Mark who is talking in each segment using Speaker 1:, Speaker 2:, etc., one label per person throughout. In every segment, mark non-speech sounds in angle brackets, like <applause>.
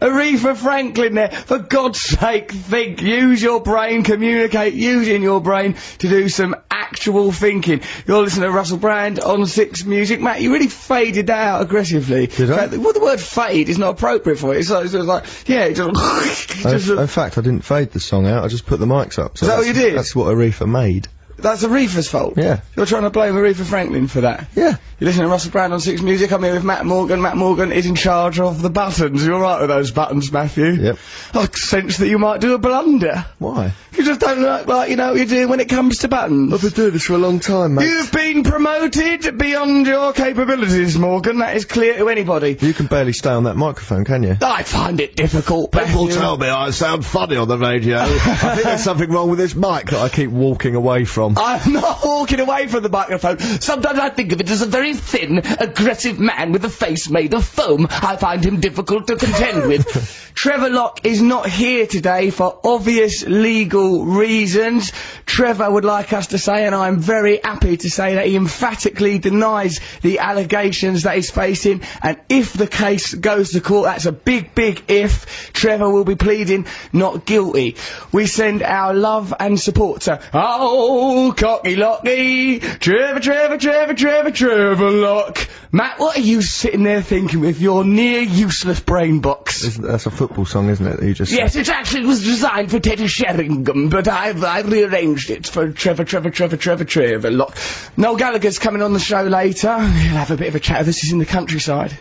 Speaker 1: Aretha Franklin there. For God's sake, think. Use your brain, communicate using your brain to do some actual thinking. You're listening to Russell Brand on Six Music. Matt, you really faded that out aggressively.
Speaker 2: Did I?
Speaker 1: In fact, Well, the word fade is not appropriate for it. It's like, it's sort of like yeah, it just, <laughs>
Speaker 2: I,
Speaker 1: just
Speaker 2: in fact, I didn't fade the song out. I just put the mics up. So
Speaker 1: Is that what
Speaker 2: that's-
Speaker 1: you did?
Speaker 2: That's what Aretha made.
Speaker 1: that's Aretha's fault.
Speaker 2: Yeah.
Speaker 1: You're trying to blame Aretha Franklin for that.
Speaker 2: Yeah.
Speaker 1: You're listening to Russell Brand on Six Music. I'm here with Matt Morgan. Matt Morgan is in charge of the buttons. You're right with those buttons, Matthew.
Speaker 2: Yep.
Speaker 1: I sense that you might do a blunder.
Speaker 2: Why?
Speaker 1: You just don't look like you know what you're doing when it comes to buttons.
Speaker 2: been doing this for a long time, mate.
Speaker 1: You've been promoted beyond your capabilities, Morgan. That is clear to anybody.
Speaker 2: You can barely stay on that microphone, can you?
Speaker 1: I find it difficult.
Speaker 3: People
Speaker 1: Matthew.
Speaker 3: tell me I sound funny on the radio. I think there's something wrong with this mic.
Speaker 2: That I keep walking away from.
Speaker 1: I'm not walking away from the microphone. Sometimes I think of it as a very thin, aggressive man with a face made of foam. I find him difficult to contend with. Trevor Locke is not here today for obvious legal reasons. Trevor would like us to say, and I'm very happy to say that he emphatically denies the allegations that he's facing. And if the case goes to court, that's a big, big if. Trevor will be pleading not guilty. We send our love and support to Oh Cocky Locky, Trevor, Trevor, Trevor, Trevor, Trevor Lock. Matt, what are you sitting there thinking with your near useless brain box?
Speaker 2: Isn't- That's a football song, isn't it? that You just
Speaker 1: Yes, it actually was designed for Teddy Sheringham, but I've, i rearranged it for Trevor, Trevor, Trevor, Trevor, Trevor Lock. Noel Gallagher's coming on the show later. He'll have a bit of a chat with us. He's in the countryside.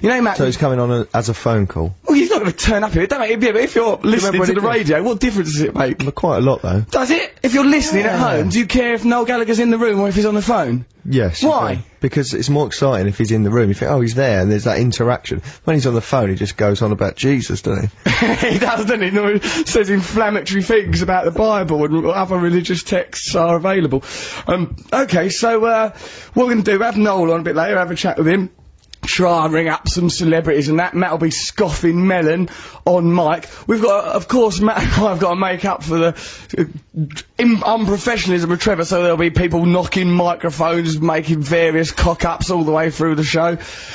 Speaker 1: You know, Matt,
Speaker 2: So it's coming on a, as a phone call.
Speaker 1: well, he's not going to turn up here. Don't make, yeah, but if you're listening
Speaker 2: when
Speaker 1: to
Speaker 2: he
Speaker 1: the
Speaker 2: did?
Speaker 1: radio, what difference does it make?
Speaker 2: But quite a lot, though.
Speaker 1: Does it? If you're listening at
Speaker 2: Yeah.
Speaker 1: home, do you care if Noel Gallagher's in the room or if he's on the phone?
Speaker 2: Yes. you
Speaker 1: Why?
Speaker 2: do. Because it's more exciting if he's in the room. You think, oh, he's there, and there's that interaction. When he's on the phone, he just goes on about Jesus, doesn't he?
Speaker 1: <laughs> he does, doesn't he? Normally says inflammatory things about the Bible and what other religious texts are available. Um, okay, so uh, what we're going to do, we'll have Noel on a bit later, have a chat with him. Try and ring up some celebrities and that. Matt will be scoffing melon on Mike. We've got, of course, Matt and I have got to make up for the uh, im- unprofessionalism of Trevor, so there'll be people knocking microphones, making various cock ups all the way through the show.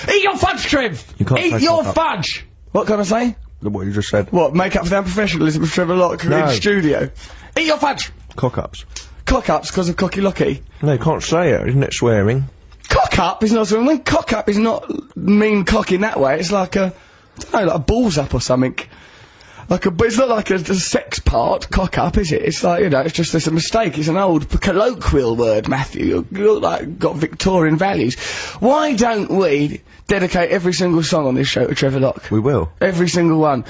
Speaker 1: Eat your fudge, Trev!
Speaker 2: You can't say
Speaker 1: Eat your
Speaker 2: cock-up.
Speaker 1: fudge! What can I say?
Speaker 2: What you just said.
Speaker 1: What, make up for their professionalism with Trevor Locke
Speaker 2: No.
Speaker 1: in studio? Eat your fudge!
Speaker 2: Cock ups.
Speaker 1: Cock ups because of Cocky Locky.
Speaker 2: No, you can't say it, isn't it? Swearing.
Speaker 1: Cock up is not something. When cock up is not mean cock in that way, it's like a, I don't know, like a balls up or something. Like a, but it's not like a, a sex part, cock up, is it? It's like, you know, it's just it's a mistake. It's an old colloquial word, Matthew. You look like got Victorian values. Why don't we dedicate every single song on this show to Trevor Locke?
Speaker 2: We will.
Speaker 1: Every single one.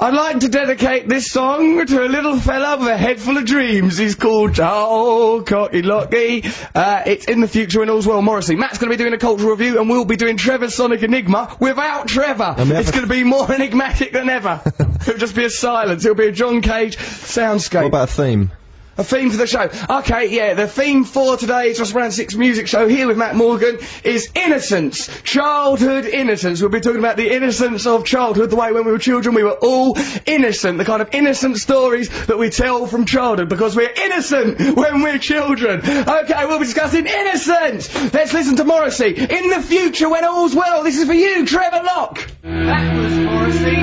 Speaker 1: I'd like to dedicate this song to a little fella with a head full of dreams. He's called Oh Cocky Locky. Uh, it's in the future in All's Well Morrissey. Matt's going to be doing a cultural review and we'll be doing Trevor's Sonic Enigma without Trevor.
Speaker 2: And we have
Speaker 1: It's
Speaker 2: a-
Speaker 1: going to be more <laughs> enigmatic than ever. It'll just be a silence. It'll be a John Cage soundscape.
Speaker 2: What about a theme?
Speaker 1: A theme for the show. Okay, yeah, the theme for today's Russell Brand 6 music show here with Matt Morgan is innocence. Childhood innocence. We'll be talking about the innocence of childhood, the way when we were children we were all innocent, the kind of innocent stories that we tell from childhood because we're innocent when we're children. Okay, we'll be discussing innocence. Let's listen to Morrissey. In the future when all's well, this is for you, Trevor Locke. That was Morrissey.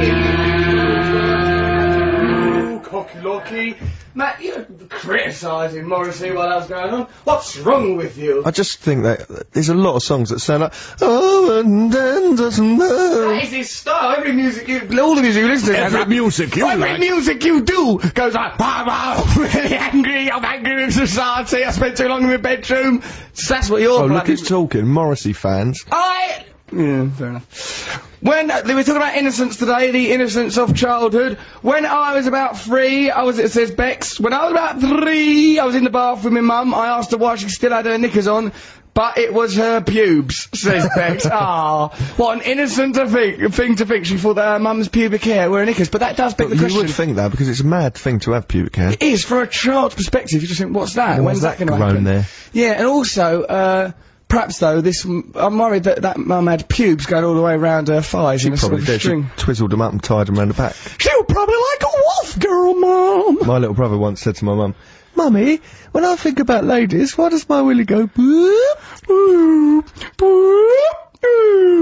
Speaker 1: Cocky Locky. Matt, you're criticising Morrissey while that was going on. What's wrong with you?
Speaker 2: I just think that there's a lot of songs that sound like, oh, and then there's no.
Speaker 1: That is his style. Every music you, all the music you listen to, has
Speaker 3: Every
Speaker 1: that-
Speaker 3: music you
Speaker 1: every
Speaker 3: like.
Speaker 1: music you do goes like, I'm, I'm <laughs> really angry. I'm angry with society. I spent too long in my bedroom. So that's what you're.
Speaker 2: Oh, look
Speaker 1: bloody-
Speaker 2: who's talking. Morrissey fans.
Speaker 1: I. Yeah, fair enough. When uh, we were talking about innocence today, the innocence of childhood. When I was about three, I was it says Bex. When I was about three, I was in the bath with my mum. I asked her why she still had her knickers on. But it was her pubes, says Bex. Ah, what an innocent to think, thing to think. She thought that her mum's pubic hair were her knickers, but that does beg the
Speaker 2: You
Speaker 1: question.
Speaker 2: would think that because it's a mad thing to have pubic hair.
Speaker 1: It is from a child's perspective. You just think, what's that?
Speaker 2: Why's
Speaker 1: When's that,
Speaker 2: that
Speaker 1: going to happen?
Speaker 2: grown there?
Speaker 1: Yeah, and also, uh, perhaps though, this I'm worried that that mum had pubes going all the way around her thighs in a sort
Speaker 2: Probably
Speaker 1: of
Speaker 2: did. She
Speaker 1: string.
Speaker 2: twizzled them up and tied them round the back.
Speaker 1: She was probably like a wolf girl, mum.
Speaker 2: My little brother once said to my mum, Mummy, when I think about ladies, why does my willy go boop, boop, boop?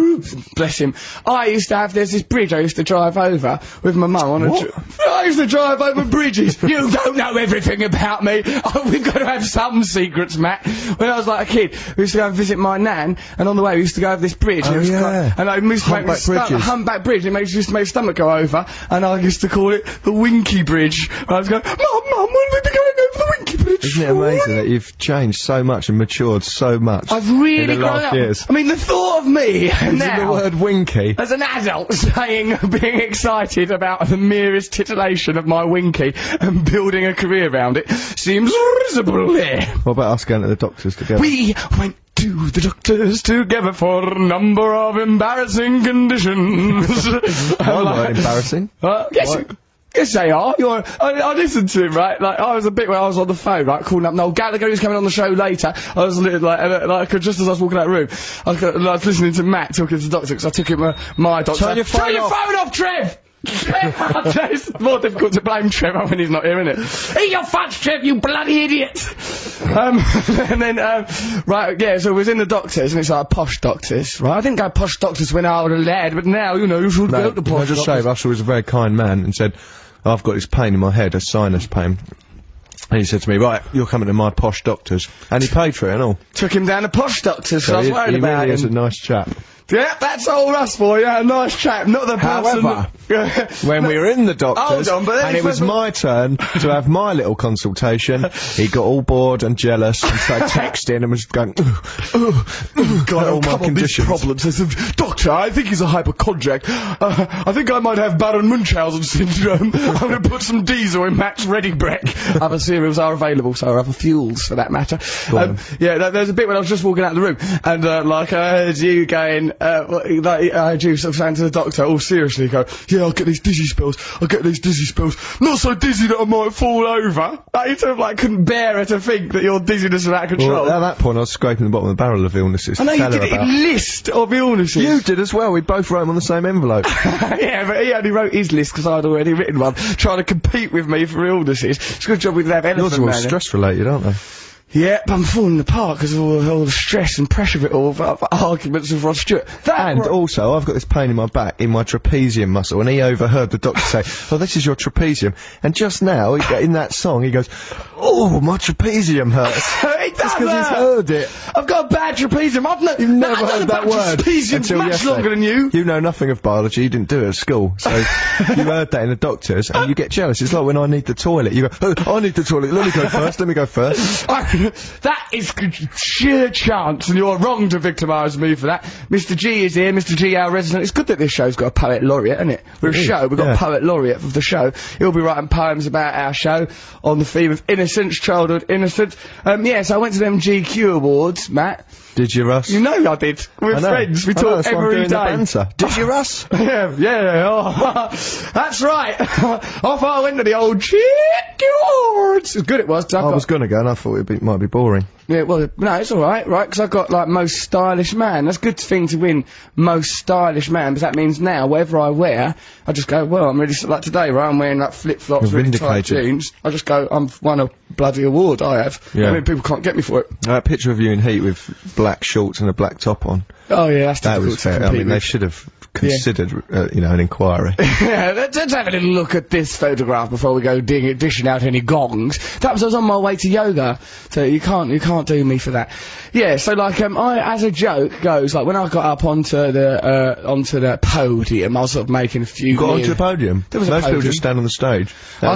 Speaker 1: Bless him. I used to have, there's this bridge I used to drive over with my mum on a
Speaker 2: What?
Speaker 1: dr- I used to drive over
Speaker 2: <laughs>
Speaker 1: bridges. you don't know everything about me. <laughs> Oh, we've got to have some secrets, Matt. When I was like a kid, we used to go and visit my nan, and on the way we used to go over this bridge. and
Speaker 2: Oh,
Speaker 1: it was
Speaker 2: yeah.
Speaker 1: quite- and I used to make my
Speaker 2: Humpback
Speaker 1: stomach,
Speaker 2: bridges.
Speaker 1: humpback bridge, it makes, used to make my stomach go over, and I used to call it the Winky Bridge. I was going, Mum, Mum, when are we going over the Winky Bridge?
Speaker 2: Isn't it amazing that you've changed so much and matured so much?
Speaker 1: I've really
Speaker 2: in the
Speaker 1: grown
Speaker 2: last
Speaker 1: up.
Speaker 2: years?
Speaker 1: I mean, the thought of me
Speaker 2: Isn't the
Speaker 1: now
Speaker 2: word winky?
Speaker 1: <laughs> as an adult saying, <laughs> being excited about the merest titillation of my winky and building a career around it seems reasonable here.
Speaker 2: What about us going to the doctors together?
Speaker 1: We went to the doctors together for a number of embarrassing
Speaker 2: <laughs>
Speaker 1: conditions.
Speaker 2: Mine weren't embarrassing.
Speaker 1: Uh, yes,
Speaker 2: What?
Speaker 1: yes, they are. You're, I, I listened to him, right? Like, I was a bit when I was on the phone, right, calling up Noel Gallagher, who's coming on the show later. I was li- like, and, uh, like, just as I was walking out of the room, I was, uh, I was listening to Matt talking to the doctor, because I took him, uh, my doctor.
Speaker 2: Turn your phone
Speaker 1: Turn your
Speaker 2: off.
Speaker 1: phone off, Trev! <laughs> Trev! it's more difficult to blame Trevor when he's not here, isn't it? Eat your fudge, Trev, you bloody idiot! um, <laughs> and then, um, right, yeah, so it was in the doctors, and it's like a posh doctors, right? I didn't go posh doctors when I was a lad, but now, you know, you should
Speaker 2: No,
Speaker 1: go to
Speaker 2: can I
Speaker 1: posh
Speaker 2: just
Speaker 1: doctors.
Speaker 2: say, Russell was a very kind man and said, I've got this pain in my head, a sinus pain. And he said to me, right, you're coming to my posh doctors. And he paid for it and all.
Speaker 1: took him down to posh doctors, so I was
Speaker 2: he,
Speaker 1: worried
Speaker 2: he
Speaker 1: about
Speaker 2: really is a
Speaker 1: him.
Speaker 2: nice chap.
Speaker 1: Yep, that's all Russ for you. A nice chap, not the person.
Speaker 2: However,
Speaker 1: that- <laughs>
Speaker 2: When we were in the
Speaker 1: Hold
Speaker 2: doctors,
Speaker 1: on, but then
Speaker 2: and
Speaker 1: he
Speaker 2: it was
Speaker 1: said-
Speaker 2: my turn to have my little consultation, he got all bored and jealous and <laughs> started texting and was going, "Ooh,
Speaker 1: God,
Speaker 2: all
Speaker 1: oh,
Speaker 2: my
Speaker 1: come on, these
Speaker 2: conditions.
Speaker 1: problems. I said, Doctor, I think he's a hypochondriac. Uh, I think I might have Baron Munchausen syndrome. I'm going to put some diesel in Matt's ready breck. other cereals are available, so are other fuels for that matter. Um, yeah, th- there's a bit when I was just walking out of the room, and uh, like I heard you going, uh, wh- like I heard you sort of saying to the doctor, all seriously, go, yeah, I'll get these dizzy spells. I'll get these dizzy spells. Not so dizzy that I might fall over. Like, you sort of like couldn't bear to think that your dizziness was out of control.
Speaker 2: Well, at that point, I was scraping the bottom of the barrel of illnesses.
Speaker 1: I know
Speaker 2: to
Speaker 1: you
Speaker 2: tell her
Speaker 1: did it
Speaker 2: about.
Speaker 1: in list of illnesses. <laughs>
Speaker 2: You did as well. We both wrote 'em on the same <laughs> envelope.
Speaker 1: yeah, but he only wrote his list because I'd already written one, trying to compete with me for illnesses. It's a good job we didn't have
Speaker 2: Yours
Speaker 1: elephant
Speaker 2: are all
Speaker 1: man.
Speaker 2: stress related, aren't they?
Speaker 1: Yep, I'm falling apart because of all, all the stress and pressure of it all, for, for arguments with Rod Stewart. That
Speaker 2: And
Speaker 1: ro- <laughs>
Speaker 2: also, I've got this pain in my back, in my trapezium muscle, and he overheard the doctor say, "Oh, this is your trapezium." And just now, he- in that song, he goes, "Oh, my trapezium hurts."
Speaker 1: it does
Speaker 2: That's because he's
Speaker 1: hurt.
Speaker 2: heard it.
Speaker 1: I've got a bad trapezium. I've no,
Speaker 2: You've
Speaker 1: I've
Speaker 2: never
Speaker 1: known
Speaker 2: heard
Speaker 1: about
Speaker 2: that word
Speaker 1: trapezium
Speaker 2: until
Speaker 1: much
Speaker 2: yesterday.
Speaker 1: longer than you.
Speaker 2: You know nothing of biology. You didn't do it at school,
Speaker 1: <laughs>
Speaker 2: so you heard that in the doctors, and you get jealous. It's like when I need the toilet. You go, "Oh, I need the toilet. Let me go first. Let me go first.
Speaker 1: <laughs> that is g- sheer chance, and you're wrong to victimise me for that. Mr. G is here, Mr. G, our resident. It's good that this show's got a poet laureate, isn't it? We're a
Speaker 2: is,
Speaker 1: show, we've got
Speaker 2: yeah.
Speaker 1: a poet laureate of the show. He'll be writing poems about our show on the theme of innocence, childhood innocence. Um, yes, I went to the MGQ Awards, Matt.
Speaker 2: Did you, Russ?
Speaker 1: You know I did. We're
Speaker 2: I know.
Speaker 1: friends, we
Speaker 2: I know,
Speaker 1: talk
Speaker 2: that's why I'm
Speaker 1: every
Speaker 2: doing the
Speaker 1: day.
Speaker 2: banter. Did you, Russ?
Speaker 1: <laughs> Yeah, yeah, oh, <laughs> that's right. Off I went to the old GQ Awards. As good it was. 'cause I've
Speaker 2: I
Speaker 1: got-
Speaker 2: was going to go, and I thought it might be boring.
Speaker 1: yeah, well, no, it's all right, right? Because I've got like most stylish man. That's a good thing to win most stylish man, because that means now whatever I wear, I just go, well, I'm really s- like today, right? I'm wearing like flip flops,
Speaker 2: You're
Speaker 1: really tight
Speaker 2: vindicated.
Speaker 1: jeans. I just go, I'm won a bloody award. I have.
Speaker 2: Yeah.
Speaker 1: I mean, people can't get me for it.
Speaker 2: That picture of you in heat with black shorts and a black top on.
Speaker 1: Oh yeah, that's
Speaker 2: That
Speaker 1: difficult
Speaker 2: was
Speaker 1: to
Speaker 2: fair. I
Speaker 1: compete
Speaker 2: mean, they
Speaker 1: with.
Speaker 2: should have considered, uh, you know, an inquiry.
Speaker 1: <laughs> yeah, let's, let's have a little look at this photograph before we go ding, dishing out any gongs. That was I was on my way to yoga, so you can't you can't do me for that. Yeah, so like um, I as a joke goes like when I got up onto the uh, onto the podium, I was sort of making a few.
Speaker 2: Got onto
Speaker 1: mean-
Speaker 2: the podium.
Speaker 1: There was a
Speaker 2: Most people
Speaker 1: podium.
Speaker 2: just stand on the stage.
Speaker 1: I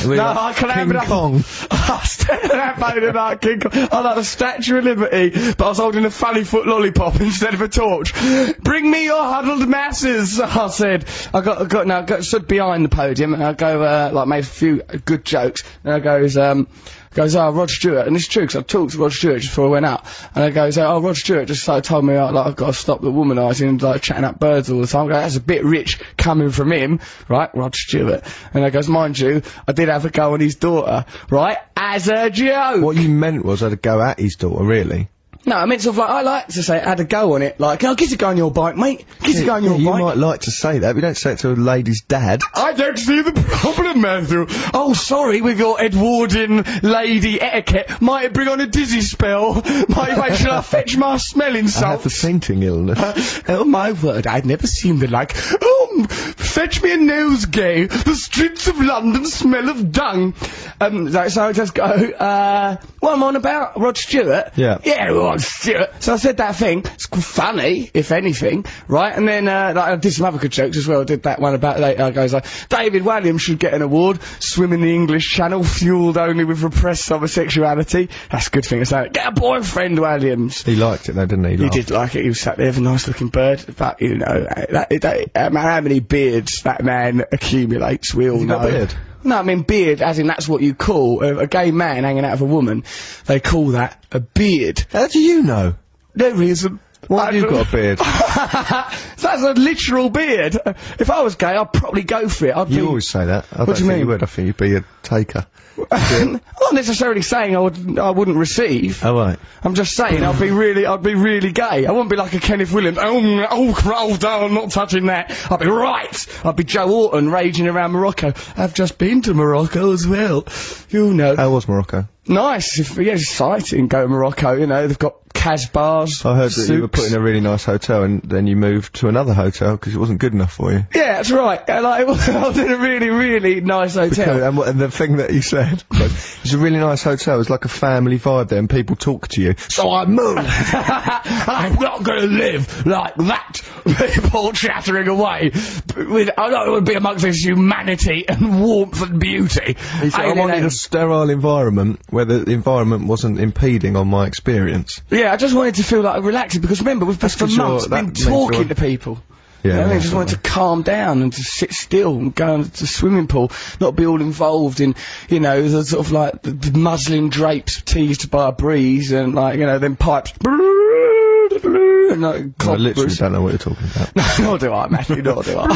Speaker 1: <laughs> c-
Speaker 2: we
Speaker 1: no,
Speaker 2: like
Speaker 1: I can
Speaker 2: King
Speaker 1: have it
Speaker 2: Kong.
Speaker 1: <laughs> I stared at that podium like King Kong. I like the Statue of Liberty, but I was holding a fanny foot lollipop <laughs> instead of a torch. Bring me your huddled masses, <laughs> I said. I got, got, no, I got, stood behind the podium and I go, uh, like made a few good jokes and I goes, um, goes, oh, Rod Stewart, and it's true because I talked to Rod Stewart just before I went out, and I goes, oh, Rod Stewart just like, told me like, I've got to stop the womanising and like chatting up birds all the time. I go, that's a bit rich coming from him, right, Rod Stewart. And I goes, mind you, I did have a go on his daughter, right, as a joke.
Speaker 2: What you meant was I'd go at his daughter, really.
Speaker 1: No, I mean, sort of like, I like to say, I had a go on it. Like, oh, give it a go on your bike, mate. Give it a go on your
Speaker 2: you
Speaker 1: bike.
Speaker 2: might like to say that, but you don't say it to a lady's dad.
Speaker 1: I don't see the problem, Matthew. Oh, sorry, with your Edwardian lady etiquette. Might it bring on a dizzy spell? Might it make shall I fetch my smelling
Speaker 2: I have
Speaker 1: salts?
Speaker 2: a fainting illness.
Speaker 1: <laughs> oh my word, I'd never seen the like. Oh, fetch me a nosegay. The streets of London smell of dung. Um, so, so I just go, uh, what am I on about? Rod Stewart?
Speaker 2: Yeah.
Speaker 1: Yeah, Rod Stewart. So I said that thing. It's qu- funny, if anything, right? And then, uh, like, I did some other good jokes as well. I did that one about, like, I goes like, David Williams should get an award. Swim in the English Channel, fueled only with repressed homosexuality. That's a good thing to say. Get a boyfriend, Williams.
Speaker 2: he liked it though, didn't he?
Speaker 1: He
Speaker 2: Laughed.
Speaker 1: did like it. He was sat there with a nice looking bird. But, you know, that, that, no matter how many beards that man accumulates, we all
Speaker 2: he
Speaker 1: know.
Speaker 2: got a beard?
Speaker 1: No, I mean beard, as in that's what you call uh, a, a gay man hanging out of a woman. They call that a beard.
Speaker 2: How do you know?
Speaker 1: There is a.
Speaker 2: Why have you got a
Speaker 1: <laughs>
Speaker 2: beard?
Speaker 1: That's a literal beard. If I was gay, I'd probably go for it. I'd be,
Speaker 2: You always say that. I
Speaker 1: What
Speaker 2: don't
Speaker 1: do you
Speaker 2: think
Speaker 1: mean?
Speaker 2: would. I think you'd be a taker.
Speaker 1: I'm <laughs> not necessarily saying I would. I wouldn't receive.
Speaker 2: Oh, right.
Speaker 1: I'm just saying I'd be really. I'd be really gay. I wouldn't be like a Kenneth Williams. Oh, mm, oh, roll down. I'm not touching that. I'd be right. I'd be Joe Orton raging around Morocco. I've just been to Morocco as well. You know,
Speaker 2: How was Morocco?
Speaker 1: nice. If, yeah, it's exciting. Go to Morocco. You know, they've got Casbars.
Speaker 2: I heard that you were
Speaker 1: souks.
Speaker 2: put in a really nice hotel and then you moved to another hotel because it wasn't good enough for you.
Speaker 1: Yeah, that's right. <laughs> And I, I was in a really, really nice hotel.
Speaker 2: And, what, and the thing that he said, was, it's a really nice hotel. It's like a family vibe there, and people talk to you.
Speaker 1: So I moved. <laughs> I'm not going to live like that. People <laughs> chattering away. With, I don't want to be amongst this humanity and warmth and beauty.
Speaker 2: He said, I wanted a sterile environment where the environment wasn't impeding on my experience.
Speaker 1: yeah, I just wanted to feel like relaxed because remember, we've just for
Speaker 2: 'cause you're-
Speaker 1: months
Speaker 2: that
Speaker 1: been
Speaker 2: makes you
Speaker 1: talking
Speaker 2: want-
Speaker 1: to people.
Speaker 2: Yeah,
Speaker 1: You know, I just
Speaker 2: that's
Speaker 1: wanted to calm down and just sit still and go into the swimming pool, not be all involved in, you know, the sort of like the, the muslin drapes teased by a breeze and like, you know, then pipes. <laughs> And like
Speaker 2: I literally
Speaker 1: cockroaches.
Speaker 2: don't know what you're talking about.
Speaker 1: nor do I, Matthew, nor do I.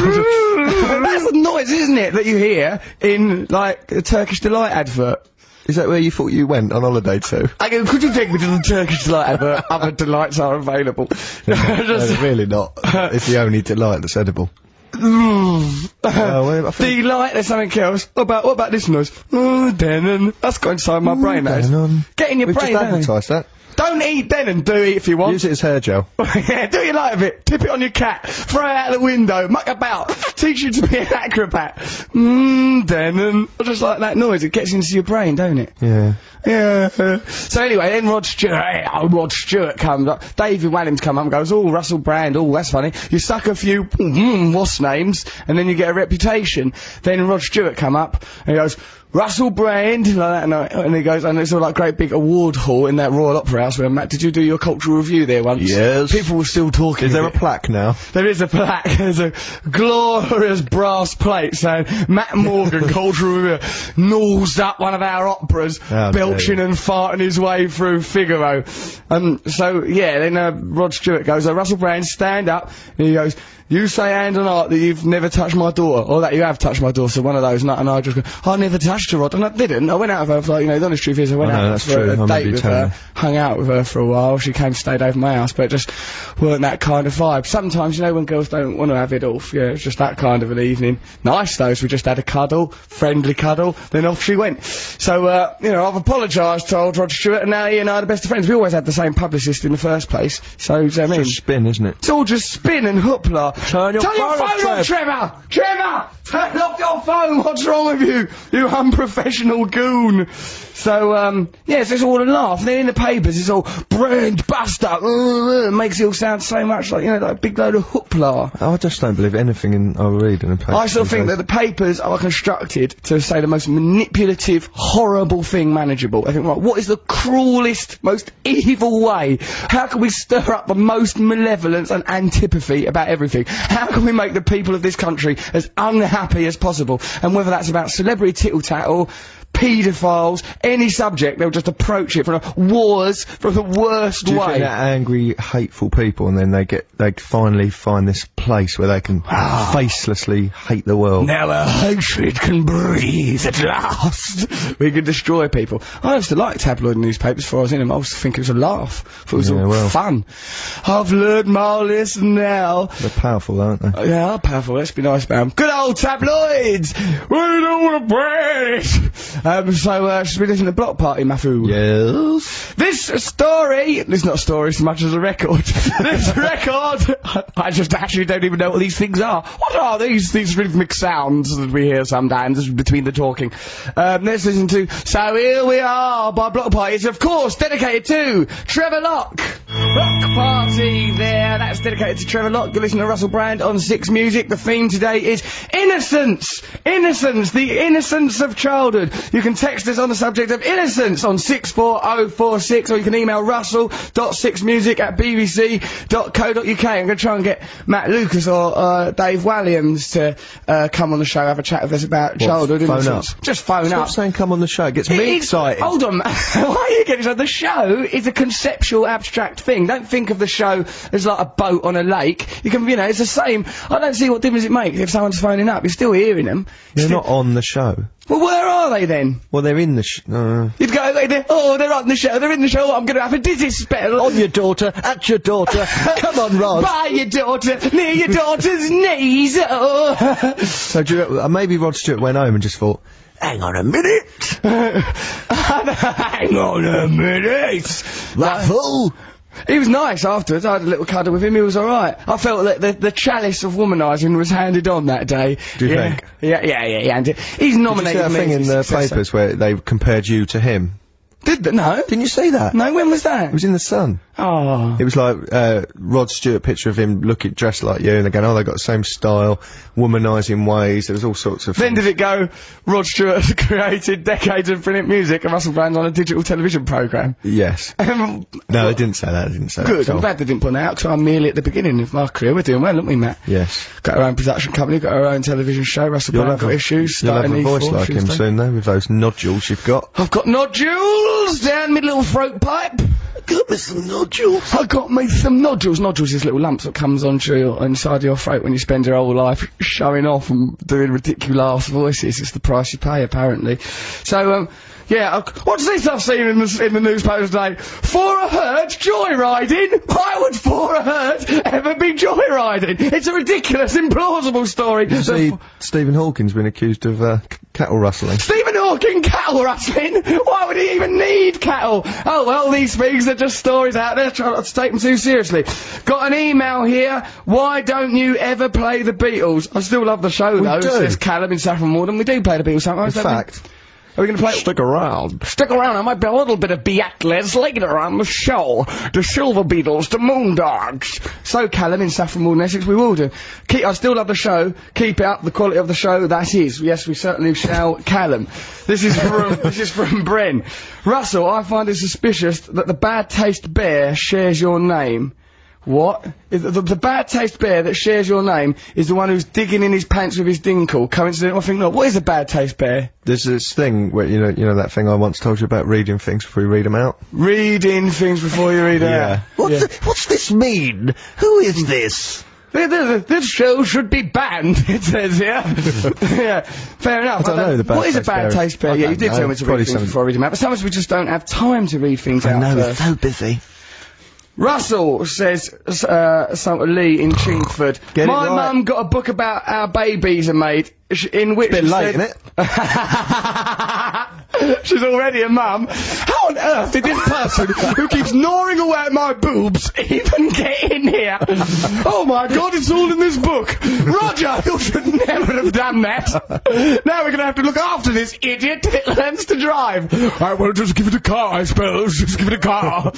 Speaker 1: <laughs> That's the noise, isn't it, that you hear in, like, a Turkish Delight advert?
Speaker 2: Is that where you thought you went on holiday
Speaker 1: <laughs>
Speaker 2: to?
Speaker 1: I go, could you take me to the Turkish Delight advert? Other delights are
Speaker 2: <laughs>
Speaker 1: available.
Speaker 2: No,
Speaker 1: <laughs> Just,
Speaker 2: really not. it's the only delight
Speaker 1: <laughs>
Speaker 2: that's edible. Oh, well, I think-
Speaker 1: Delight, there's something else. What about, what about this noise? Mm, Denon. That's got inside my brain, that is.
Speaker 2: Denon.
Speaker 1: Get in your
Speaker 2: We've
Speaker 1: brain,
Speaker 2: just
Speaker 1: Denon.
Speaker 2: advertised that.
Speaker 1: Don't eat Denon, do eat if you want.
Speaker 2: Use it as hair gel.
Speaker 1: <laughs> yeah, do you like of it? Tip it on your cat. Throw it out the window. Muck about. Teach you to be an acrobat. Mmm, Denon. I just like that noise. It gets into your brain, don't it?
Speaker 2: Yeah.
Speaker 1: Yeah. So anyway, then Rod Stewart, eh, oh, Rod Stewart comes up. David Williams comes up and goes, oh, Russell Brand, oh, that's funny. You suck a few, mm, what's names, and then you get a reputation. Then Rod Stewart come up and he goes, Russell Brand, like that, and, I, and he goes, and it's all like great big award hall in that Royal Opera House where Matt, did you do your cultural review there once?
Speaker 2: Yes.
Speaker 1: People were still talking.
Speaker 2: Is there
Speaker 1: of
Speaker 2: a
Speaker 1: it.
Speaker 2: plaque now?
Speaker 1: There is a <laughs> plaque. There's a glorious brass plate saying Matt
Speaker 2: <laughs>
Speaker 1: Morgan, cultural reviewer, gnawsed up one of our operas,
Speaker 2: How dare
Speaker 1: belching
Speaker 2: you.
Speaker 1: and farting his way through Figaro. Um, so yeah, then uh, Rod Stewart goes, uh, Russell Brand, stand up. And he goes, you say hand on heart that you've never touched my daughter, or that you have touched my daughter. One of those, and I, and I just go, I never touched her, Rod, and I didn't. I went out with her for like, you know, the honest truth is, I went
Speaker 2: I know,
Speaker 1: out
Speaker 2: that's
Speaker 1: for
Speaker 2: true. I
Speaker 1: a
Speaker 2: remember
Speaker 1: date
Speaker 2: you
Speaker 1: with
Speaker 2: telling
Speaker 1: her
Speaker 2: me.
Speaker 1: hung out with her for a while. She came, stayed over my house, but it just weren't that kind of vibe. Sometimes, you know, when girls don't want to have it off, yeah, it's just that kind of an evening. Nice though, so we just had a cuddle, friendly cuddle, then off she went. So, uh, you know, I've apologised to old Rod Stewart, and now he and I are the best of friends. We always had the same publicist in the first place, so, do you know what I mean?
Speaker 2: Just spin, isn't it?
Speaker 1: It's all just spin and hoopla.
Speaker 2: Turn your phone off,
Speaker 1: off, Trevor! Trevor! Turn off your phone! What's wrong with you? You unprofessional goon! So, um, yes, it's all a laugh. And then in the papers, it's all brand buster! Uh, uh, makes it all sound so much like, you know, like a big load of hoopla.
Speaker 2: Oh, I just don't believe anything in, I read in a paper.
Speaker 1: I still think that the papers are constructed to say the most manipulative, horrible thing manageable. I think, right, what is the cruelest, most evil way? How can we stir up the most malevolence and antipathy about everything? How can we make the people of this country as unhappy as possible? And whether that's about celebrity tittle tattle, paedophiles, any subject, they'll just approach it from wars from the worst
Speaker 2: Do you
Speaker 1: way.
Speaker 2: think they're angry, hateful people, and then they get they finally find this place where they <sighs> can facelessly hate the world?
Speaker 1: Now our hatred can breathe at last. we can destroy people. I used to like tabloid newspapers before I was in them. I used to think it was a laugh. thought it was
Speaker 2: Yeah,
Speaker 1: all
Speaker 2: well.
Speaker 1: fun. I've learned my lesson now.
Speaker 2: They're powerful, aren't they?
Speaker 1: Oh, Yeah, powerful. Let's be nice about 'em. Good old tabloids! We don't want to break! Um, so, uh, should we listen to Block Party, Mafu?
Speaker 2: Yes.
Speaker 1: This story, it's not a story so much as a record. this record, I just actually don't even know what these things are. What are these, these rhythmic sounds that we hear sometimes between the talking? Um, let's listen to So Here We Are by Block Party. It's of course dedicated to Trevor Locke. Rock Party there, that's dedicated to Trevor Locke. You listen to Russell Brand on Six Music. The theme today is Innocence! Innocence! The innocence of childhood. You can text us on the subject of innocence on 64046 or you can email russell.sixmusic at bbc.co.uk. I'm going to try and get Matt Lucas or uh, Dave Walliams to uh, come on the show, have a chat with us about childhood
Speaker 2: phone
Speaker 1: innocence.
Speaker 2: up?
Speaker 1: Just phone
Speaker 2: Stop
Speaker 1: up.
Speaker 2: saying come on the show. It oh, gets me
Speaker 1: It-
Speaker 2: excited.
Speaker 1: Hold on, <laughs> why are you getting excited? The show is a conceptual, abstract thing. Don't think of the show as like a boat on a lake. You can, you know, it's the same. I don't see what difference it makes if someone's phoning up. You're still hearing them.
Speaker 2: They're not on the show.
Speaker 1: Well, where are they then?
Speaker 2: Well, they're in the sh- uh,
Speaker 1: You'd go, they- they- oh, they're on the show. They're in the show. I'm going to have a dizzy spell.
Speaker 2: on your daughter, at your <laughs> daughter. come on, Rod.
Speaker 1: By your daughter, near your
Speaker 2: <laughs>
Speaker 1: daughter's knees. Oh. <laughs>
Speaker 2: So do you, uh, maybe Rod Stewart went home and just thought,
Speaker 4: Hang on a minute,
Speaker 1: Hang on a minute.
Speaker 4: that fool.
Speaker 1: He was nice afterwards. I had a little cuddle with him. He was all right. I felt that the, the chalice of womanising was handed on that day.
Speaker 2: Do you
Speaker 1: yeah.
Speaker 2: think?
Speaker 1: Yeah, yeah, yeah. yeah. And he's
Speaker 2: Did you see
Speaker 1: nominated
Speaker 2: that
Speaker 1: me
Speaker 2: thing
Speaker 1: as
Speaker 2: in
Speaker 1: his
Speaker 2: the
Speaker 1: successor.
Speaker 2: papers where they compared you to him?
Speaker 1: Did they? No.
Speaker 2: Didn't you see that?
Speaker 1: No. When was that?
Speaker 2: It was in the Sun.
Speaker 1: oh.
Speaker 2: It was like uh, Rod Stewart picture of him looking dressed like you, and they're going, "Oh, they got the same style, womanising ways." There was all sorts of.
Speaker 1: Then
Speaker 2: things.
Speaker 1: did it go? Rod Stewart <laughs> created decades of brilliant music and Russell Brand on a digital television program. <laughs>
Speaker 2: yes.
Speaker 1: Um,
Speaker 2: No, they didn't say that. They didn't say
Speaker 1: Good.
Speaker 2: that. at
Speaker 1: I'm
Speaker 2: all.
Speaker 1: glad they didn't put that out because I'm merely at the beginning of my career. We're doing well, aren't we, Matt?
Speaker 2: Yes.
Speaker 1: Got our own production company, got our own television show. Russell
Speaker 2: You'll
Speaker 1: Brand
Speaker 2: have
Speaker 1: got
Speaker 2: a,
Speaker 1: issues.
Speaker 2: you'll have
Speaker 1: starting
Speaker 2: a
Speaker 1: E4,
Speaker 2: voice like him
Speaker 1: Tuesday.
Speaker 2: soon, though, with those nodules you've got.
Speaker 1: I've got nodules down my little throat pipe.
Speaker 4: Got me some nodules.
Speaker 1: I got me some nodules. Nodules is little lumps that comes onto your inside your throat when you spend your whole life showing off and doing ridiculous voices. It's the price you pay, apparently. So, um, yeah, I- what's this I've seen in the, in the newspapers today? For a herd joyriding? Why would for a herd ever be joyriding? It's a ridiculous, implausible story. The
Speaker 2: See, Stephen Hawking's been accused of uh, c- cattle rustling.
Speaker 1: Stephen Hawking cattle rustling? Why would he even need cattle? Oh well, these things are just stories out there. Try not to take them too seriously. Got an email here. Why don't you ever play the Beatles? I still love the show though.
Speaker 2: do.
Speaker 1: Says Callum in Saffron Warden. We do play the Beatles sometimes.
Speaker 2: In
Speaker 1: don't we?
Speaker 2: fact,
Speaker 1: are we going to play?
Speaker 4: Stick around.
Speaker 1: Stick around, I might be a little bit of Beatles later on the show. The Silver Beetles, the Moondogs. So, Callum in Saffron Warden, Essex, we will do. Keep, I still love the show. Keep it up, the quality of the show, that is. Yes, we certainly shall, Callum. This is from, <laughs> this is from Bren. Russell, I find it suspicious that the Bad Taste Bear shares your name. What? Is The, the bad taste bear that shares your name is the one who's digging in his pants with his dinkle. Coincidental? I think not. What is a bad taste bear?
Speaker 2: there's this thing where you know, you know that thing I once told you about reading things before you read them out.
Speaker 1: Reading things before you read
Speaker 2: Yeah.
Speaker 1: out.
Speaker 4: What's, what's this mean? Who is this?
Speaker 1: Th- th- th- This show should be banned, <laughs> it says here.
Speaker 2: <laughs>
Speaker 1: yeah, fair enough.
Speaker 2: I don't know the bad
Speaker 1: What is a
Speaker 2: taste
Speaker 1: bad
Speaker 2: bear.
Speaker 1: taste bear?
Speaker 2: I
Speaker 1: Yeah, you
Speaker 2: don't
Speaker 1: did
Speaker 2: know.
Speaker 1: tell me to read
Speaker 2: Probably
Speaker 1: things
Speaker 2: some-
Speaker 1: before I read them out, but sometimes we just don't have time to read things out.
Speaker 4: No,
Speaker 1: first.
Speaker 4: it's so busy.
Speaker 1: Russell says, uh, some Lee in Chingford.
Speaker 2: Get it
Speaker 1: My
Speaker 2: right.
Speaker 1: mum got a book about how babies are made, sh- in which
Speaker 2: Bit
Speaker 1: she
Speaker 2: late,
Speaker 1: said-
Speaker 2: innit?
Speaker 1: <laughs> She's already a mum. How on earth did this person who keeps gnawing away at my boobs even get in here? Oh my god, it's all in this book. Roger, you should never have done that. Now we're going to have to look after this idiot till it <laughs> learns to drive. I will just give it a car, I suppose. <laughs> Just give it a car.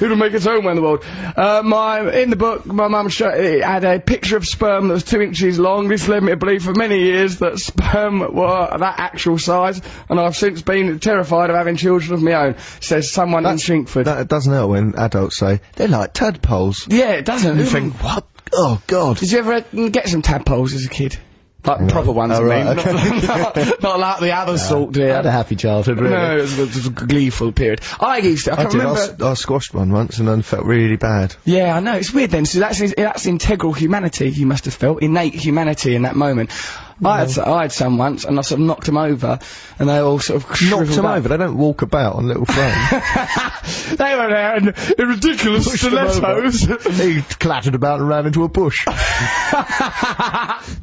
Speaker 1: It'll make its own way in the world. Uh, my, in the book, my mum sho- it had a picture of sperm that was two inches long. This led me to believe for many years that sperm were that actual size, and I've since been terrified of having children of my own, says someone
Speaker 2: That's-
Speaker 1: in Shrinkford.
Speaker 2: That doesn't help when adults say they're like tadpoles.
Speaker 1: yeah, it doesn't.
Speaker 2: Mm. You think, what? Oh God.
Speaker 1: Did you ever uh, get some tadpoles as a kid? Like proper ones,
Speaker 2: Oh,
Speaker 1: I
Speaker 2: right,
Speaker 1: mean. <laughs> Not, not, not like the other sort,
Speaker 5: I had a
Speaker 1: dear.
Speaker 5: happy childhood, really.
Speaker 1: No, it was, a- it was a gleeful period. I used to, I
Speaker 2: I
Speaker 1: can
Speaker 2: did. I,
Speaker 1: remember.
Speaker 2: s- I squashed one once and then felt really bad.
Speaker 1: Yeah, I know. It's weird then. So that's that's integral humanity. You must have felt innate humanity in that moment. I
Speaker 2: Mm.
Speaker 1: had I had some once, and I sort of knocked them over, and they all sort of
Speaker 2: Knocked
Speaker 1: shriveled
Speaker 2: them
Speaker 1: up.
Speaker 2: over. They don't walk about on little <laughs> frames.
Speaker 1: They were there in, in ridiculous
Speaker 2: <laughs>
Speaker 1: stilettos. <laughs>
Speaker 2: he clattered about and ran into a bush.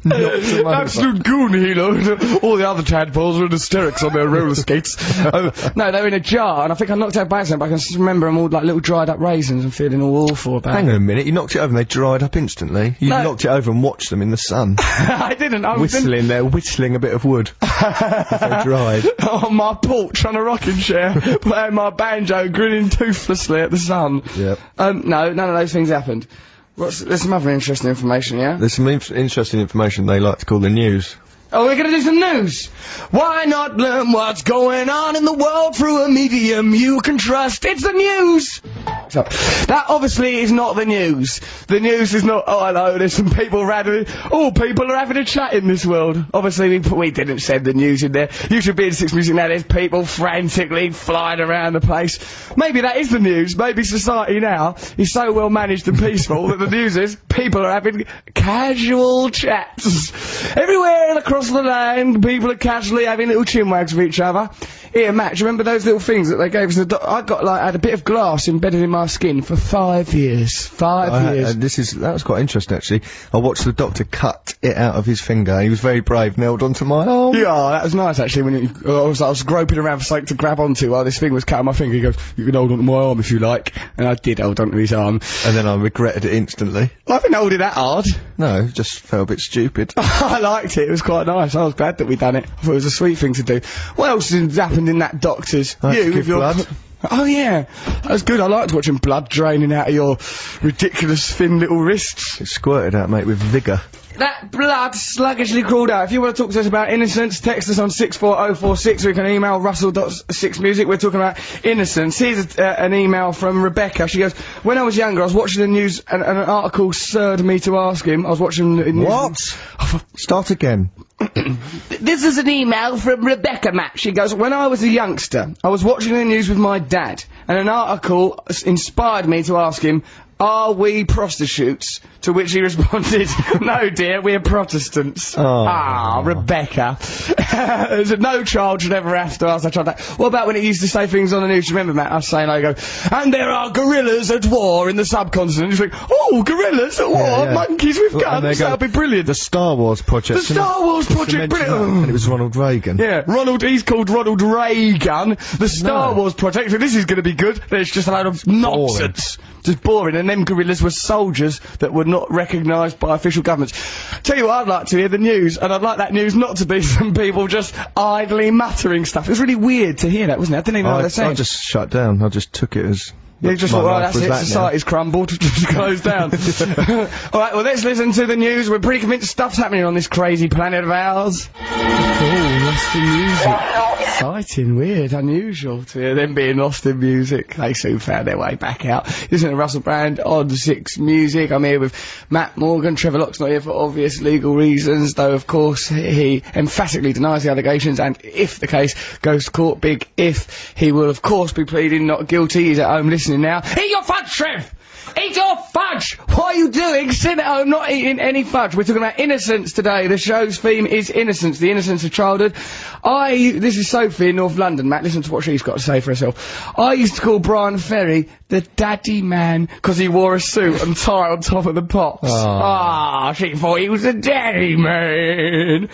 Speaker 1: Absolute goon, he looked. All the other tadpoles were in hysterics on their roller
Speaker 2: <laughs>
Speaker 1: skates. Um, no, they were in a jar, and I think I knocked out by accident, but I can just remember them all like little dried up raisins and feeling all awful about
Speaker 2: <laughs> Hang
Speaker 1: it.
Speaker 2: on a minute. You knocked it over and they dried up instantly. You
Speaker 1: No.
Speaker 2: knocked it over and watched them in the <laughs> sun,
Speaker 1: <laughs> I didn't. I was in-
Speaker 2: whistling. They're whistling a bit of <laughs> wood. As they dried.
Speaker 1: <laughs> on my porch on a rocking chair, <laughs> playing my banjo, grinning toothlessly at the sun.
Speaker 2: Yep.
Speaker 1: Um, no, none of those things happened. What's, there's some other interesting information, yeah?
Speaker 2: There's some inf- interesting information they like to call the news.
Speaker 1: Oh, we're gonna do some news. Why not learn what's going on in the world through a medium you can trust? It's the news. So, that obviously is not the news. The news is not. Oh, hello. There's some people rather. Oh, people are having a chat in this world. Obviously, we we didn't send the news in there. You should be in six music now. There's people frantically flying around the place. Maybe that is the news. Maybe society now is so well managed and peaceful that the news is people are having casual chats. Everywhere and across the land, people are casually having little chinwags with each other. Here, Matt, do you remember those little things that they gave us? The do- I got like had a bit of glass embedded in my skin for five years. Five
Speaker 2: I-
Speaker 1: years.
Speaker 2: uh, this is that was quite interesting actually. I watched the doctor cut it out of his finger. He was very brave. Nailed onto my arm.
Speaker 1: Yeah, that was nice actually. When you, I was, I was groping around for something to grab onto while this thing was cutting my finger. He goes, "You can hold onto my arm if you like," and I did hold onto his arm.
Speaker 2: And then I regretted it instantly.
Speaker 1: I didn't hold it that hard.
Speaker 2: No, just felt a bit stupid.
Speaker 1: <laughs> I liked it. It was quite nice. I was glad that we'd done it. I thought it was a sweet thing to do. What else has happened in that doctor's?
Speaker 2: I had to give
Speaker 1: with your-
Speaker 2: blood.
Speaker 1: <laughs> Oh yeah, that was good. I liked watching blood draining out of your ridiculous thin little wrists.
Speaker 2: It squirted out, mate, with vigour.
Speaker 1: That blood sluggishly crawled out. If you want to talk to us about innocence, text us on 64046 or you can email russell.6music. We're talking about innocence. Here's a, uh, an email from Rebecca. She goes, When I was younger, I was watching the news and, and an article stirred me to ask him. I was watching the news.
Speaker 2: Start again.
Speaker 1: This is an email from Rebecca Matt. She goes, When I was a youngster, I was watching the news with my dad, and an article s- inspired me to ask him, Are we prostitutes? To which he <laughs> responded, No, dear, we're Protestants.
Speaker 2: Oh.
Speaker 1: Ah, Rebecca. <laughs> There's a- no child should ever have to ask that child that. What about when it used to say things on the news? Remember, Matt, I was saying, I go, And there are gorillas at war in the subcontinent. You think, Oh, gorillas at war,
Speaker 2: yeah.
Speaker 1: monkeys with
Speaker 2: Well, and they
Speaker 1: guns,
Speaker 2: go-
Speaker 1: that'll be brilliant.
Speaker 2: The Star Wars project.
Speaker 1: The Star Wars
Speaker 2: Mention
Speaker 1: Project
Speaker 2: that,
Speaker 1: Britain.
Speaker 2: And it was Ronald Reagan.
Speaker 1: Yeah, Ronald. He's called Ronald Reagan. The Star
Speaker 2: No.
Speaker 1: Wars project. So this is going to be good. There's just a load of nonsense. Just boring. And them guerrillas were soldiers that were not recognised by official governments. Tell you what, I'd like to hear the news, and I'd like that news not to be <laughs> some people just idly muttering stuff. It was really weird to hear that, wasn't it? I didn't even know
Speaker 2: I,
Speaker 1: what they're saying.
Speaker 2: I just shut down. I just took it as.
Speaker 1: They just
Speaker 2: my
Speaker 1: thought, well,
Speaker 2: life
Speaker 1: that's
Speaker 2: was
Speaker 1: it,
Speaker 2: that now.
Speaker 1: society's crumbled, <laughs> just closed down. All right, well, let's listen to the news. We're pretty convinced stuff's happening on this crazy planet of ours. Oh, lost in music. Exciting, weird, unusual to hear them being lost in music. They soon found their way back out. Listen to Russell Brand, Odd Six Music. I'm here with Matt Morgan. Trevor Locke's not here for obvious legal reasons, though, of course, he emphatically denies the allegations and if the case goes to court, big if, he will, of course, be pleading not guilty. He's at home listening now. Eat your fudge, Trev! Eat your fudge! What are you doing? Sit at home, not eating any fudge. We're talking about innocence today. The show's theme is innocence, the innocence of childhood. I, this is Sophie in North London, Matt, listen to what she's got to say for herself. I used to call Brian Ferry the daddy man because he wore a suit and tie on top of the pops. Ah, she thought he was a daddy man.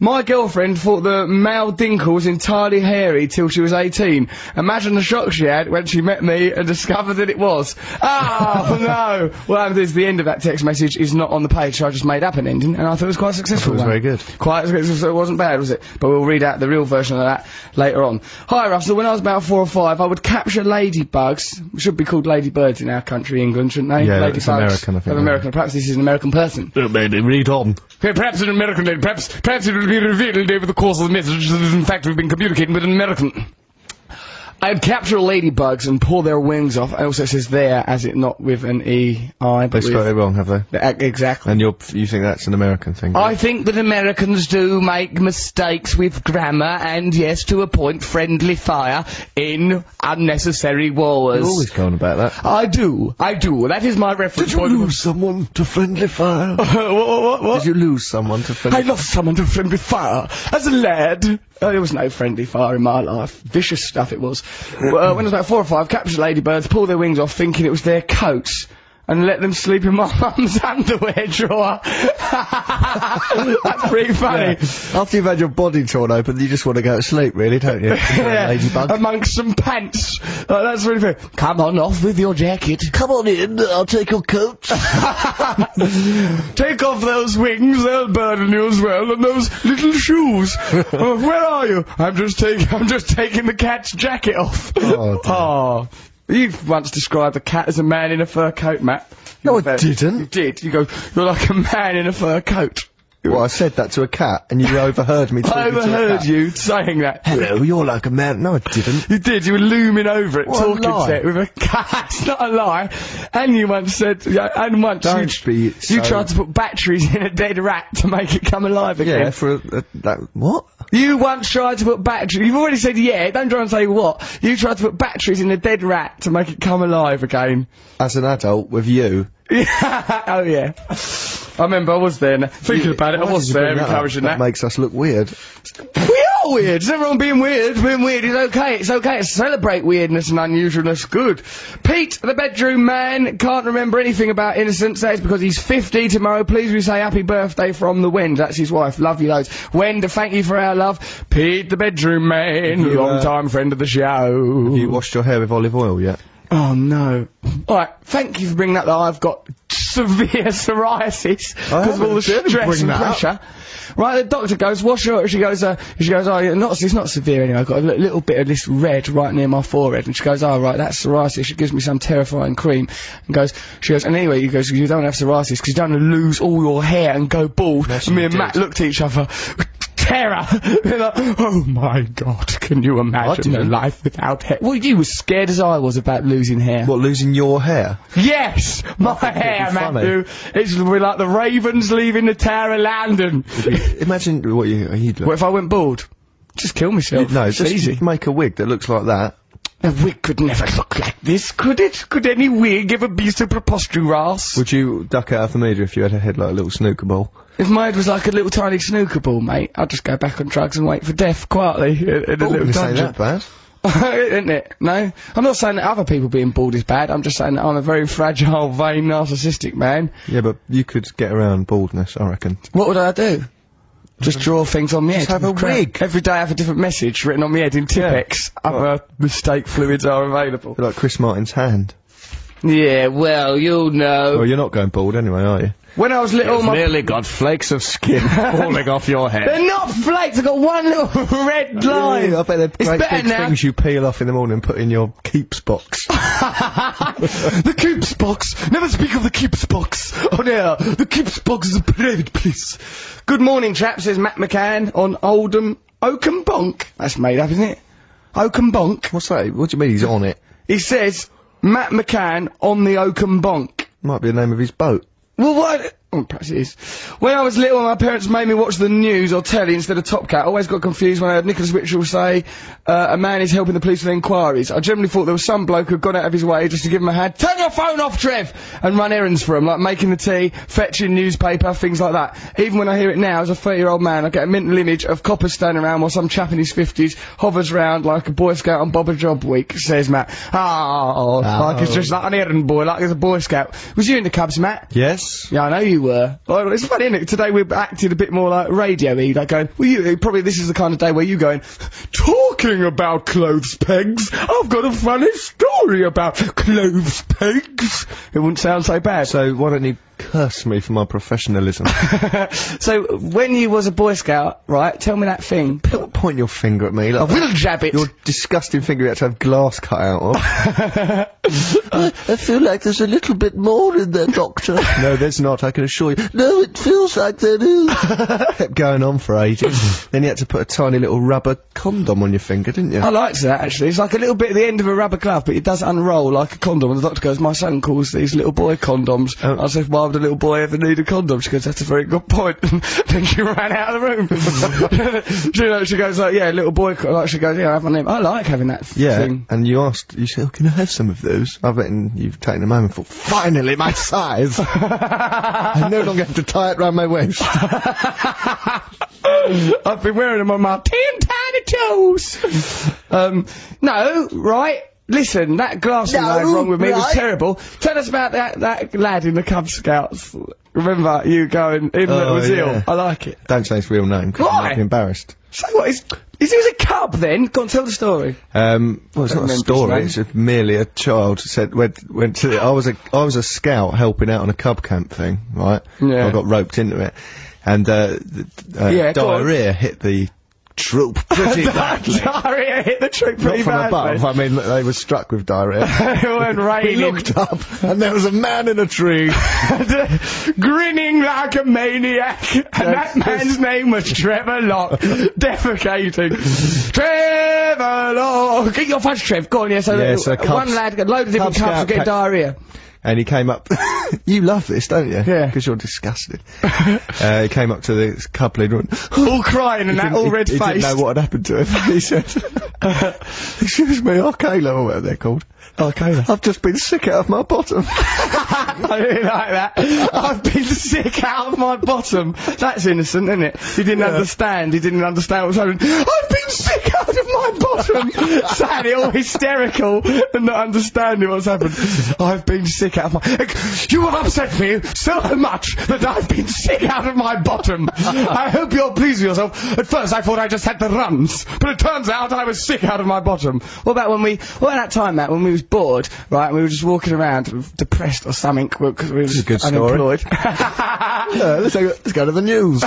Speaker 1: My girlfriend thought the male dinkle was entirely hairy till she was 18. Imagine the shock she had when she met me and discovered that it was. Oh <laughs> no! Well, that is the end of that text message is not on the page, so I just made up an ending, and I thought it was quite a successful.
Speaker 2: It was
Speaker 1: one.
Speaker 2: very good.
Speaker 1: Quite successful, so it wasn't bad, was it? But we'll read out the real version of that later on. Hi, Russell. When I was about four or five, I would capture ladybugs. Should be called ladybirds in our country, England, shouldn't they?
Speaker 2: Yeah,
Speaker 1: ladybugs.
Speaker 2: it's American, I
Speaker 1: Of
Speaker 2: think, yeah.
Speaker 1: American. Perhaps this is an American person.
Speaker 6: Read on.
Speaker 1: Okay, Perhaps an American lady. Perhaps, perhaps it will be revealed over the course of the message that in fact we've been communicating with an American. I'd capture ladybugs and pull their wings off. I also says there as it not with an E I
Speaker 2: They
Speaker 1: but
Speaker 2: spelled
Speaker 1: with,
Speaker 2: it wrong, have they?
Speaker 1: E- exactly.
Speaker 2: And you're, you think that's an American thing?
Speaker 1: I think that Americans do make mistakes with grammar and yes, to a point, friendly fire in unnecessary
Speaker 2: You're
Speaker 1: wars.
Speaker 2: always going about that.
Speaker 1: I do, I do. That is my reference point. <laughs>
Speaker 2: someone to friendly fire?
Speaker 1: What, what, what, what?
Speaker 2: Did you lose someone to
Speaker 1: I
Speaker 2: friendly fire?
Speaker 1: lost someone to friendly fire as a lad. Oh, there was no friendly fire in my life. Vicious stuff it was. Well, uh, when I was about four or five, captured ladybirds, pulled their wings off, thinking it was their coats. And let them sleep in my <laughs> mum's underwear drawer. <laughs> That's pretty funny.
Speaker 2: After you've had your body torn open, you just want to go to sleep, really, don't
Speaker 1: <laughs>
Speaker 2: you?
Speaker 1: Yeah, Um,
Speaker 2: Ladybug.
Speaker 1: amongst some pants. Uh, that's really fair. Come on off with your jacket.
Speaker 2: Come on in, I'll take your
Speaker 1: <laughs>
Speaker 2: coat.
Speaker 1: Take off those wings, they'll burden you as well, and those little
Speaker 2: <laughs>
Speaker 1: shoes. Uh, where are you? I'm just taking, <laughs> I'm just taking the cat's jacket off.
Speaker 2: Oh, dear.
Speaker 1: Oh. You once described a cat as a man in a fur coat, Matt.
Speaker 2: No, I
Speaker 1: You-
Speaker 2: didn't.
Speaker 1: You did. You go, you're like a man in a fur coat.
Speaker 2: well, I said that to a cat, and you overheard me talking
Speaker 1: I
Speaker 2: to a
Speaker 1: overheard
Speaker 2: cat. <laughs>
Speaker 1: you saying that.
Speaker 2: Hello, you're like a man. No, I didn't.
Speaker 1: You did. You were looming over it,
Speaker 2: What a
Speaker 1: talking
Speaker 2: lie.
Speaker 1: to it with a <laughs> cat. It's not a lie. And you once said, yeah, and once
Speaker 2: Don't
Speaker 1: you,
Speaker 2: be
Speaker 1: you
Speaker 2: so-
Speaker 1: tried to put batteries in a dead rat to make it come alive again.
Speaker 2: Yeah, for a, a, that, what?
Speaker 1: You once tried to put batteries. You've already said yeah. Don't try and say what. You tried to put batteries in a dead rat to make it come alive again. <laughs>
Speaker 2: As an adult with you,
Speaker 1: Yeah. oh yeah. I remember I was there. Now. Thinking about it, I
Speaker 2: Why
Speaker 1: was
Speaker 2: did you
Speaker 1: there,
Speaker 2: bring that up?
Speaker 1: encouraging
Speaker 2: That
Speaker 1: that.
Speaker 2: makes us look weird.
Speaker 1: we are weird. Is everyone being weird? Being weird is okay. It's okay. It's celebrate weirdness and unusualness. Good. Pete, the bedroom man, can't remember anything about Innocence. That's because he's 50 tomorrow. Please, we say happy birthday from the Wend. That's his wife. Love you loads. Wend, thank you for our love. Pete, the bedroom man,
Speaker 2: you, uh,
Speaker 1: long time friend of the show.
Speaker 2: You washed your hair with olive oil yet?
Speaker 1: Oh no. Alright, thank you for bringing that up. I've got severe <laughs> psoriasis
Speaker 2: I
Speaker 1: because of all the
Speaker 2: haven't- I didn't
Speaker 1: stress
Speaker 2: bring
Speaker 1: and
Speaker 2: that up.
Speaker 1: pressure. Right, the doctor goes, wash your, she goes, uh, she goes, oh, yeah, not, it's not severe anyway. I've got a li- little bit of this red right near my forehead. And she goes, oh, right, that's psoriasis. She gives me some terrifying cream. And goes, she goes, and anyway, you goes, you don't have psoriasis because you don't want to lose all your hair and go bald.
Speaker 2: Yes,
Speaker 1: and me
Speaker 2: you
Speaker 1: and
Speaker 2: did.
Speaker 1: Matt looked at each other. Terror! <laughs> We're like, oh my god, can you imagine a
Speaker 2: didn't.
Speaker 1: life without hair? Well, you were scared as I was about losing hair.
Speaker 2: What, losing your hair?
Speaker 1: Yes, my hair,
Speaker 2: be funny.
Speaker 1: Matthew. It's we're like the Ravens leaving the Tower of <laughs> London.
Speaker 2: Imagine what you, you'd look.
Speaker 1: what if I went bald? Just kill myself.
Speaker 2: no,
Speaker 1: it's
Speaker 2: just
Speaker 1: easy.
Speaker 2: make a wig that looks like that.
Speaker 1: A wig could never look like this, could it? Could any wig ever be so preposterous?
Speaker 2: Would you duck out of the media if you had a head like a little snooker ball?
Speaker 1: If mine was like a little tiny snooker ball, mate, I'd just go back on drugs and wait for death quietly in, in a little
Speaker 2: say
Speaker 1: dungeon.
Speaker 2: that
Speaker 1: <laughs>
Speaker 2: bad.
Speaker 1: Isn't it? No, I'm not saying that other people being bald is bad. I'm just saying that I'm a very fragile, vain, narcissistic man.
Speaker 2: Yeah, but you could get around baldness, I reckon.
Speaker 1: What would I do? Just draw things on me head.
Speaker 2: Mm-hmm. have a
Speaker 1: Crap.
Speaker 2: wig.
Speaker 1: Every day I have a different message written on my head in Tippex. Other mistake fluids are available.
Speaker 2: Like Chris Martin's hand.
Speaker 1: Yeah, well, you'll know.
Speaker 2: Well, you're not going bald anyway, are you?
Speaker 1: When I was little, my...
Speaker 7: Nearly got flakes of
Speaker 2: <laughs>
Speaker 7: skin falling off your head.
Speaker 1: They're not flakes, I've got one little <laughs> red line.
Speaker 2: I bet they're
Speaker 1: it's
Speaker 2: great
Speaker 1: better
Speaker 2: big
Speaker 1: now.
Speaker 2: things you peel off in the morning and put in your keeps box.
Speaker 1: <laughs> the Keeps box. Never speak of the Keeps box on air. The Keeps box is a private place. Good morning, chaps. Says Matt McCann on Oldham Oakham Bonk. That's made up, isn't it? Oakham Bonk.
Speaker 2: <laughs> What's that? What do you mean he's on it?
Speaker 1: He says Matt McCann on the Oakham Bonk.
Speaker 2: Might be the name of his boat.
Speaker 1: Well, what? Oh, perhaps it is. When I was little, my parents made me watch the news or telly instead of Top Cat. I always got confused when I heard Nicholas Witchell say, uh, a man is helping the police with inquiries. I generally thought there was some bloke who'd gone out of his way just to give him a hand, turn your phone off, Trev! and run errands for him, like making the tea, fetching newspaper, things like that. Even when I hear it now, as a 30-year-old man, I get a mental image of coppers standing around while some chap in his 50s hovers round like a Boy Scout on Bob a Job Week, says Matt. Oh, like it's just like an errand boy, like he's a Boy Scout. Was you in the Cubs, Matt?
Speaker 2: Yes?
Speaker 1: Yeah, I know you were. Well, it's funny, isn't it? Today we acted a bit more like radio-y, like going, well, you, probably this is the kind of day where you going, talking about clothes pegs, I've got a funny story about clothes pegs. It wouldn't sound so bad. <laughs> So,
Speaker 2: So why don't you curse me for my professionalism?
Speaker 1: when you was a Boy Scout, right, tell me that thing.
Speaker 2: <laughs> Don't point your finger at me. Like,
Speaker 1: We'll jab it.
Speaker 2: Your disgusting finger you had to have glass cut out of. <laughs> I feel like there's a little bit more in there, Doctor. No, there's not. I can sure you. No, it feels like that. ooh." Kept going on for
Speaker 1: <laughs>
Speaker 2: ages. then you had to put a tiny little rubber condom on your finger, didn't you?
Speaker 1: I liked that actually. It's like a little bit at the end of a rubber glove, but it does unroll like a condom. And the doctor goes, "My son calls these little boy condoms."
Speaker 2: Oh.
Speaker 1: I said, "Why would a little boy ever need a condom?" She goes, "That's a very good point." <laughs> then she ran out of the room. <laughs>
Speaker 2: <laughs>
Speaker 1: she, uh, she goes, "Like yeah, little boy." co- Like she goes, "Yeah, I have one." of them." I like having that f-
Speaker 2: yeah,
Speaker 1: thing.
Speaker 2: and you asked, you said, oh, can I have some of those? I bet you've taken a moment for, finally
Speaker 1: <laughs>
Speaker 2: my size! I no longer have to tie it round my waist.
Speaker 1: I've been wearing them on my ten tiny toes. um, no, right. Listen, that glass you had wrong with me was terrible. Tell us about that, that lad in the Cub Scouts. Remember you going, him that
Speaker 2: Oh,
Speaker 1: was
Speaker 2: yeah.
Speaker 1: ill. I like it.
Speaker 2: Don't say his real name, 'cause
Speaker 1: Why?
Speaker 2: I might be embarrassed.
Speaker 1: So what is, is he was a cub then? Go on, tell the story.
Speaker 2: Um, well, it's
Speaker 1: Don't
Speaker 2: not a
Speaker 1: remember
Speaker 2: story. It's
Speaker 1: his
Speaker 2: just merely a child said went went to. I was a I was a scout helping out on a cub camp thing, right?
Speaker 1: Yeah.
Speaker 2: I got roped into it, and uh, th- uh,
Speaker 1: Yeah, go on.
Speaker 2: diarrhea hit the
Speaker 1: <laughs>
Speaker 2: troop pretty badly.
Speaker 1: Diarrhea hit the trick
Speaker 2: Not
Speaker 1: pretty
Speaker 2: from
Speaker 1: badly.
Speaker 2: above. I mean, they were struck with <laughs> diarrhea.
Speaker 1: It <laughs> went
Speaker 2: we
Speaker 1: raining.
Speaker 2: looked up, <laughs> and there was a man in a tree.
Speaker 1: <laughs> grinning like a maniac, and that man's name was Trevor
Speaker 2: <laughs>
Speaker 1: Locke, defecating. Trevor Locke! Get your fudge, Trev. Go on, yes. so
Speaker 2: Yeah, so Cubs-
Speaker 1: one lad, a load of different
Speaker 2: Cub
Speaker 1: cubs will
Speaker 2: Scout
Speaker 1: get
Speaker 2: pack-
Speaker 1: diarrhea.
Speaker 2: <laughs> And he came up. <laughs> you love this, don't you?
Speaker 1: Yeah.
Speaker 2: Because you're disgusted. <laughs> uh, he came up to the cub leader <laughs> and
Speaker 1: All crying and that
Speaker 2: didn't-
Speaker 1: all
Speaker 2: he-
Speaker 1: red
Speaker 2: he,
Speaker 1: faced.
Speaker 2: didn't know what had happened to him. <laughs> he said, "Excuse me, Arcala, or whatever they're called. Arcala. I've just been sick out of my <laughs> bottom."
Speaker 1: <laughs> I really like that. I've been sick out of my bottom. That's innocent, isn't it? He didn't understand. He didn't understand what was happening. I've been sick out of my bottom. Sadly, all hysterical and not understanding what's happened. I've been sick out of my. You have upset me so much that I've been sick out of my <laughs> bottom. I hope you're pleased with yourself. At first, I thought I just had the runs, but it turns out I was sick out of my bottom. What about when we? What about that time, Matt, when we was bored, right? And we were just walking around, depressed or something, because we were just
Speaker 2: good story.
Speaker 1: unemployed.
Speaker 2: Uh, let's, go, let's go to the news.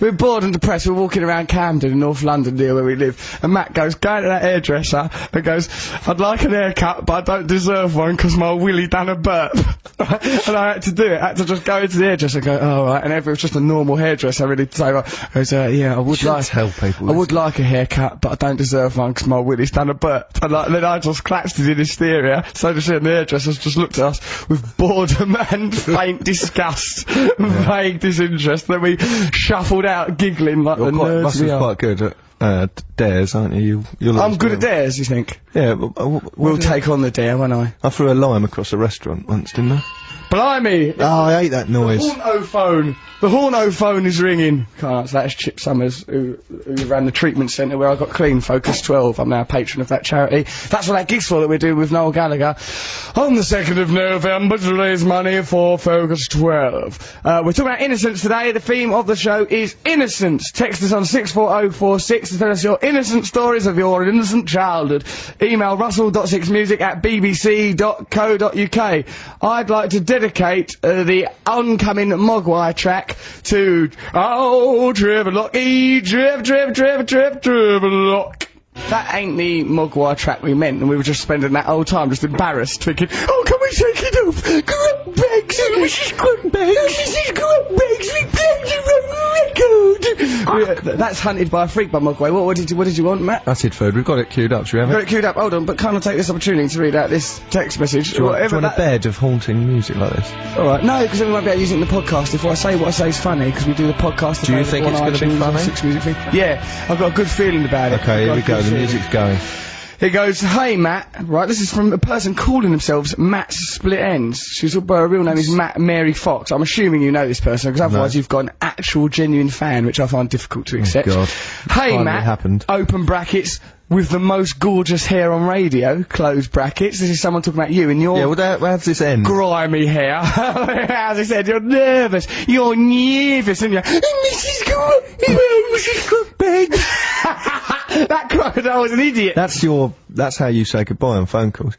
Speaker 1: <laughs> we're bored and depressed. We're walking around Camden in North London, near where we live. And Matt goes, go to that hairdresser, and goes, I'd like an haircut, but I don't deserve one because my willy done a burp. <laughs> and I had to do it. I had to just go into the hairdresser and go, all right. And if it was just a normal hairdresser, I really say, well, I goes, uh, yeah, I would like.
Speaker 2: tell people
Speaker 1: I
Speaker 2: this.
Speaker 1: would like a haircut, but I don't deserve one because my willy's done a burp. And like, then I just collapsed in hysteria. So the and the hairdresser just looked at us with boredom <laughs> and faint
Speaker 2: <laughs>
Speaker 1: disgust, vague disinterest. Then we shuffled out giggling like
Speaker 2: You're
Speaker 1: the
Speaker 2: quite,
Speaker 1: nerds
Speaker 2: Russ
Speaker 1: we
Speaker 2: is
Speaker 1: are.
Speaker 2: quite good at uh, d- dares, aren't you? you you're
Speaker 1: I'm good at dares, you think?
Speaker 2: Yeah, well, uh, w-
Speaker 1: We'll
Speaker 2: what did I-
Speaker 1: take on the dare, won't I?
Speaker 2: I threw a lime across a restaurant once, didn't I?
Speaker 1: Blimey!
Speaker 2: Oh, I hate that noise.
Speaker 1: Hornophone. The hornophone is ringing. Can't answer that. It's Chip Summers, who, who ran the treatment centre where I got clean, Focus 12. I'm now a patron of that charity. That's what that gig's for that we're doing with Noel Gallagher. On the 2nd of November to raise money for Focus 12. Uh, we're talking about innocence today. The theme of the show is innocence. Text us on 64046 to tell us your innocent stories of your innocent childhood. Email russell.sixmusic at bbc.co.uk. I'd like to dedicate uh, the oncoming Mogwai track to Oh Trevor Lock, E Trev Trev Trev Trev Trevor Lock. That ain't the Mogwai track we meant, and we were just spending that whole time just embarrassed, thinking, "Oh, can we take it off? Grub bags, Mrs. Grub bags, Mrs. Grub bags, we played the wrong record." We- uh, that's hunted by a freak by Mogwai. What, what did you What did you want, Matt?
Speaker 2: That's it, food. We've got it queued up. Should we have
Speaker 1: Got
Speaker 2: it?
Speaker 1: it queued up. Hold on, but can I take this opportunity to read out this text message?
Speaker 2: Do you, want, do
Speaker 1: Whatever
Speaker 2: you want a
Speaker 1: that-
Speaker 2: bed of haunting music like this?
Speaker 1: All right. No, because then we won't be able to use it in the podcast. If what I say, what I say is funny, because we do the podcast.
Speaker 2: Do you
Speaker 1: available
Speaker 2: think
Speaker 1: on
Speaker 2: it's gonna be
Speaker 1: iTunes and
Speaker 2: funny?
Speaker 1: Six Music Feed. Yeah, I've got a good feeling about it.
Speaker 2: Okay,
Speaker 1: I've got
Speaker 2: here we
Speaker 1: a
Speaker 2: go.
Speaker 1: good
Speaker 2: The
Speaker 1: feeling.
Speaker 2: music's going.
Speaker 1: He goes, hey Matt, right, this is from a person calling themselves Matt Split Ends. She's, but her real name is Matt Mary Fox. I'm assuming you know this person, because otherwise you've got an actual genuine fan, which I find difficult to accept.
Speaker 2: Oh, God.
Speaker 1: Hey
Speaker 2: Finally
Speaker 1: Matt,
Speaker 2: happened.
Speaker 1: open brackets, with the most gorgeous hair on radio, close brackets. This is someone talking about you and your
Speaker 2: Yeah, well, that, how's this end?
Speaker 1: grimy hair. <laughs> As I said, you're nervous. You're nervous, and you're, Mrs. Cro- Mrs. Crookbank. <laughs> that crocodile was an idiot.
Speaker 2: That's your. That's how you say goodbye on phone calls.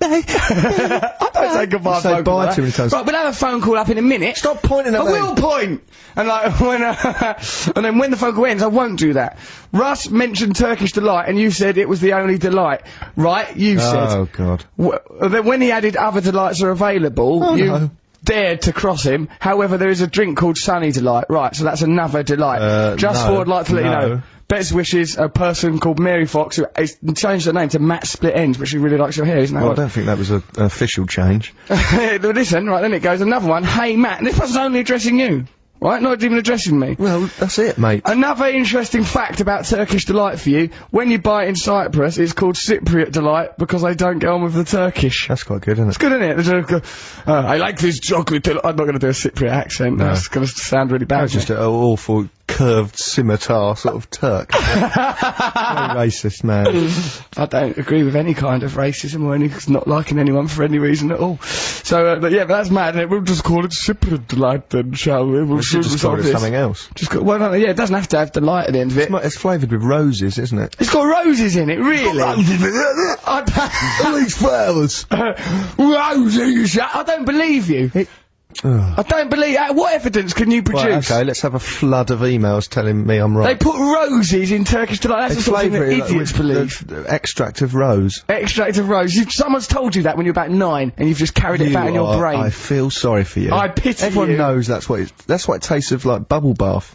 Speaker 1: I don't say goodbye.
Speaker 2: You say
Speaker 1: phone
Speaker 2: bye
Speaker 1: call,
Speaker 2: too
Speaker 1: right?
Speaker 2: many times.
Speaker 1: Right, we'll have a phone call up in a minute.
Speaker 2: Stop pointing at
Speaker 1: I
Speaker 2: me.
Speaker 1: will point, and like <laughs> when, uh, and then when the phone call ends, I won't do that. Russ mentioned Turkish delight, and you said it was the only delight, right? You said.
Speaker 2: Oh God.
Speaker 1: W- then when he added other delights are available,
Speaker 2: Oh,
Speaker 1: you
Speaker 2: no.
Speaker 1: dared to cross him. However, there is a drink called Sunny Delight. Right, so that's another delight.
Speaker 2: Uh,
Speaker 1: Just
Speaker 2: no,
Speaker 1: for I'd like to let
Speaker 2: no.
Speaker 1: you know. Best wishes, a person called Mary Fox who has changed her name to Matt Split Ends, but she really likes your hair, isn't that
Speaker 2: Well, I
Speaker 1: odd?
Speaker 2: don't think that was a, an official change.
Speaker 1: <laughs> But Listen, right, then it goes another one. Hey, Matt. And this person's only addressing you. Right? Not even addressing me.
Speaker 2: Well, that's it, mate.
Speaker 1: Another interesting fact about Turkish delight for you: when you buy it in Cyprus, it's called Cypriot delight because they don't get on with the Turkish.
Speaker 2: That's quite good, isn't it?
Speaker 1: It's good, isn't it? They don't go, "Oh, I like this chocolate. del-" I'm not going to do a Cypriot accent. That's going to sound really bad.
Speaker 2: That's just an awful curved scimitar sort of
Speaker 1: <laughs>
Speaker 2: Turk. Very racist man.
Speaker 1: I don't agree with any kind of racism or any not liking anyone for any reason at all. So, uh, but yeah, but that's mad. innit? We'll just call it Cypriot delight then, shall we? We'll
Speaker 2: We should just call it
Speaker 1: resolve this.
Speaker 2: something else.
Speaker 1: Just got, well, no, yeah, it doesn't have to have delight at the end of it.
Speaker 2: It's, mu- it's flavoured with roses, isn't it?
Speaker 1: It's got roses in it, really. I don't-
Speaker 2: All
Speaker 1: <laughs>
Speaker 2: these flowers.
Speaker 1: Roses! I don't believe you. I don't believe. uh, What evidence can you produce?
Speaker 2: okay, let's have a flood of emails telling me I'm
Speaker 1: They
Speaker 2: right.
Speaker 1: put roses in Turkish delight. That's the sort of thing that
Speaker 2: flavouring, like,
Speaker 1: idiots believe.
Speaker 2: with the- the extract of rose.
Speaker 1: Extract of rose. You, someone's told you that when you're about nine, and you've just carried it
Speaker 2: You
Speaker 1: back in your
Speaker 2: are-
Speaker 1: brain.
Speaker 2: I feel sorry for you.
Speaker 1: I pity
Speaker 2: Everyone
Speaker 1: you.
Speaker 2: knows that's what it, that's what it tastes of like bubble bath.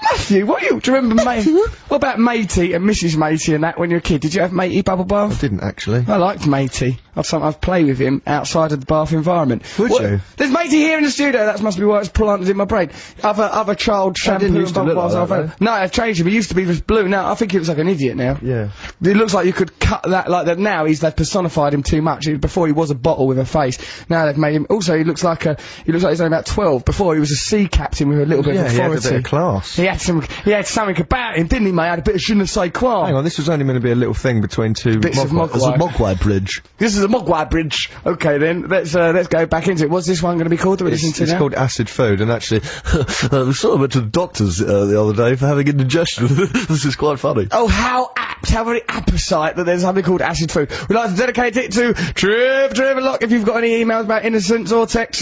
Speaker 1: Matthew, what you? Do you remember Matey? What about matey and Mrs. Matey and that when you were a kid? Did you have matey bubble bath?
Speaker 2: Didn't actually.
Speaker 1: I liked Matey. I'd sometimes play with him outside of the bath environment.
Speaker 2: Would you?
Speaker 1: There's Matey here in the studio. That must be why it's planted in my brain. Other other child shampoo
Speaker 2: didn't
Speaker 1: and
Speaker 2: used to
Speaker 1: bubble
Speaker 2: look
Speaker 1: bars
Speaker 2: like
Speaker 1: I've
Speaker 2: that,
Speaker 1: had. No, I've changed him. He used to be just blue. Now I think he looks like an idiot now.
Speaker 2: Yeah.
Speaker 1: It looks like you could cut that like that. Now he's they've personified him too much. He- Before he was a bottle with a face. Now they've made him. Also, he looks like a he looks like he's only about twelve. Before he was a sea captain with a little bit
Speaker 2: Yeah,
Speaker 1: of
Speaker 2: he had
Speaker 1: authority.
Speaker 2: a bit of class.
Speaker 1: He had some. He had something about him, didn't he, mate? Had a bit of je ne sais quoi.
Speaker 2: Hang on, this was only meant to be a little thing between two
Speaker 1: Bits of
Speaker 2: Mogwai- There's a
Speaker 1: Mogwai.
Speaker 2: Mogwai bridge.
Speaker 1: This is a Mogwai bridge. Okay then, let's uh, let's go back into it. What's this one going to be called? That we listen
Speaker 2: It's,
Speaker 1: to
Speaker 2: it's
Speaker 1: now?
Speaker 2: called acid food, and actually, <laughs> I sort of went to the doctor's uh, the other day for having indigestion. <laughs> this is quite funny.
Speaker 1: Oh, how apt, how very apposite that there's something called acid food. We'd like to dedicate it to Triv Triverlock. If you've got any emails about innocence or text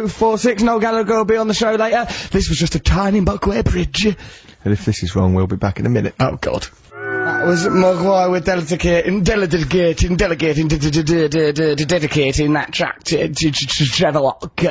Speaker 1: 64046, Noel Gallagher will be on the show later. This was just a tiny Mogwai bridge.
Speaker 2: And if this is wrong, we'll be back in a minute.
Speaker 1: Oh, God. That was Mogwai with delegating, delegating, delegating, de- de- de- de- de- de- de- dedicating that track to to- to- to Trevor Locke.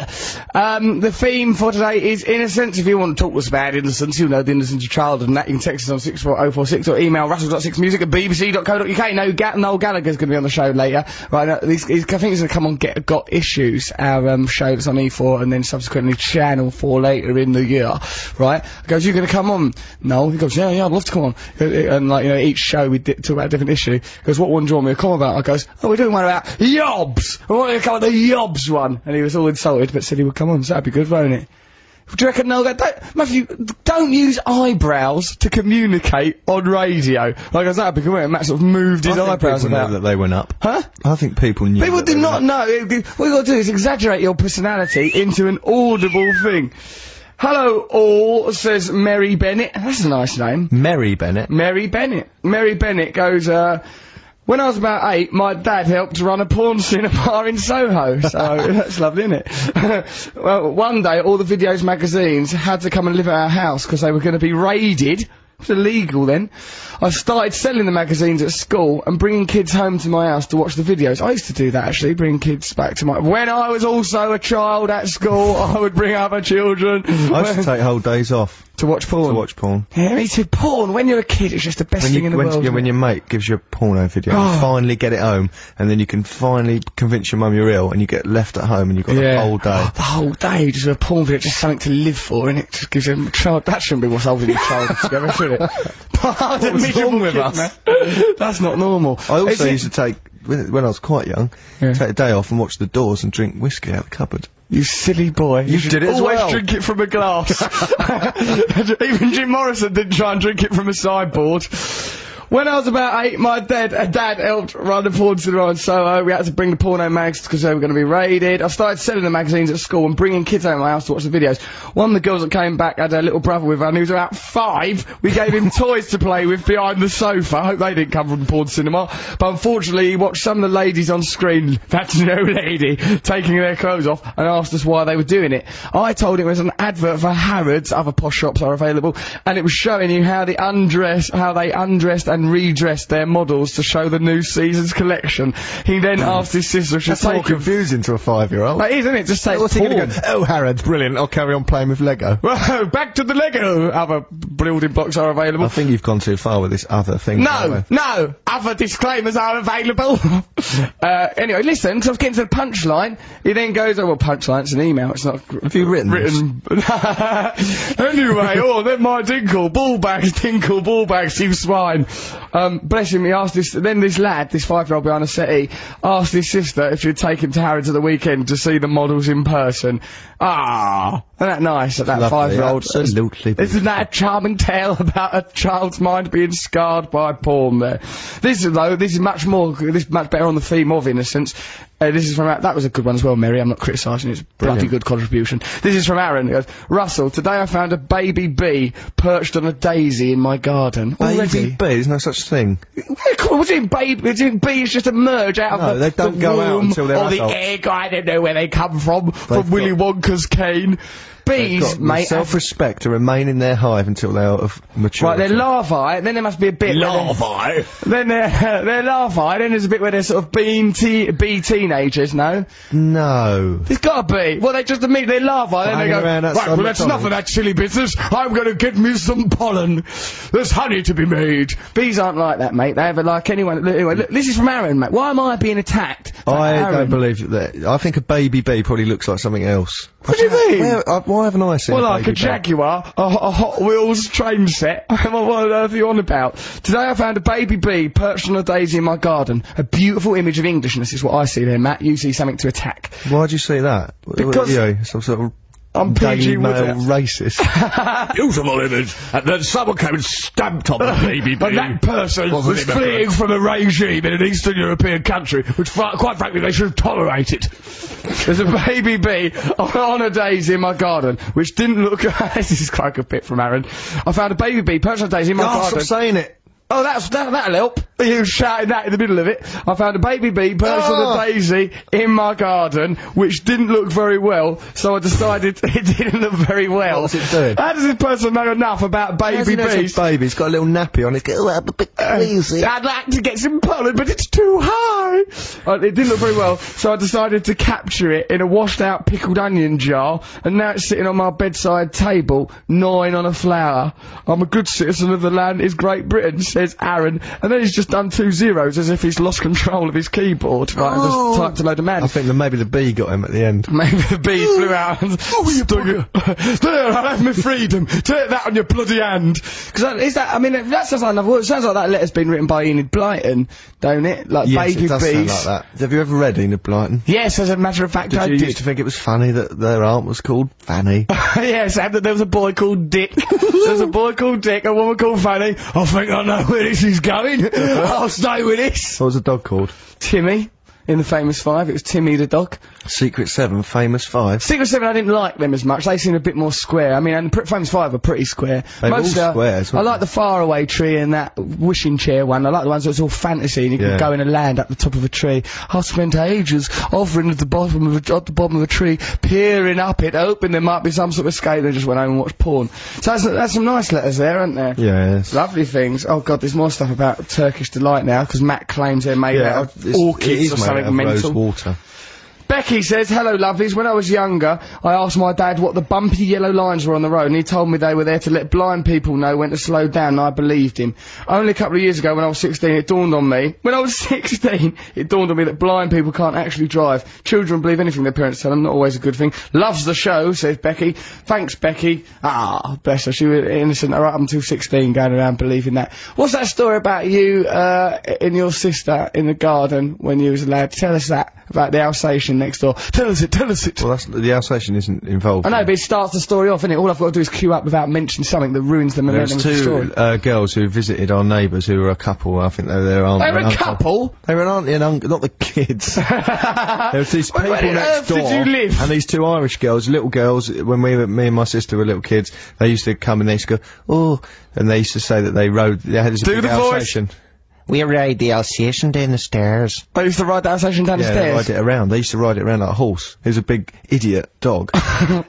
Speaker 1: Um, the theme for today is innocence. If you want to talk to us about innocence, you'll know the innocence of childhood and that. You can text us on 64046 or email russell.6music at bbc.co.uk. No, Ga- Noel Gallagher's going to be on the show later. Right, no, he's, he's, I think he's going to come on Get Got Issues, our um, show that's on E4 and then subsequently Channel 4 later in the year. Right? I goes, you're going to come on? No. He goes, yeah, yeah, I'd love to come on. Uh, And like, you know, each show we di- talk about a different issue. He goes, what one do you want me to come about? I goes, oh, we're doing one about Yobs. I want you to come on the Yobs one. And he was all insulted but said he would come on, so that'd be good, won't it? Do you reckon they'll go, don't, Matthew, don't use eyebrows to communicate on radio. Like I said, because when Matt sort of moved his eyebrows
Speaker 2: people
Speaker 1: about.
Speaker 2: that they went up.
Speaker 1: Huh?
Speaker 2: I think people knew.
Speaker 1: People
Speaker 2: that
Speaker 1: did
Speaker 2: they
Speaker 1: not
Speaker 2: went
Speaker 1: know. It- it- What you got to do is exaggerate your personality into an audible thing. Hello, all, says Mary Bennett. That's a nice name.
Speaker 2: up. Mary Bennett.
Speaker 1: Mary Bennett. Mary Bennett goes, uh, when I was about eight, my dad helped run a porn <laughs> cinema in Soho.
Speaker 2: <laughs>
Speaker 1: So that's lovely, isn't it? <laughs> well, one day all the videos magazines had to come and live at our house because they were going to be raided. It was illegal then. I started selling the magazines at school and bringing kids home to my house to watch the videos. I used to do that actually, bring kids back to my. When I was also a child at school, <laughs> I would bring other children
Speaker 2: <laughs> I used to take whole days off
Speaker 1: <laughs> to watch porn.
Speaker 2: to watch porn.
Speaker 1: Yeah, me too. Porn, when you're a kid, it's just the best
Speaker 2: When,
Speaker 1: thing
Speaker 2: you,
Speaker 1: in the
Speaker 2: when,
Speaker 1: world.
Speaker 2: yeah, when your mate gives you a porno video,
Speaker 1: Oh.
Speaker 2: you finally get it home, and then you can finally convince your mum you're ill, and you get left at home, and you've got the whole <sighs> day.
Speaker 1: The whole day, just with a porn video, just something to live for, and it just gives you a child. That shouldn't be what's holding your child <laughs> together, should it? Pardon
Speaker 8: was
Speaker 1: me,
Speaker 8: wrong
Speaker 1: you're
Speaker 8: with
Speaker 1: kidding
Speaker 8: us?
Speaker 1: me. That's not normal.
Speaker 2: I
Speaker 1: Is
Speaker 2: also
Speaker 1: it-
Speaker 2: used to take, when when I was quite young,
Speaker 1: Yeah.
Speaker 2: take a day off and watch the doors and drink whiskey out of the cupboard.
Speaker 1: You silly boy. You,
Speaker 2: did it as
Speaker 1: always
Speaker 2: well.
Speaker 1: drink it from a
Speaker 2: <laughs>
Speaker 1: glass. Even Jim Morrison didn't try and drink it from a sideboard. When I was about eight, my dad, uh, dad helped run the porn cinema in Soho. We had to bring the porno mags because they were going to be raided. I started selling the magazines at school and bringing kids out of my house to watch the videos. One of the girls that came back had a little brother with her and he was about five. We gave him <laughs> toys to play with behind the sofa. I hope they didn't come from porn cinema. But unfortunately, he watched some of the ladies on screen, <laughs> that's no lady, taking their clothes off and asked us why they were doing it. I told him it was an advert for Harrods, other posh shops are available, and it was showing you how they undress, how they undressed and and redressed their models to show the new season's collection. He then asked his sister if she'd
Speaker 2: Hmm. That's more
Speaker 1: take him.
Speaker 2: confusing to a five-year-old.
Speaker 1: That is, isn't it? Just say
Speaker 2: What's he going
Speaker 1: porn. <laughs>
Speaker 2: to go? Oh, Harrod's brilliant. I'll carry on playing with Lego.
Speaker 1: Well, back to the Lego. Other building blocks are
Speaker 2: I
Speaker 1: available.
Speaker 2: think you've gone too far with this other thing. by the
Speaker 1: No,
Speaker 2: way.
Speaker 1: no. Other disclaimers are available. <laughs> uh, anyway, listen, because I was getting to the punchline. He then goes, oh, well, punchline's an email. It's not <laughs>
Speaker 2: Have you written, this?
Speaker 1: written. anyway, oh, then my dinkle, ballbags, <laughs> dinkle, ballbags, you swine. Um, bless him, he asked this, then this lad, this five-year-old behind a settee, asked his sister if she'd take him to Harrods at the weekend to see the models in person. Ah, isn't that nice that that
Speaker 2: Lovely,
Speaker 1: five-year-old...
Speaker 2: absolutely
Speaker 1: Isn't that a charming tale about a child's mind being scarred by porn there? This, is though, this is much more, this is much better on the theme of innocence. Uh, this is from, that was a good one as well, Mary, I'm not criticising, it's a bloody good contribution. This is from Aaron, he goes, Russell, today I found a baby bee perched on a daisy in my garden.
Speaker 2: Baby bee? There's no such thing.
Speaker 1: What do you was it baby, was it bees just emerge out
Speaker 2: No,
Speaker 1: of the,
Speaker 2: they don't
Speaker 1: the
Speaker 2: go out
Speaker 1: womb
Speaker 2: until they're
Speaker 1: or the
Speaker 2: adults.
Speaker 1: egg, I don't know where they come from, from
Speaker 2: got-
Speaker 1: Willy Wonka's cane. Bees,
Speaker 2: Got the
Speaker 1: mate, have
Speaker 2: self-respect to remain in their hive until they're out of
Speaker 1: Right,
Speaker 2: maturity.
Speaker 1: they're larvae, and then there must be a bit. where they're-
Speaker 3: Larvae.
Speaker 1: Then they're, <laughs> they're larvae, then there's a bit where they're sort of being te- bee teenagers, no?
Speaker 2: no.
Speaker 1: There's gotta be. Well, they just admit they're larvae, then they
Speaker 2: Hanging
Speaker 1: go,
Speaker 2: around
Speaker 1: right,
Speaker 2: outside
Speaker 1: well, that's enough
Speaker 2: McDonald's."
Speaker 1: of that silly business. I'm gonna get me some pollen. There's honey to be made. Bees aren't like that, mate. They ever like anyone. Look, anyway, look, this is from Aaron, mate. Why am I being attacked? It's like,
Speaker 2: I
Speaker 1: Aaron.
Speaker 2: don't believe that. I think a baby bee probably looks like something else.
Speaker 1: What do you mean?
Speaker 2: Where, uh, why haven't I seen
Speaker 1: Well,
Speaker 2: a
Speaker 1: like
Speaker 2: baby
Speaker 1: a Jaguar, a, a Hot Wheels train set. <laughs> what on earth are you on about? Today I found a baby bee perched on a daisy in my garden. A beautiful image of Englishness is what I see there, Matt. You see something to attack.
Speaker 2: bee? Why do you say that?
Speaker 1: Because-
Speaker 2: You know, some sort of
Speaker 1: I'm
Speaker 2: Daily
Speaker 1: PG
Speaker 2: Mail
Speaker 1: Woodhouse. <laughs>
Speaker 2: racist.
Speaker 3: Beautiful image. And then someone came and stamped on the baby bee.
Speaker 1: And that person
Speaker 3: Wasn't
Speaker 1: was
Speaker 3: it, my friend?
Speaker 1: fleeing from a regime in an Eastern European country, which fr- quite frankly they should have tolerated. <laughs> There's a baby bee <laughs> on, on a daisy in my garden, which didn't look. <laughs> this is quite a good bit from Aaron. I found a baby bee perched on a daisy in my
Speaker 2: Oh,
Speaker 1: garden.
Speaker 2: stop saying it.
Speaker 1: Oh, that's, that, that'll help. You shouting that in the middle of it. I found a baby bee perched on
Speaker 2: Ah.
Speaker 1: a daisy in my garden, which didn't look very well, so I decided <laughs> it didn't look very well.
Speaker 2: What's it doing?
Speaker 1: How does this person know enough about baby
Speaker 2: Baby
Speaker 1: bees?
Speaker 2: bee's baby. It's got a little nappy on. It's going, oh, I'm a bit queasy.
Speaker 1: I'd like to get some pollen, but it's too high. Uh, it didn't look very well, so I decided to capture it in a washed out pickled onion jar, and now it's sitting on my bedside table, gnawing on a flower. I'm a good citizen of the land, is Great Britain, says Aaron, and then he's just done two zeros as if he's lost control of his keyboard, right, and just typed a load of
Speaker 2: I
Speaker 1: madness.
Speaker 2: think that maybe the bee got him at the end.
Speaker 1: <laughs> Maybe the bee flew out and stung it. <laughs> there, I have my freedom. Take that on your bloody hand. Because that, is that, I mean, that sounds like another word. It sounds like that letter's been written by Enid Blyton, don't it? Like
Speaker 2: Yes,
Speaker 1: baby
Speaker 2: it does sound
Speaker 1: bees.
Speaker 2: like that. Have you ever read Enid Blyton?
Speaker 1: Yes, as a matter of fact, I
Speaker 2: you
Speaker 1: did.
Speaker 2: used to think it was funny that their aunt was called Fanny.
Speaker 1: <laughs> yes, and that there was a boy called
Speaker 2: <laughs>
Speaker 1: Dick. there was a boy called Dick, a woman called Fanny. I think I know where this is going. <laughs> I'll stay with this.
Speaker 2: what was the dog called?
Speaker 1: Timmy. In the famous five, it was Timmy the dog.
Speaker 2: Secret Seven, Famous Five.
Speaker 1: Secret Seven, I didn't like them as much. They seemed a bit more square. I mean, and Pr- Famous Five are pretty square.
Speaker 2: They're all
Speaker 1: are-
Speaker 2: squares,
Speaker 1: I
Speaker 2: aren't
Speaker 1: like the Faraway Tree and that Wishing Chair one. I like the ones that's all fantasy and you
Speaker 2: Yeah.
Speaker 1: can go in a land up the top of a tree. I spent ages hovering at the bottom of a, at the bottom of a tree, peering up it, hoping there might be some sort of escape. They just went home and watched porn. So that's, that's some nice letters there, aren't there?
Speaker 2: Yes.
Speaker 1: Lovely things. Oh god, there's more stuff about Turkish delight now because Matt claims they're made
Speaker 2: Yeah,
Speaker 1: out of
Speaker 2: it's- it
Speaker 1: orchids
Speaker 2: is
Speaker 1: or
Speaker 2: made out
Speaker 1: something
Speaker 2: of
Speaker 1: mental.
Speaker 2: Rose water.
Speaker 1: Becky says, hello lovelies, when I was younger, I asked my dad what the bumpy yellow lines were on the road and he told me they were there to let blind people know when to slow down and I believed him. Only a couple of years ago when I was 16 it dawned on me, when I was <laughs> 16 it dawned on me that blind people can't actually drive. Children believe anything their parents tell them, not always a good thing. Loves the show, says Becky. Thanks Becky. Ah, bless her, she was innocent her up until 16 going around believing that. What's that story about you uh, and your sister in the garden when you was a lad? Tell us that about the Alsatian next door. Tell us it, tell us it.
Speaker 2: Well, that's, the Alsatian isn't involved.
Speaker 1: I know, but it starts the story off, innit? All I've got to do is queue up without mentioning something that ruins the
Speaker 2: There was
Speaker 1: momentum of the
Speaker 2: two
Speaker 1: story.
Speaker 2: uh, girls who visited our neighbours who were a couple. I think they were their aunt
Speaker 1: They
Speaker 2: and
Speaker 1: were a
Speaker 2: uncle.
Speaker 1: couple.
Speaker 2: They were an auntie and uncle, not
Speaker 1: <laughs>
Speaker 2: the kids. there was these
Speaker 1: Where-
Speaker 2: people
Speaker 1: where on
Speaker 2: next
Speaker 1: earth did
Speaker 2: door,
Speaker 1: you live?
Speaker 2: and these two Irish girls, little girls. When we, were, me and my sister were little kids, they used to come and they used to go, "Oh," and they used to say that they rode. They had this
Speaker 1: Do
Speaker 2: big
Speaker 1: the voice.
Speaker 2: Alsatian.
Speaker 4: We ride the Alsatian down the stairs.
Speaker 1: I used to ride that station down
Speaker 2: Yeah,
Speaker 1: the
Speaker 2: they
Speaker 1: stairs.
Speaker 2: ride it around. They used to ride it around like a horse. It was a big idiot
Speaker 1: <laughs>
Speaker 2: dog.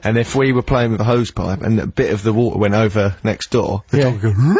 Speaker 2: and if we were playing with a hose pipe and a bit of the water went over
Speaker 1: <laughs>
Speaker 2: next door, the
Speaker 1: Yeah.
Speaker 2: dog would go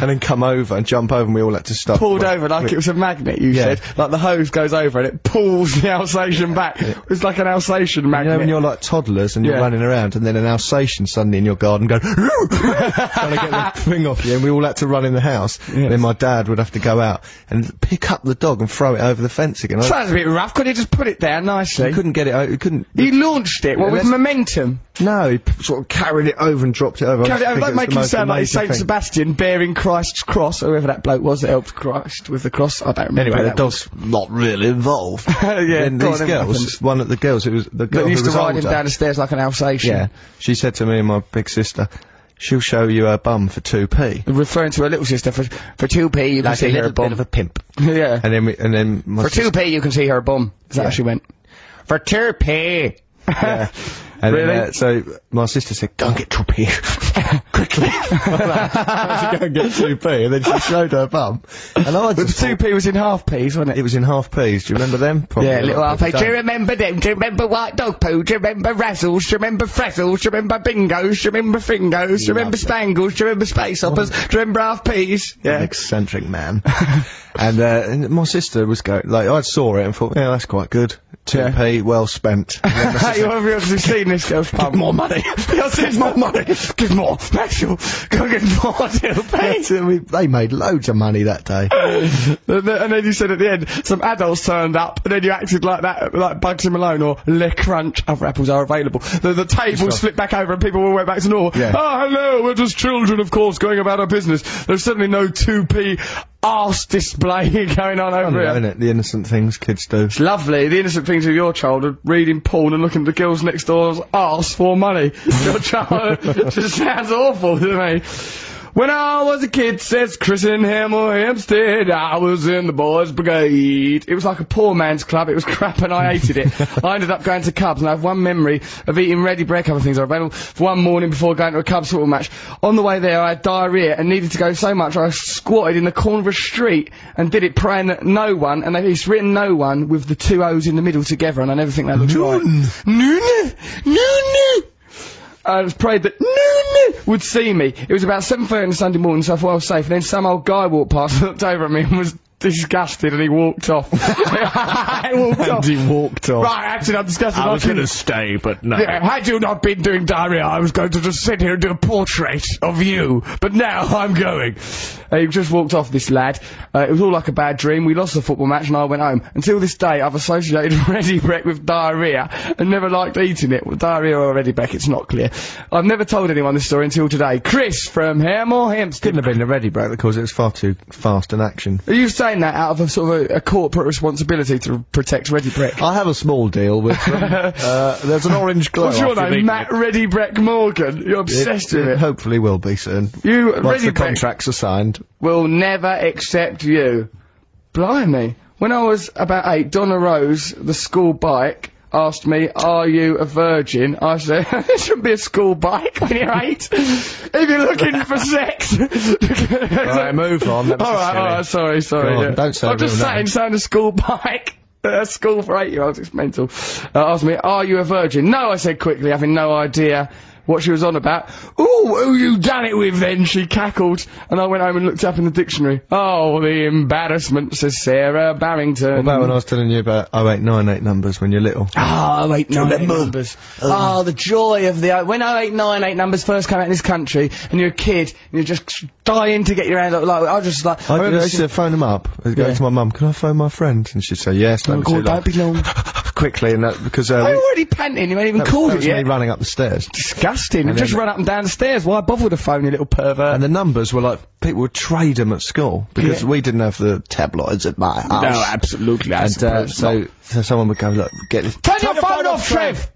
Speaker 2: and then come over and jump over, and we all had to stop.
Speaker 1: pulled over like it was a magnet, you
Speaker 2: Yeah.
Speaker 1: said. Like the hose goes over and it pulls the Alsatian back. It's like an Alsatian
Speaker 2: You know
Speaker 1: magnet.
Speaker 2: when you're like toddlers and you're
Speaker 1: Yeah.
Speaker 2: running around, and then an Alsatian suddenly in your garden going trying
Speaker 1: <laughs>
Speaker 2: to get the thing off you, and we all had to run in the house. Then my dad would have to go out and pick up the dog and throw it over the fence again. I
Speaker 1: Sounds a bit rough. Could he just put it there nicely?
Speaker 2: couldn't get it. o- Couldn't.
Speaker 1: He launched it. What
Speaker 2: Yeah,
Speaker 1: with
Speaker 2: let's-
Speaker 1: momentum?
Speaker 2: No, he p- sort of carried it over and dropped it over. I
Speaker 1: Carried it
Speaker 2: just
Speaker 1: over.
Speaker 2: think
Speaker 1: Don't
Speaker 2: was
Speaker 1: make
Speaker 2: the
Speaker 1: him
Speaker 2: most
Speaker 1: sound like
Speaker 2: amazing
Speaker 1: Saint
Speaker 2: thing.
Speaker 1: Sebastian bearing Christ's cross, or whoever that bloke was that helped Christ with the cross. I don't remember.
Speaker 2: Anyway,
Speaker 1: who
Speaker 2: the
Speaker 1: that was.
Speaker 2: dog's not really involved.
Speaker 1: <laughs> yeah,
Speaker 2: and
Speaker 1: go on,
Speaker 2: these
Speaker 1: then what happened?
Speaker 2: girls, one of the girls, it was the
Speaker 1: that
Speaker 2: girl who
Speaker 1: used to
Speaker 2: was
Speaker 1: ride him
Speaker 2: older.
Speaker 1: down the stairs like an Alsatian.
Speaker 2: yeah, she said to me and my big sister, "She'll show you her bum for two p."
Speaker 1: Referring to her little sister for for two p, you can
Speaker 4: Like a
Speaker 1: see her
Speaker 4: little bit
Speaker 1: bum.
Speaker 4: of a pimp.
Speaker 1: <laughs> yeah,
Speaker 2: And then, we, and then my
Speaker 1: for
Speaker 2: sister-
Speaker 1: two p, you can see her bum. Is that how she went?
Speaker 4: For two p.
Speaker 2: and then,
Speaker 1: really?
Speaker 2: uh, so my sister said, "Go and get two p, <laughs>
Speaker 1: <laughs>
Speaker 2: quickly." I had to go and get two p, and then she showed her bum, and I
Speaker 1: But
Speaker 2: just
Speaker 1: two
Speaker 2: thought
Speaker 1: p was in half p's, wasn't
Speaker 2: it
Speaker 1: it?
Speaker 2: was in half p's. Do you remember them? Probably
Speaker 1: Yeah,
Speaker 2: a
Speaker 1: little
Speaker 2: lot of
Speaker 1: half
Speaker 2: people
Speaker 1: p. Do you
Speaker 2: don't.
Speaker 1: remember them? Do you remember White Dog Poo? Do you remember Razzles? Do you remember Frazzles? Do you remember Bingos? Do you remember Fringos? Do you remember Spangles? Do you remember Space Hoppers? Do you remember half p's?
Speaker 2: an eccentric man. <laughs> and, uh, and my sister was going, like, I saw it and thought, yeah, that's quite good. 2p, well
Speaker 1: <laughs>
Speaker 2: spent. And then
Speaker 1: Hey,
Speaker 2: my sister-
Speaker 1: you obviously seen
Speaker 2: <laughs>
Speaker 1: this girl's pump. Give more money. Give more money. Give more. Maxwell, go get more deal
Speaker 2: That's it, we- they made loads of money that day.
Speaker 1: and, then, and then you said at the end, some adults turned up, and then you acted like that, like Bugsy Malone or Le Crunch. Other apples are available. The, the tables flipped back over and people all went back to normal.
Speaker 2: Yeah.
Speaker 1: Oh, hello, we're just children, of course, going about our business. There's certainly no 2p arse display <laughs> going on over
Speaker 2: Funny,
Speaker 1: here.
Speaker 2: isn't it? The innocent things kids do.
Speaker 1: It's lovely. The innocent things of your childhood, reading porn and looking at the girls next door's arse for money. <laughs> your childhood just sounds awful to me. When I was a kid, says Chris in Ham or Hampstead, I was in the boys' brigade. It was like a poor man's club. It was <laughs> crap and I hated it. I ended up going to Cubs and I have one memory of eating ready bread, couple of things I remember, for one morning before going to a Cubs football match. On the way there, I had diarrhea and needed to go so much I squatted in the corner of a street and did it praying that no one, and it's written no one with the two O's in the middle together and I never think that looks right. Noon. Noon. I was prayed that no one would see me. It was about 7.30 on a Sunday morning, so I thought I was safe. And then some old guy walked past, <laughs> looked over at me and was disgusted and he walked off. <laughs> I walked off.
Speaker 2: He walked off.
Speaker 1: Right, actually, I'm disgusted.
Speaker 3: I was
Speaker 1: can-
Speaker 3: going to stay, but no.
Speaker 1: yeah, had you not been doing diarrhea, I was going to just sit here and do a portrait of you. But now <laughs> I'm going. Uh, he just walked off this lad. Uh, it was all like a bad dream. We lost the football match and I went home. Until this day, I've associated <laughs> Ready Breck with diarrhea and never liked eating it. Well, diarrhea or Ready Breck, it's not clear. I've never told anyone this story until today. Chris from Ham or Hampstead.
Speaker 2: Couldn't have been a ready break because it was far too fast in action.
Speaker 1: Are you saying that out of a sort of a, a corporate responsibility to protect Ready Breck?
Speaker 2: <laughs> I have a small deal with them.
Speaker 1: <laughs>
Speaker 2: uh, there's an orange glow.
Speaker 1: What's your
Speaker 2: after
Speaker 1: name?
Speaker 2: meeting
Speaker 1: Matt Ready Breck Morgan. You're
Speaker 2: it.
Speaker 1: obsessed
Speaker 2: It-
Speaker 1: with it.
Speaker 2: Hopefully will be soon.
Speaker 1: You,
Speaker 2: Once
Speaker 1: Ready
Speaker 2: the
Speaker 1: Breck,
Speaker 2: contracts are signed.
Speaker 1: will never accept you. Blimey. When I was about eight, Donna Rose, the school bike, asked me, are you a virgin? I said, <laughs> it shouldn't be a school bike when you're eight. if you're looking for sex. <laughs>
Speaker 2: Alright, move on. That was
Speaker 1: All right, all
Speaker 2: silly.
Speaker 1: right, sorry, sorry.
Speaker 2: Go on,
Speaker 1: yeah.
Speaker 2: don't say
Speaker 1: I'm just
Speaker 2: real
Speaker 1: saying,
Speaker 2: names.
Speaker 1: saying a school <laughs> bike. A school for eight-year-olds, it's mental. Uh, asked me, are you a virgin? No, I said quickly, having no idea what she was on about. Ooh, who you done it with then, she cackled. And I went home and looked up in the dictionary. Oh, the embarrassment, says Sarah Barrington.
Speaker 2: What about when I was telling you about 0898 numbers when you're little?
Speaker 1: Ah, 0898 numbers. Ah, the joy of the... When oh, 0898 numbers first came out in this country, and you're a kid, and you're just dying to get your hands up, like, I was just like...
Speaker 2: I,
Speaker 1: remember
Speaker 2: I used
Speaker 1: seeing-
Speaker 2: to phone them up. I'd go
Speaker 1: Yeah.
Speaker 2: to my mum, can I phone my friend? And she'd say, yes,
Speaker 1: Oh,
Speaker 2: don't be too
Speaker 1: God,
Speaker 2: long.
Speaker 1: don't
Speaker 2: <laughs>
Speaker 1: be long.
Speaker 2: Quickly, and that, because, uh,
Speaker 1: I'm
Speaker 2: we,
Speaker 1: already panting. You ain't even
Speaker 2: that,
Speaker 1: called
Speaker 2: that
Speaker 1: it
Speaker 2: was me
Speaker 1: yet.
Speaker 2: running up the stairs.
Speaker 1: Disgusting. You've
Speaker 2: And
Speaker 1: just
Speaker 2: then-
Speaker 1: run up and down the stairs. Why bother with a phone, you little pervert?
Speaker 2: And the numbers were like, people would trade them at school because
Speaker 1: Yeah.
Speaker 2: we didn't have the tabloids at my house.
Speaker 1: absolutely. I
Speaker 2: And, uh, so, so someone would go, look, get this.
Speaker 1: Turn your phone off, Trev.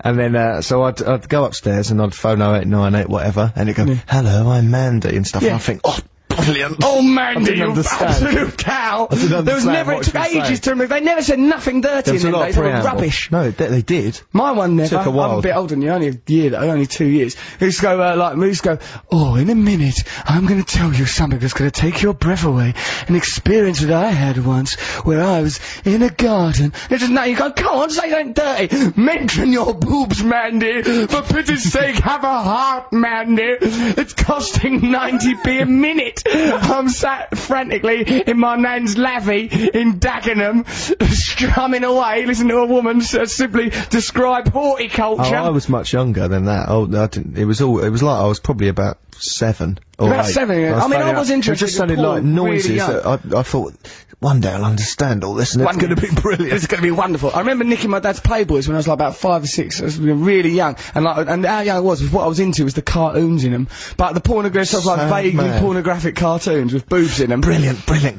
Speaker 2: And then, uh, so I'd, I'd oh go upstairs and I'd phone 0898 whatever, and it'd go, hello, I'm Mandy, and stuff, and
Speaker 1: Yeah.
Speaker 2: I'd think, oh,
Speaker 1: brilliant. Oh, Mandy, you absolute cow. There was
Speaker 2: understand
Speaker 1: never, it
Speaker 2: what
Speaker 1: took
Speaker 2: she was
Speaker 1: ages
Speaker 2: saying.
Speaker 1: to remove. They never said nothing dirty in
Speaker 2: There's a
Speaker 1: them
Speaker 2: lot
Speaker 1: days.
Speaker 2: of
Speaker 1: They were
Speaker 2: preamble.
Speaker 1: rubbish.
Speaker 2: No, they, they did.
Speaker 1: My one never.
Speaker 2: Took a while.
Speaker 1: I'm a bit older than you, only a year, though, only two years. They used to go, uh, like, we used to go, oh, in a minute, I'm going to tell you something that's going to take your breath away. An experience that I had once where I was in a garden. It's just, now you go, come on, say something dirty. Mention your boobs, Mandy. For pity's sake, have a heart, Mandy. It's costing 90p a minute. I'm sat frantically in my nan's lavvy in Dagenham, <laughs> strumming away, listening to a woman uh, simply describe
Speaker 2: Oh,
Speaker 1: horticulture.
Speaker 2: I was much younger than that. Oh, I didn't, it was all. It was like I was probably about seven. Or
Speaker 1: About
Speaker 2: eight.
Speaker 1: seven, yeah. I
Speaker 2: was
Speaker 1: mean, I
Speaker 2: finding
Speaker 1: was
Speaker 2: out-
Speaker 1: interested
Speaker 2: It just
Speaker 1: in
Speaker 2: sounded like
Speaker 1: porn, really
Speaker 2: noises. that I, I thought one day I'll understand all this, and it's
Speaker 1: One-
Speaker 2: going to be
Speaker 1: This <laughs>
Speaker 2: brilliant.
Speaker 1: is going to be wonderful. I remember nicking my dad's Playboys when I was like about five or six. I was really young, and like, and how young I was, was what I was into was the cartoons in them. But the pornographic stuff, like
Speaker 2: So
Speaker 1: vaguely
Speaker 2: mad.
Speaker 1: pornographic cartoons with boobs in them.
Speaker 2: Brilliant, brilliant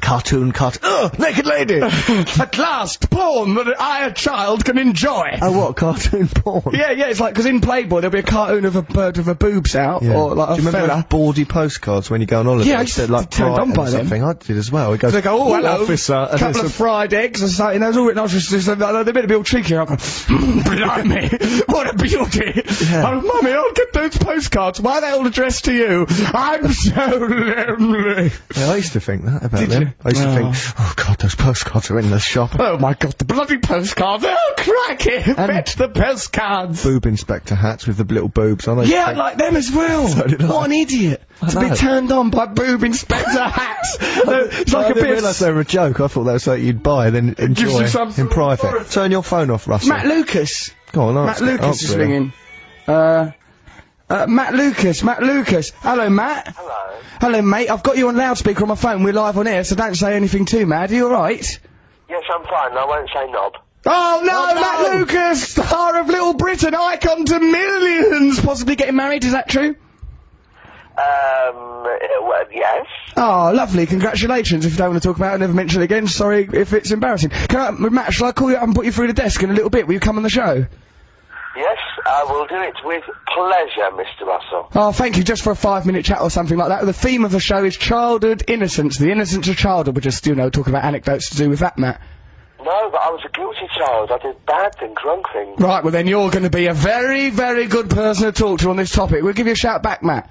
Speaker 1: <gasps>
Speaker 2: cartoon cartoon. Ugh, naked
Speaker 1: <laughs>
Speaker 2: lady.
Speaker 1: At last, porn that I, a child, can enjoy.
Speaker 2: oh, what cartoon porn?
Speaker 1: Yeah, yeah, it's like, because in Playboy there'll be a cartoon of a bird with her boobs out, <laughs>
Speaker 2: Yeah.
Speaker 1: or like
Speaker 2: Do you
Speaker 1: a
Speaker 2: remember
Speaker 1: fella.
Speaker 2: those bawdy postcards when you go on holiday?
Speaker 1: Yeah, I
Speaker 2: It
Speaker 1: just
Speaker 2: said, like
Speaker 1: turned on
Speaker 2: Brighton
Speaker 1: by
Speaker 2: or
Speaker 1: them.
Speaker 2: something. I did as well. It goes,
Speaker 1: They go, oh, hello,
Speaker 2: officer, and
Speaker 1: couple
Speaker 2: it's
Speaker 1: of fried eggs or something. Those all written. I was just, just like, they better be all cheeky. I'm going, mm, blimey, what a beauty! Oh, mummy, I'll get those postcards. Why are they all addressed to you? I'm so lonely.
Speaker 2: Yeah, I used to think that about
Speaker 1: Did
Speaker 2: them.
Speaker 1: you?
Speaker 2: I used
Speaker 1: Oh.
Speaker 2: to think, oh god, those postcards are in the shop.
Speaker 1: <laughs> Oh my God, the bloody postcards! Oh crikey, fetch the postcards.
Speaker 2: Boob inspector hats with the little boobs on. I
Speaker 1: Yeah, I
Speaker 2: think-
Speaker 1: like them as well.
Speaker 2: did I.
Speaker 1: What an idiot to be
Speaker 2: know.
Speaker 1: turned on by boob inspector hats. it's
Speaker 2: <laughs> I
Speaker 1: like a
Speaker 2: didn't
Speaker 1: bit.
Speaker 2: realise
Speaker 1: Of
Speaker 2: they were a joke. I thought that was something you'd buy and then
Speaker 1: gives
Speaker 2: enjoy
Speaker 1: you some
Speaker 2: in
Speaker 1: sort of
Speaker 2: private.
Speaker 1: authority.
Speaker 2: Turn your phone off, Russell.
Speaker 1: Matt Lucas.
Speaker 2: Go on,
Speaker 1: Matt
Speaker 2: answer.
Speaker 1: Lucas is
Speaker 2: Answer it.
Speaker 1: ringing. Uh, uh, Matt Lucas, Matt Lucas. Hello, Matt. Hello. Hello, mate. I've got you on loudspeaker on my phone. We're live on air, so don't say anything too mad. Are you alright?
Speaker 9: Yes, I'm fine. I won't say knob.
Speaker 1: Oh no,
Speaker 2: no.
Speaker 1: Matt Lucas, star of Little Britain, icon to millions, possibly getting married. Is that true?
Speaker 9: Um, uh, well, yes.
Speaker 1: Oh, lovely. Congratulations. If you don't want to talk about it, never mention it again. Sorry if it's embarrassing. Can I, Matt, shall I call you up and put you through the desk in a little bit? Will you come on the show?
Speaker 9: Yes, I will do it with pleasure, Mr. Russell.
Speaker 1: Oh, thank you. Just for a five-minute chat or something like that. The theme of the show is childhood innocence. The innocence of childhood. We're just, you know, talking about anecdotes to do with that, Matt.
Speaker 9: No, but I was a guilty child. I did bad things, drunk things.
Speaker 1: Right, well then you're going to be a very, very good person to talk to on this topic. We'll give you a shout back, Matt.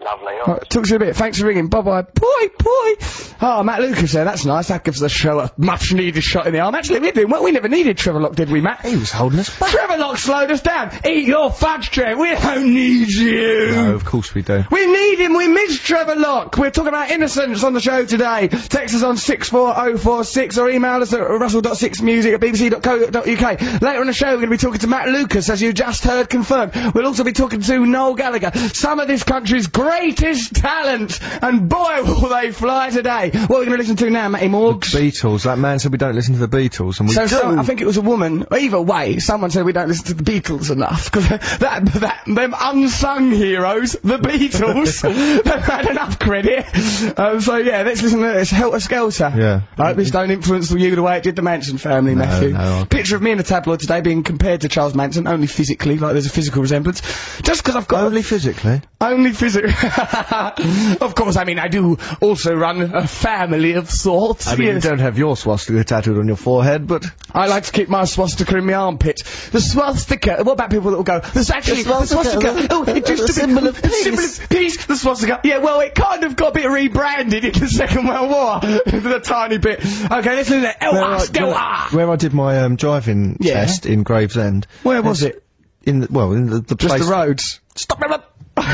Speaker 9: Lovely. all
Speaker 1: Right, talk to you in a bit. Thanks for ringing. Bye-bye. Boy, boy. Oh, Matt Lucas there. That's nice. That gives the show a much-needed shot in the arm. Actually, we're doing well. We never needed Trevor Lock, did we, Matt?
Speaker 2: He was holding us back.
Speaker 1: Trevor Lock slowed us down. Eat your fudge, Trev. We don't need you.
Speaker 2: No, Oh, of course we do.
Speaker 1: We need him. We miss Trevor Locke. We're talking about innocence on the show today. Text us on 64046 or email us at russell.6music at bbc.co.uk. Later on the show, we're going to be talking to Matt Lucas, as you just heard confirmed. We'll also be talking to Noel Gallagher, some of this country's greatest talents. And boy, will they fly today. What are we going to listen to now, Matty Morgs?
Speaker 2: Beatles. That man said we don't listen to the Beatles, and we
Speaker 1: So,
Speaker 2: do.
Speaker 1: some, I think it was a woman. Either way, someone said we don't listen to the Beatles enough because <laughs> that that them unsung heroes, the
Speaker 2: <laughs>
Speaker 1: Beatles, they've had enough credit. Um, so yeah, let's listen to this. Helter Skelter.
Speaker 2: Yeah.
Speaker 1: I hope this don't influence you the way it did the Manson family, Matthew.
Speaker 2: no, I-
Speaker 1: Picture of me in a tabloid today being compared to Charles Manson, only physically, like there's a physical resemblance. Just because I've got
Speaker 2: only physically.
Speaker 1: only physical. <laughs> of course, I mean I do also run a family of sorts.
Speaker 2: I mean,
Speaker 1: yes.
Speaker 2: you don't have your swastika tattooed on your forehead, but
Speaker 1: I like to keep my swastika in my armpit. The swastika. What about people that will go? There's actually the swastika.
Speaker 2: swastika,
Speaker 1: oh, it used
Speaker 2: the
Speaker 1: to be
Speaker 2: symbol of
Speaker 1: the symbol
Speaker 2: peace."
Speaker 1: of peace, The swastika. Yeah, well, it kind of got a bit rebranded in the Second World War, <laughs> the tiny bit. Okay, let's listen to
Speaker 2: where, I,
Speaker 1: Elvis
Speaker 2: where
Speaker 1: Ah.
Speaker 2: I- where I did my um, driving
Speaker 1: Yeah.
Speaker 2: test in Gravesend,
Speaker 1: Where was it?
Speaker 2: in the, well, in the, the
Speaker 1: Just
Speaker 2: place,
Speaker 1: the roads.
Speaker 2: Stop it!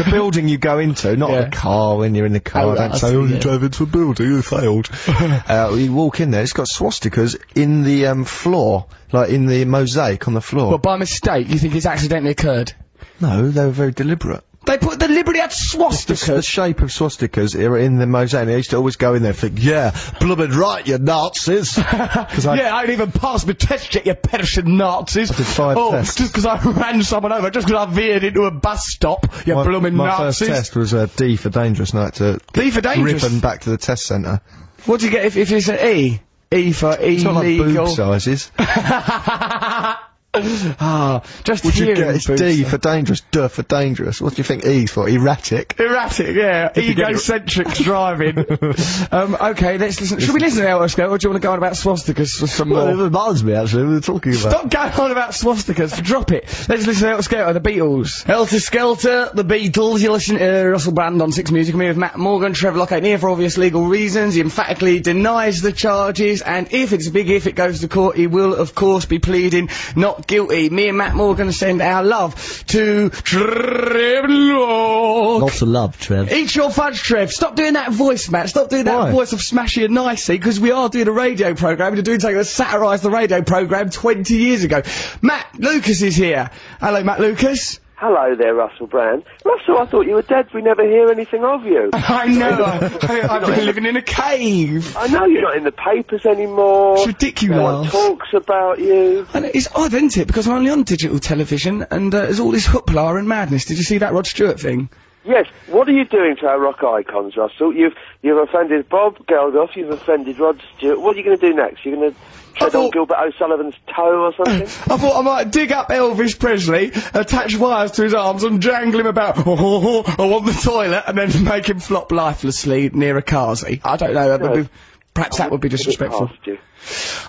Speaker 2: the building you go into, not
Speaker 1: Yeah.
Speaker 2: the car when you're in the car.
Speaker 1: Oh,
Speaker 2: don't
Speaker 1: I
Speaker 2: say,
Speaker 1: see,
Speaker 2: oh, you
Speaker 1: yeah.
Speaker 2: drove into a building, you <laughs> failed. uh, you walk in there, it's got swastikas in the um, floor, like in the mosaic on the
Speaker 1: <laughs>
Speaker 2: floor.
Speaker 1: Well, by mistake, you think it's accidentally occurred.
Speaker 2: no, they were very deliberate.
Speaker 1: They put the Liberty had
Speaker 2: The
Speaker 1: swastikas.
Speaker 2: shape of swastikas are in the mosaic. They used to always go in there and think, yeah, blooming right, you <laughs> Nazis. Because I
Speaker 1: yeah, I didn't even pass my test yet, you pedestrian Nazis.
Speaker 2: did five
Speaker 1: oh,
Speaker 2: tests.
Speaker 1: just because I ran someone over, just because I veered into a bus stop, you
Speaker 2: my,
Speaker 1: blooming
Speaker 2: my
Speaker 1: Nazis.
Speaker 2: first test was a D for dangerous night to
Speaker 1: D for dangerous.
Speaker 2: ribbon back to the test centre.
Speaker 1: What do you get if, if it's an E? E for
Speaker 2: It's not like <laughs>
Speaker 1: illegal.
Speaker 2: boob sizes.
Speaker 1: <laughs> ah, just
Speaker 2: Would you
Speaker 1: hearing
Speaker 2: get it's
Speaker 1: boots.
Speaker 2: D for dangerous, D for dangerous? What do you think E's for? Erratic.
Speaker 1: Erratic,
Speaker 2: <laughs>
Speaker 1: yeah. Egocentric driving. <laughs> um, okay, let's listen. Should we listen to Elvis Go, or do you want to go on about swastikas for some more?
Speaker 2: it bothers me actually. We're talking about.
Speaker 1: Stop going on about swastikas. Drop it. Let's listen to Elvis Go, the Beatles. Elvis Skelter, the Beatles. You listen to Russell Brand on Six Music. I'm here with Matt Morgan. Trevor Locke ain't here for obvious legal reasons. He emphatically denies the charges, and if it's a big if, it goes to court. He will, of course, be pleading not guilty. Me and Matt Morgan send our love to Trevor Locke.
Speaker 10: Lots of love, Trev.
Speaker 1: Eat your fudge, Trev. Stop doing that voice, Matt. Stop doing that
Speaker 2: Why?
Speaker 1: voice of Smashy and Nicey, because we are doing a radio program. You're doing something that satirised the radio program 20 years ago. Matt Lucas is here. Hello, Matt Lucas.
Speaker 9: Hello there, Russell Brand. Russell, I thought you were dead. We never hear anything of you.
Speaker 1: <laughs> I know. <laughs> I, I've been living in a cave.
Speaker 9: I know you're not in the papers anymore.
Speaker 1: It's
Speaker 9: No one
Speaker 1: ridiculous.
Speaker 9: talks about you.
Speaker 1: And it's odd, isn't it? Because I'm only on digital television, and uh, there's all this hoopla and madness. Did you see that Rod Stewart thing?
Speaker 9: Yes, what are you doing to our rock icons, Russell? You've you've offended Bob Geldof, you've offended Rod Stewart. What are you going to do next? You're going to tread
Speaker 1: thought-
Speaker 9: on Gilbert O'Sullivan's toe or something?
Speaker 1: I thought I might dig up Elvis Presley, attach wires to his arms and jangle him about, <laughs> oh, oh, oh, I want the toilet, and then make him flop lifelessly near a carsey. I don't know, that would be- perhaps that would be disrespectful.
Speaker 9: Past you.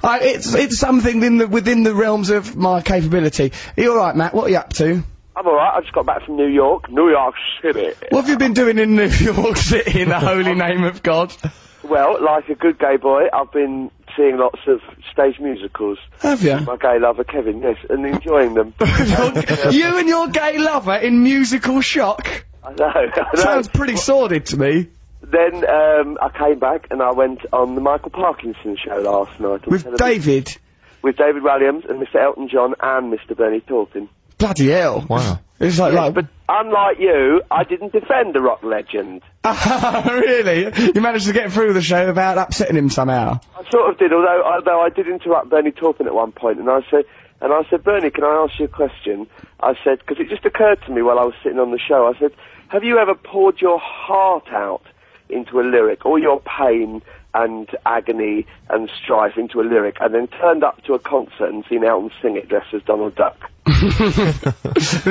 Speaker 1: I, it's, it's something in the, within the realms of my capability. Are you alright, Matt? What are you up to?
Speaker 9: I'm all right. I just got back from New York, New York City.
Speaker 1: What have you been doing in New York <laughs> City in the holy name of God?
Speaker 9: Well, like a good gay boy, I've been seeing lots of stage musicals.
Speaker 1: Have you?
Speaker 9: <laughs> My gay lover Kevin, yes, and enjoying them.
Speaker 1: Your- you and your gay lover in musical shock?
Speaker 9: I know. I know.
Speaker 1: Sounds pretty sordid to me.
Speaker 9: Then um, I came back and I went on the Michael Parkinson show last night. on
Speaker 1: With
Speaker 9: television.
Speaker 1: David.
Speaker 9: With David Williams and Mr. Elton John and Mr. Bernie Taupin.
Speaker 1: Bloody hell.
Speaker 2: Wow.
Speaker 1: It's like, like
Speaker 9: But unlike you, I didn't defend the rock legend.
Speaker 1: <laughs> really? You managed to get through the show without upsetting him somehow. <laughs>
Speaker 9: I sort of did, although although I did interrupt Bernie Taupin at one point, and I said, and I said, Bernie, can I ask you a question? I said, because it just occurred to me while I was sitting on the show. I said, have you ever poured your heart out into a lyric, all your pain and agony and strife into a lyric, and then turned up to a concert and seen Elton sing it dressed as Donald Duck?
Speaker 1: Was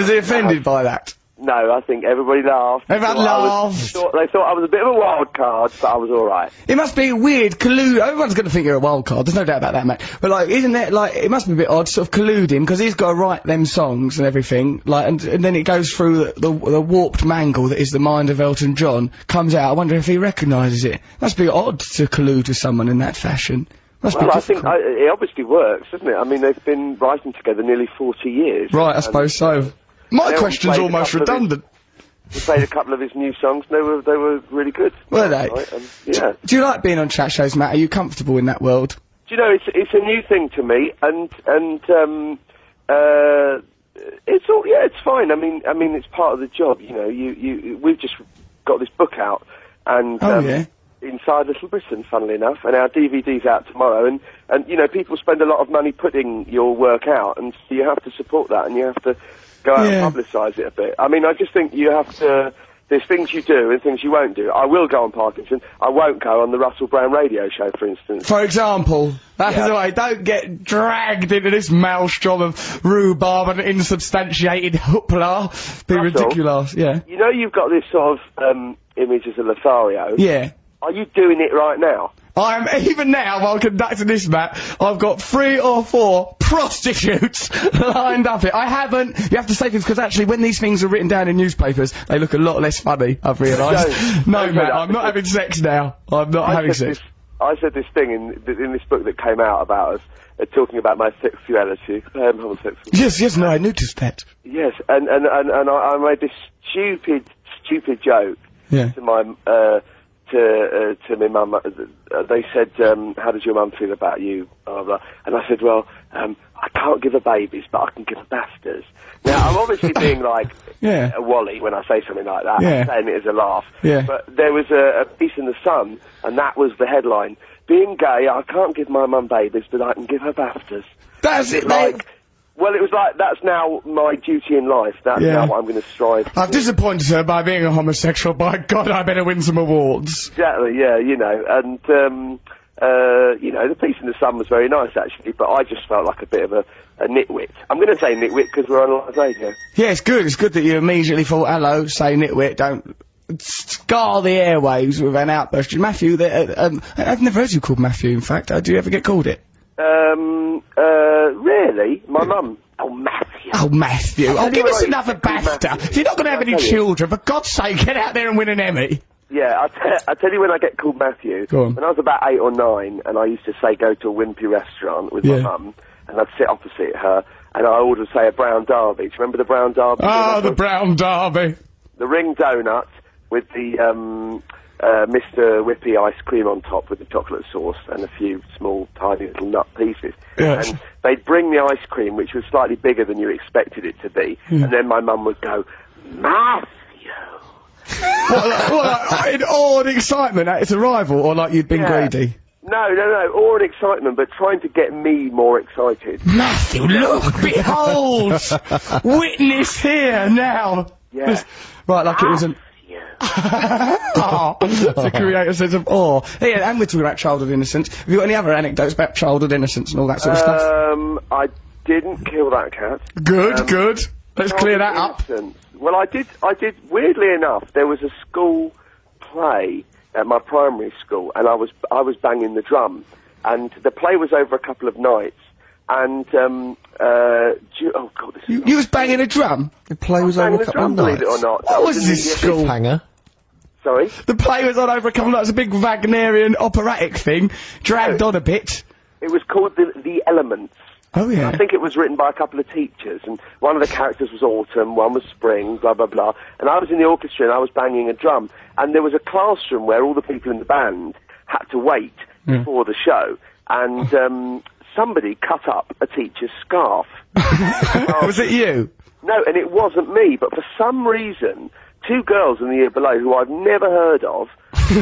Speaker 1: he offended by that?
Speaker 9: No, I think everybody laughed.
Speaker 1: Everyone
Speaker 9: They thought I was-
Speaker 1: laughed.
Speaker 9: thought- they thought I was a bit of a wild card, but I was all right.
Speaker 1: It must be weird collude. Everyone's going to think you're a wild card. There's no doubt about that, mate. But like, isn't it like it must be a bit odd, sort of colluding because he's got to write them songs and everything. Like, and, and then it goes through the, the, the warped mangle that is the mind of Elton John comes out. I wonder if he recognises it. Must be odd to collude with someone in that fashion. Must
Speaker 9: Well,
Speaker 1: be
Speaker 9: I think
Speaker 1: difficult.
Speaker 9: I, it obviously works, doesn't it? I mean, they've been writing together nearly 40 years.
Speaker 1: right, I
Speaker 9: And
Speaker 1: suppose so. My
Speaker 9: They all
Speaker 1: question's
Speaker 9: played a
Speaker 1: almost
Speaker 9: couple of his-
Speaker 1: redundant.
Speaker 9: We played a couple of his new songs. and They were they were really good.
Speaker 1: Were they?
Speaker 9: Right, and- yeah.
Speaker 1: Do you like being on chat shows, Matt? Are you comfortable in that world?
Speaker 9: Do you know it's it's a new thing to me, and and um, uh, it's all yeah, it's fine. I mean, I mean, it's part of the job. You know, you you we've just got this book out, and
Speaker 1: Oh,
Speaker 9: um,
Speaker 1: yeah.
Speaker 9: Inside Little Britain, funnily enough, and our DVD's out tomorrow. And, and you know, people spend a lot of money putting your work out, and so you have to support that, and you have to go out
Speaker 1: Yeah.
Speaker 9: and publicise it a bit. I mean, I just think you have to. There's things you do and things you won't do. I will go on Parkinson. I won't go on the Russell Brown radio show, for instance.
Speaker 1: For example, that's
Speaker 9: Yeah.
Speaker 1: the way. Don't get dragged into this maelstrom of rhubarb and insubstantiated hoopla. Be
Speaker 9: Russell?
Speaker 1: ridiculous. Yeah.
Speaker 9: You know, you've got this sort of um, image as a Lothario.
Speaker 1: Yeah.
Speaker 9: Are you doing it right now?
Speaker 1: I'm even now while conducting this Matt, I've got three or four prostitutes <laughs> lined up here. I haven't. You have to say things because actually, when these things are written down in newspapers, they look a lot less funny. I've realised.
Speaker 9: Don't.
Speaker 1: No,
Speaker 9: Don't
Speaker 1: Matt,
Speaker 9: do that
Speaker 1: I'm not having sex now. I'm not having
Speaker 9: said
Speaker 1: sex.
Speaker 9: this, I said this thing in th- in this book that came out about us, uh, talking about my sexuality. I am homosexual.
Speaker 1: Yes, yes, no, I noticed that.
Speaker 9: Yes, and and and, and I, I made this stupid, stupid joke
Speaker 1: Yeah.
Speaker 9: to my uh, to uh, to my mum. Uh, they said, um, "How does your mum feel about you?" Blah, blah. blah. And I said, "Well, um, I can't give her babies, but I can give her bastards." Now
Speaker 1: <laughs>
Speaker 9: I'm obviously being like
Speaker 1: Yeah.
Speaker 9: a Wally when I say something like that,
Speaker 1: Yeah.
Speaker 9: I'm saying it as a laugh.
Speaker 1: Yeah.
Speaker 9: But there was a, a piece in the Sun, and that was the headline: "Being gay, I can't give my mum babies, but I can give her bastards."
Speaker 1: That's it, mate.
Speaker 9: like, well, it was like that's now my duty in life. That's
Speaker 1: Yeah.
Speaker 9: now what I'm going to strive.
Speaker 1: I've disappointed her by being a homosexual. By God, I better win some awards.
Speaker 9: Exactly. Yeah, you know, and um, uh, you know, the piece in the sun was very nice actually, but I just felt like a bit of a, a nitwit. I'm going to say nitwit because we're on live radio.
Speaker 1: Yeah, it's good. It's good that you immediately thought, hello, say nitwit, don't scar the airwaves with an outburst. Matthew, the, uh, um, I- I've never heard you called Matthew, in fact. Uh, do you ever get called it?
Speaker 9: Um, uh, really? My mum. Oh, Matthew.
Speaker 1: Oh, Matthew.
Speaker 9: tell
Speaker 1: Oh,
Speaker 9: you
Speaker 1: give us
Speaker 9: what,
Speaker 1: another
Speaker 9: you can call
Speaker 1: BAFTA.
Speaker 9: Matthew.
Speaker 1: If you're not going to have
Speaker 9: I'll
Speaker 1: any
Speaker 9: tell you.
Speaker 1: children, for God's sake, get out there and win an Emmy.
Speaker 9: Yeah, I te- I tell you when I get called Matthew.
Speaker 1: Go on.
Speaker 9: When I was about eight or nine, and I used to say go to a wimpy restaurant with
Speaker 1: Yeah.
Speaker 9: my mum, and I'd sit opposite her, and I would say a brown derby. Do you remember the brown derby?
Speaker 1: Oh, the
Speaker 9: Remember?
Speaker 1: Brown Derby.
Speaker 9: the ring donut with the um, uh, Mr. Whippy ice cream on top with the chocolate sauce and a few small, tiny little nut pieces.
Speaker 1: Yes.
Speaker 9: And they'd bring the ice cream, which was slightly bigger than you expected it to be,
Speaker 1: Hmm.
Speaker 9: and then my mum would go, Matthew.
Speaker 1: what, like, what, like, in awe and excitement at its arrival, or like you'd been
Speaker 9: Yeah.
Speaker 1: greedy?
Speaker 9: No, no, no, all in excitement, but trying to get me more excited.
Speaker 1: Matthew, look, behold, witness here now.
Speaker 9: Yeah. Ah!
Speaker 1: This- Right, like it was an. <laughs> oh, to create a sense of awe. Yeah, and we're talking about childhood innocence. Have you got any other anecdotes about childhood innocence and all that sort of stuff?
Speaker 9: Um, I didn't kill that cat.
Speaker 1: Good,
Speaker 9: um,
Speaker 1: good. Let's clear that up.
Speaker 9: Childhood innocence. Well, I did. I did. Weirdly enough, there was a school play at my primary school, and I was I was banging the drum, and the play was over a couple of nights, and um uh, do you- oh god, this is
Speaker 1: You, you was banging a drum.
Speaker 2: The play was over
Speaker 9: banging
Speaker 2: a
Speaker 9: the
Speaker 2: couple of
Speaker 9: drum,
Speaker 2: nights.
Speaker 9: believe it or not. That
Speaker 1: What was
Speaker 9: in the
Speaker 1: this
Speaker 9: year-
Speaker 1: school?
Speaker 2: Hanger.
Speaker 9: Sorry.
Speaker 1: The play was on over a couple of nights. A big Wagnerian operatic thing, dragged on a bit.
Speaker 9: It was called the the Elements.
Speaker 1: Oh yeah.
Speaker 9: I think it was written by a couple of teachers, and one of the characters was autumn, one was spring, blah blah blah. And I was in the orchestra, and I was banging a drum, and there was a classroom where all the people in the band had to wait
Speaker 1: Hmm.
Speaker 9: before the show, and
Speaker 1: Oh.
Speaker 9: um, somebody cut up a teacher's scarf.
Speaker 1: was it you?
Speaker 9: No, and it wasn't me, but for some reason, two girls in the year below who I've never heard
Speaker 1: <laughs>
Speaker 9: of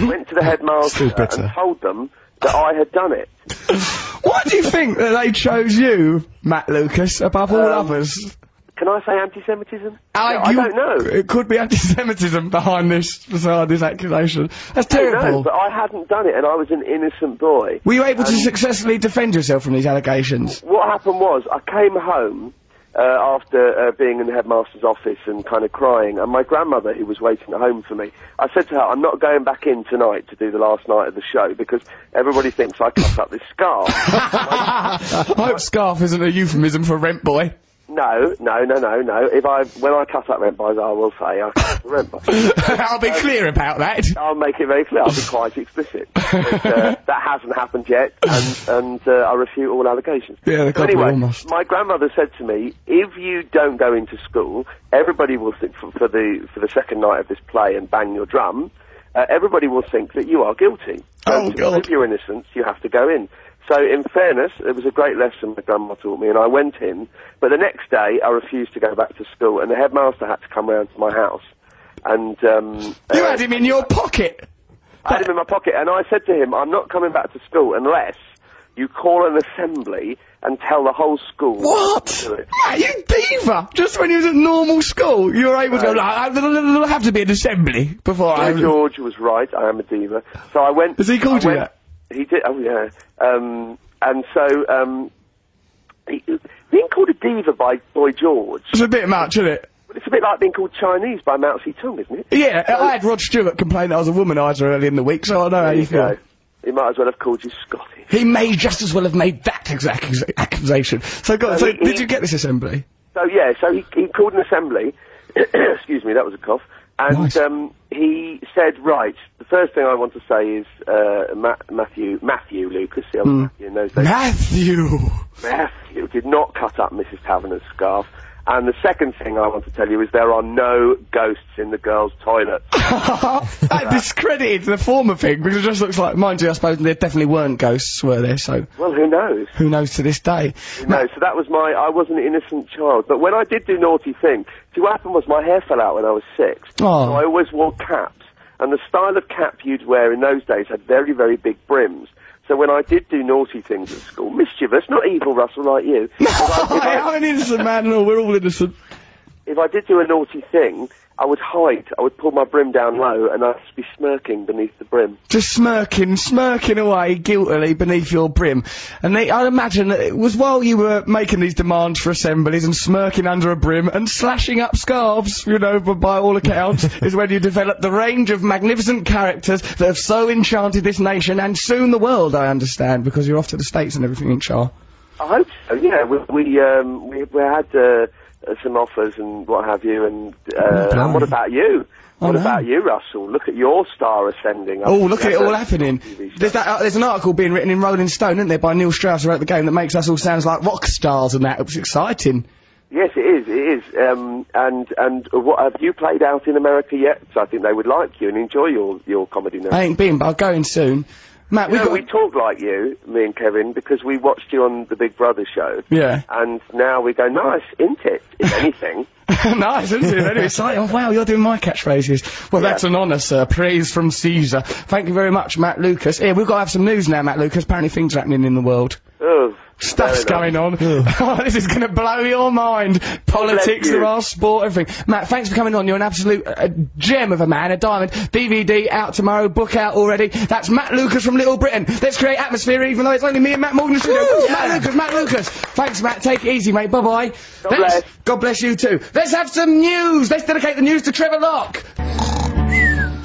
Speaker 9: went to the
Speaker 2: Still
Speaker 9: headmaster
Speaker 2: bitter.
Speaker 9: and told them that I had done it.
Speaker 1: Why do you think that they chose you, Matt Lucas, above all
Speaker 9: Um,
Speaker 1: others?
Speaker 9: Can I say anti-Semitism?
Speaker 1: I,
Speaker 9: I
Speaker 1: you-
Speaker 9: don't know.
Speaker 1: It could be anti-Semitism behind this, behind this accusation. That's
Speaker 9: No,
Speaker 1: terrible.
Speaker 9: but I hadn't done it, and I was an innocent boy.
Speaker 1: Were you
Speaker 9: Um,
Speaker 1: able to successfully defend yourself from these
Speaker 9: <laughs>
Speaker 1: allegations?
Speaker 9: What happened was, I came home uh, after uh, being in the headmaster's office and kind of crying, and my grandmother, who was waiting at home for me, I said to her, "I'm not going back in tonight to do the last night of the show because everybody thinks I cut up this scarf."
Speaker 1: I hope scarf isn't a euphemism for rent boy. <laughs>
Speaker 9: no, no, no, no, no. If I when I cut up rent buys, I will say I cut up the rent buys.
Speaker 1: I'll be clear about that.
Speaker 9: I'll make it very clear. I'll be
Speaker 1: <laughs>
Speaker 9: quite explicit. But, uh, that hasn't happened yet, and, and uh, I refute all allegations.
Speaker 1: Yeah, the
Speaker 9: So
Speaker 1: God
Speaker 9: anyway,
Speaker 1: will must.
Speaker 9: my grandmother said to me, "If you don't go into school, everybody will think for, for the for the second night of this play and bang your drum. Uh, everybody will think that you are guilty. So
Speaker 1: Oh,
Speaker 9: to
Speaker 1: God.
Speaker 9: prove your innocence, you have to go in." So, in fairness, it was a great lesson my grandma taught me, and I went in. But the next day, I refused to go back to school, and the headmaster had to come round to my house. And um,
Speaker 1: You
Speaker 9: uh,
Speaker 1: had him in your pocket.
Speaker 9: I had him in my pocket, and I said to him, "I'm not coming back to school unless you call an assembly and tell the whole school."
Speaker 1: What?
Speaker 9: to do it."
Speaker 1: Matt, you diva! Just when you was at normal school, you were able
Speaker 9: Um,
Speaker 1: to go, like, there'll have to be an assembly before
Speaker 9: So
Speaker 1: I...
Speaker 9: Uh, George was right. I am a diva. So I went.
Speaker 1: Has he called
Speaker 9: I
Speaker 1: you
Speaker 9: went- He did. Oh yeah. Um, and so um, he, being called a diva by Boy George,
Speaker 1: It's a bit much, isn't it?
Speaker 9: well, it's a bit like being called Chinese by Mao Zedong, isn't it?
Speaker 1: Yeah, I had Rod Stewart complain that I was a womanizer early in the week, so I know how
Speaker 9: There
Speaker 1: you
Speaker 9: you
Speaker 1: feel.
Speaker 9: go. He might as well have called you Scottish.
Speaker 1: He may just as well have made that exact accusa- accusation. So, God, so
Speaker 9: he- he-
Speaker 1: did you get this assembly?
Speaker 9: So yeah, so he, he called an assembly. <coughs> excuse me, that was a cough. And
Speaker 1: Nice.
Speaker 9: um, he said, right, the first thing I want to say is uh, Ma- Matthew, Matthew Lucas, the other Matthew in those days,
Speaker 1: Matthew!
Speaker 9: Matthew did not cut up Mrs. Taverner's scarf. And the second thing I want to tell you is there are no ghosts in the girls' toilets.
Speaker 1: that discredited the former thing because it just looks like, mind you, I suppose there definitely weren't ghosts, were there? So
Speaker 9: well, who knows?
Speaker 1: who knows to this day? <laughs>
Speaker 9: No, so that was my, I was an innocent child. But when I did do naughty thing, see what happened was my hair fell out when I was six.
Speaker 1: Oh.
Speaker 9: So I always wore caps. And the style of cap you'd wear in those days had very, very big brims. So when I did do naughty things at school, mischievous, not evil, Russell, like you. but I-
Speaker 1: I, am an innocent man, and all, we're all innocent.
Speaker 9: if I did do a naughty thing, I would hide. I would pull my brim down low, and I'd just be smirking beneath the brim.
Speaker 1: Just smirking, smirking away guiltily beneath your brim. And they, I'd imagine that it was while you were making these demands for assemblies and smirking under a brim and slashing up scarves, you know, b- by all accounts, is when you developed the range of magnificent characters that have so enchanted this nation and soon the world, I understand, because you're off to the States and everything, Char.
Speaker 9: I hope so. Yeah, we we um, we, we had uh, uh, some offers and what have you. And, uh, and what about you? What
Speaker 1: Oh, no.
Speaker 9: about you, Russell? Look at your star ascending.
Speaker 1: Oh, look at it all happening. There's that. Uh, there's an article being written in Rolling Stone, isn't there, by Neil Strauss, who wrote the game that makes us all sounds like rock stars and that. It was exciting.
Speaker 9: Yes, it is. It is. Um, and and what have you played out in America yet? So I think they would like you and enjoy your your comedy now.
Speaker 1: I ain't been, but I'll go in soon. Matt, we
Speaker 9: No,
Speaker 1: got.
Speaker 9: we talk like you, me and Kevin, because we watched you on the Big Brother show.
Speaker 1: Yeah. <laughs>
Speaker 9: And now we go, nice, isn't it? If anything.
Speaker 1: nice, isn't it? Anyway, exciting. Oh, wow, you're doing my catchphrases. Well, that's an honour, sir. Praise from Caesar. Thank you very much, Matt Lucas. Here, we've got to have some news now, Matt Lucas. Apparently, things are happening in the world.
Speaker 9: Oh,
Speaker 1: Stuff's
Speaker 9: fair enough. Oh,
Speaker 1: going on. <laughs> oh, this is going to blow your mind. Politics,
Speaker 9: you.
Speaker 1: there are sport, everything. Matt, thanks for coming on. You're an absolute uh, gem of a man, a diamond. DVD out tomorrow, book out already. That's Matt Lucas from Little Britain. Let's create atmosphere, even though it's only me and Matt Morgan. in the studio. Matt Lucas, Matt Lucas. Thanks, Matt. Take it easy, mate. Bye bye. God
Speaker 9: bless.
Speaker 1: God bless you too. Let's have some news. Let's dedicate the news to Trevor Locke.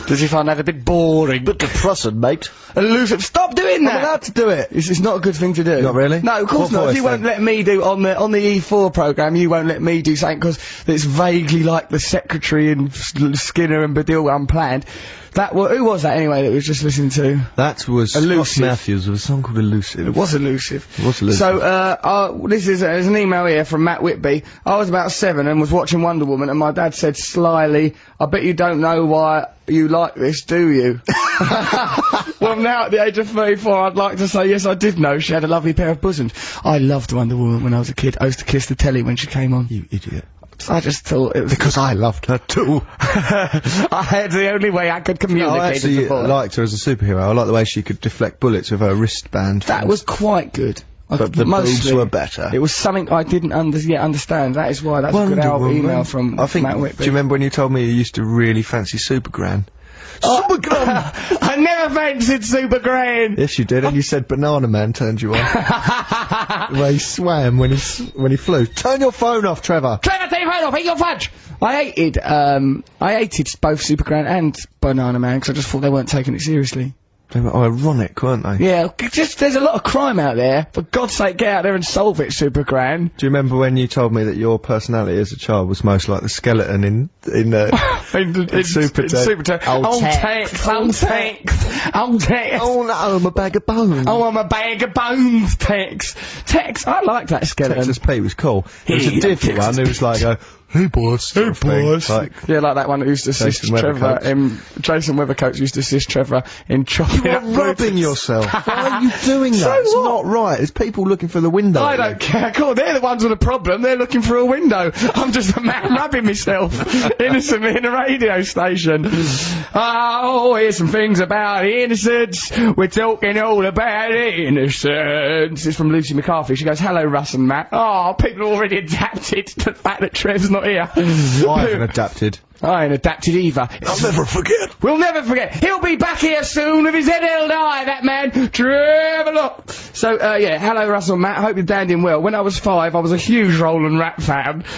Speaker 1: Does he find that a bit boring?
Speaker 2: Bit depressing, mate.
Speaker 1: Elusive. Stop doing that.
Speaker 2: I'm allowed to do it.
Speaker 1: It's, it's not a good thing to do.
Speaker 2: Not really?
Speaker 1: No, of course
Speaker 2: What
Speaker 1: not. If
Speaker 2: voice
Speaker 1: you won't
Speaker 2: then?
Speaker 1: let me do on the on the E4 program, you won't let me do something because it's vaguely like the secretary and S- Skinner and Badil unplanned. That wa who was that anyway that we was just listening to?
Speaker 2: That was
Speaker 1: Elusive.
Speaker 2: Scott Matthews with a song called Elusive.
Speaker 1: It was elusive.
Speaker 2: It was elusive.
Speaker 1: So, uh, uh, this is there's an email here from Matt Whitby. I was about seven and was watching Wonder Woman, and my dad said slyly, "I bet you don't know why you like this, do you?" <laughs> well, now at the age of 34, I'd like to say yes, I did know. She had a lovely pair of bosoms. I loved Wonder Woman when I was a kid. I used to kiss the telly when she came on.
Speaker 2: You idiot.
Speaker 1: I just thought it was
Speaker 2: Because I loved her too.
Speaker 1: <laughs> I had the only way I could communicate.
Speaker 2: I
Speaker 1: as
Speaker 2: actually
Speaker 1: a boy.
Speaker 2: liked her as a superhero. I liked the way she could deflect bullets with her wristband.
Speaker 1: That was quite good. I-
Speaker 2: But the
Speaker 1: mostly.
Speaker 2: boobs were better.
Speaker 1: It was something I didn't under- yet understand. That is why that's a good old email from
Speaker 2: I think.
Speaker 1: Matt Whitby.
Speaker 2: Do you remember when you told me you used to really fancy Supergran?
Speaker 1: Oh,
Speaker 2: Supergran.
Speaker 1: <laughs> I never fancied Super Grand.
Speaker 2: yes, you did, and you said Banana Man
Speaker 1: <laughs>
Speaker 2: turned you on. Where he swam when he s- when he flew. Turn your phone off, Trevor.
Speaker 1: Trevor, take your phone off, eat your fudge! I hated, um, I hated both Super Grand and Banana Man because I just thought they weren't taking it seriously.
Speaker 2: They were oh, ironic, weren't they?
Speaker 1: Yeah, c- just, there's a lot of crime out there. For God's sake, get out there and solve it, Super Grand.
Speaker 2: Do you remember when you told me that your personality as a child was most like the skeleton in
Speaker 1: <laughs>
Speaker 2: in uh,
Speaker 1: In, in,
Speaker 2: Super
Speaker 1: in
Speaker 2: Tech.
Speaker 1: Super Tech.
Speaker 2: Old
Speaker 1: Old
Speaker 2: Tech.
Speaker 1: Tex, Old Tex, Old Tex.
Speaker 2: Oh no, I'm a bag of bones.
Speaker 1: Oh, I'm a bag of bones, Tex. Tex, I like that skeleton.
Speaker 2: Texas Pete was cool. There was
Speaker 1: Yeah,
Speaker 2: a different
Speaker 1: Texas
Speaker 2: one who was like, a, "Hey boss, hey boss." Like,
Speaker 1: Yeah, like that one that used to assist
Speaker 2: Jason
Speaker 1: Trevor.
Speaker 2: Weathercoats.
Speaker 1: Um, Jason Weathercoats used to assist Trevor in chopping
Speaker 2: you're
Speaker 1: up roots. <laughs>
Speaker 2: rubbing yourself. Why are you doing that?
Speaker 1: So
Speaker 2: it's
Speaker 1: what?
Speaker 2: not right. There's people looking for the window.
Speaker 1: I don't care. Cool, they're the ones with a problem. They're looking for a window. I'm just a man <laughs> rubbing myself innocently in a radio station. Oh, here's some things about innocence. We're talking all about innocence. It's from Lucy McCarthy. She goes, "Hello, Russ and Matt. Oh, people are already adapted to the fact that Trev's not here.
Speaker 2: I haven't adapted.
Speaker 1: <laughs> I ain't adapted either.
Speaker 2: I'll never forget.
Speaker 1: We'll never forget. He'll be back here soon with his head held high, that man. Trevor Lock. So, uh, yeah, hello, Russell and Matt. Hope you're danding well. When I was five, I was a huge Roland Rat fan. <laughs>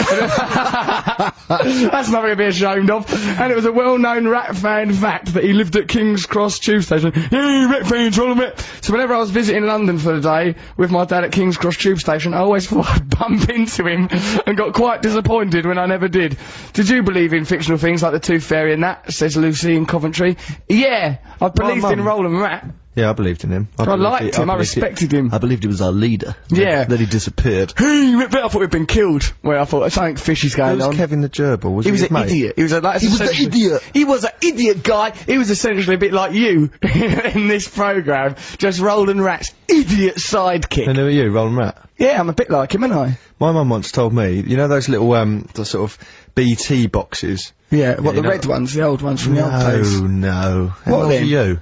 Speaker 1: That's nothing to be ashamed of. And it was a well-known Rat fan fact that he lived at King's Cross Tube Station. Hey, Rat fans, Roland Rat. So whenever I was visiting London for the day with my dad at King's Cross Tube Station, I always <laughs> thought I'd bump into him and got quite disappointed when I never did. Did you believe in fictional things like the Tooth Fairy and that? Says Lucy in Coventry. Yeah, I believed in
Speaker 2: mum-
Speaker 1: Roland Rat.
Speaker 2: Yeah, I believed in him. I, believed
Speaker 1: liked
Speaker 2: he-
Speaker 1: him, I
Speaker 2: believed he-
Speaker 1: respected him.
Speaker 2: I believed he was our leader.
Speaker 1: Yeah.
Speaker 2: Then he disappeared.
Speaker 1: Hey, Rat Rat, I thought we'd been killed. Well, I thought something fishy's
Speaker 2: It
Speaker 1: going
Speaker 2: was
Speaker 1: on.
Speaker 2: Kevin the gerbil. Was
Speaker 1: He
Speaker 2: he
Speaker 1: was
Speaker 2: his
Speaker 1: an
Speaker 2: mate?
Speaker 1: idiot. He was a, like, he
Speaker 2: was an idiot.
Speaker 1: He was an idiot guy. He was essentially a bit like you <laughs> in this program, just Roland Rat's idiot sidekick.
Speaker 2: And who are you, Roland Rat?
Speaker 1: yeah, I'm a bit like him, aren't I?
Speaker 2: My mum once told me, you know those little um, the sort of BT boxes.
Speaker 1: Yeah, what the
Speaker 2: you know-
Speaker 1: red ones, the Oh, old ones from the old place.
Speaker 2: no. How
Speaker 1: What
Speaker 2: old
Speaker 1: then?
Speaker 2: are you?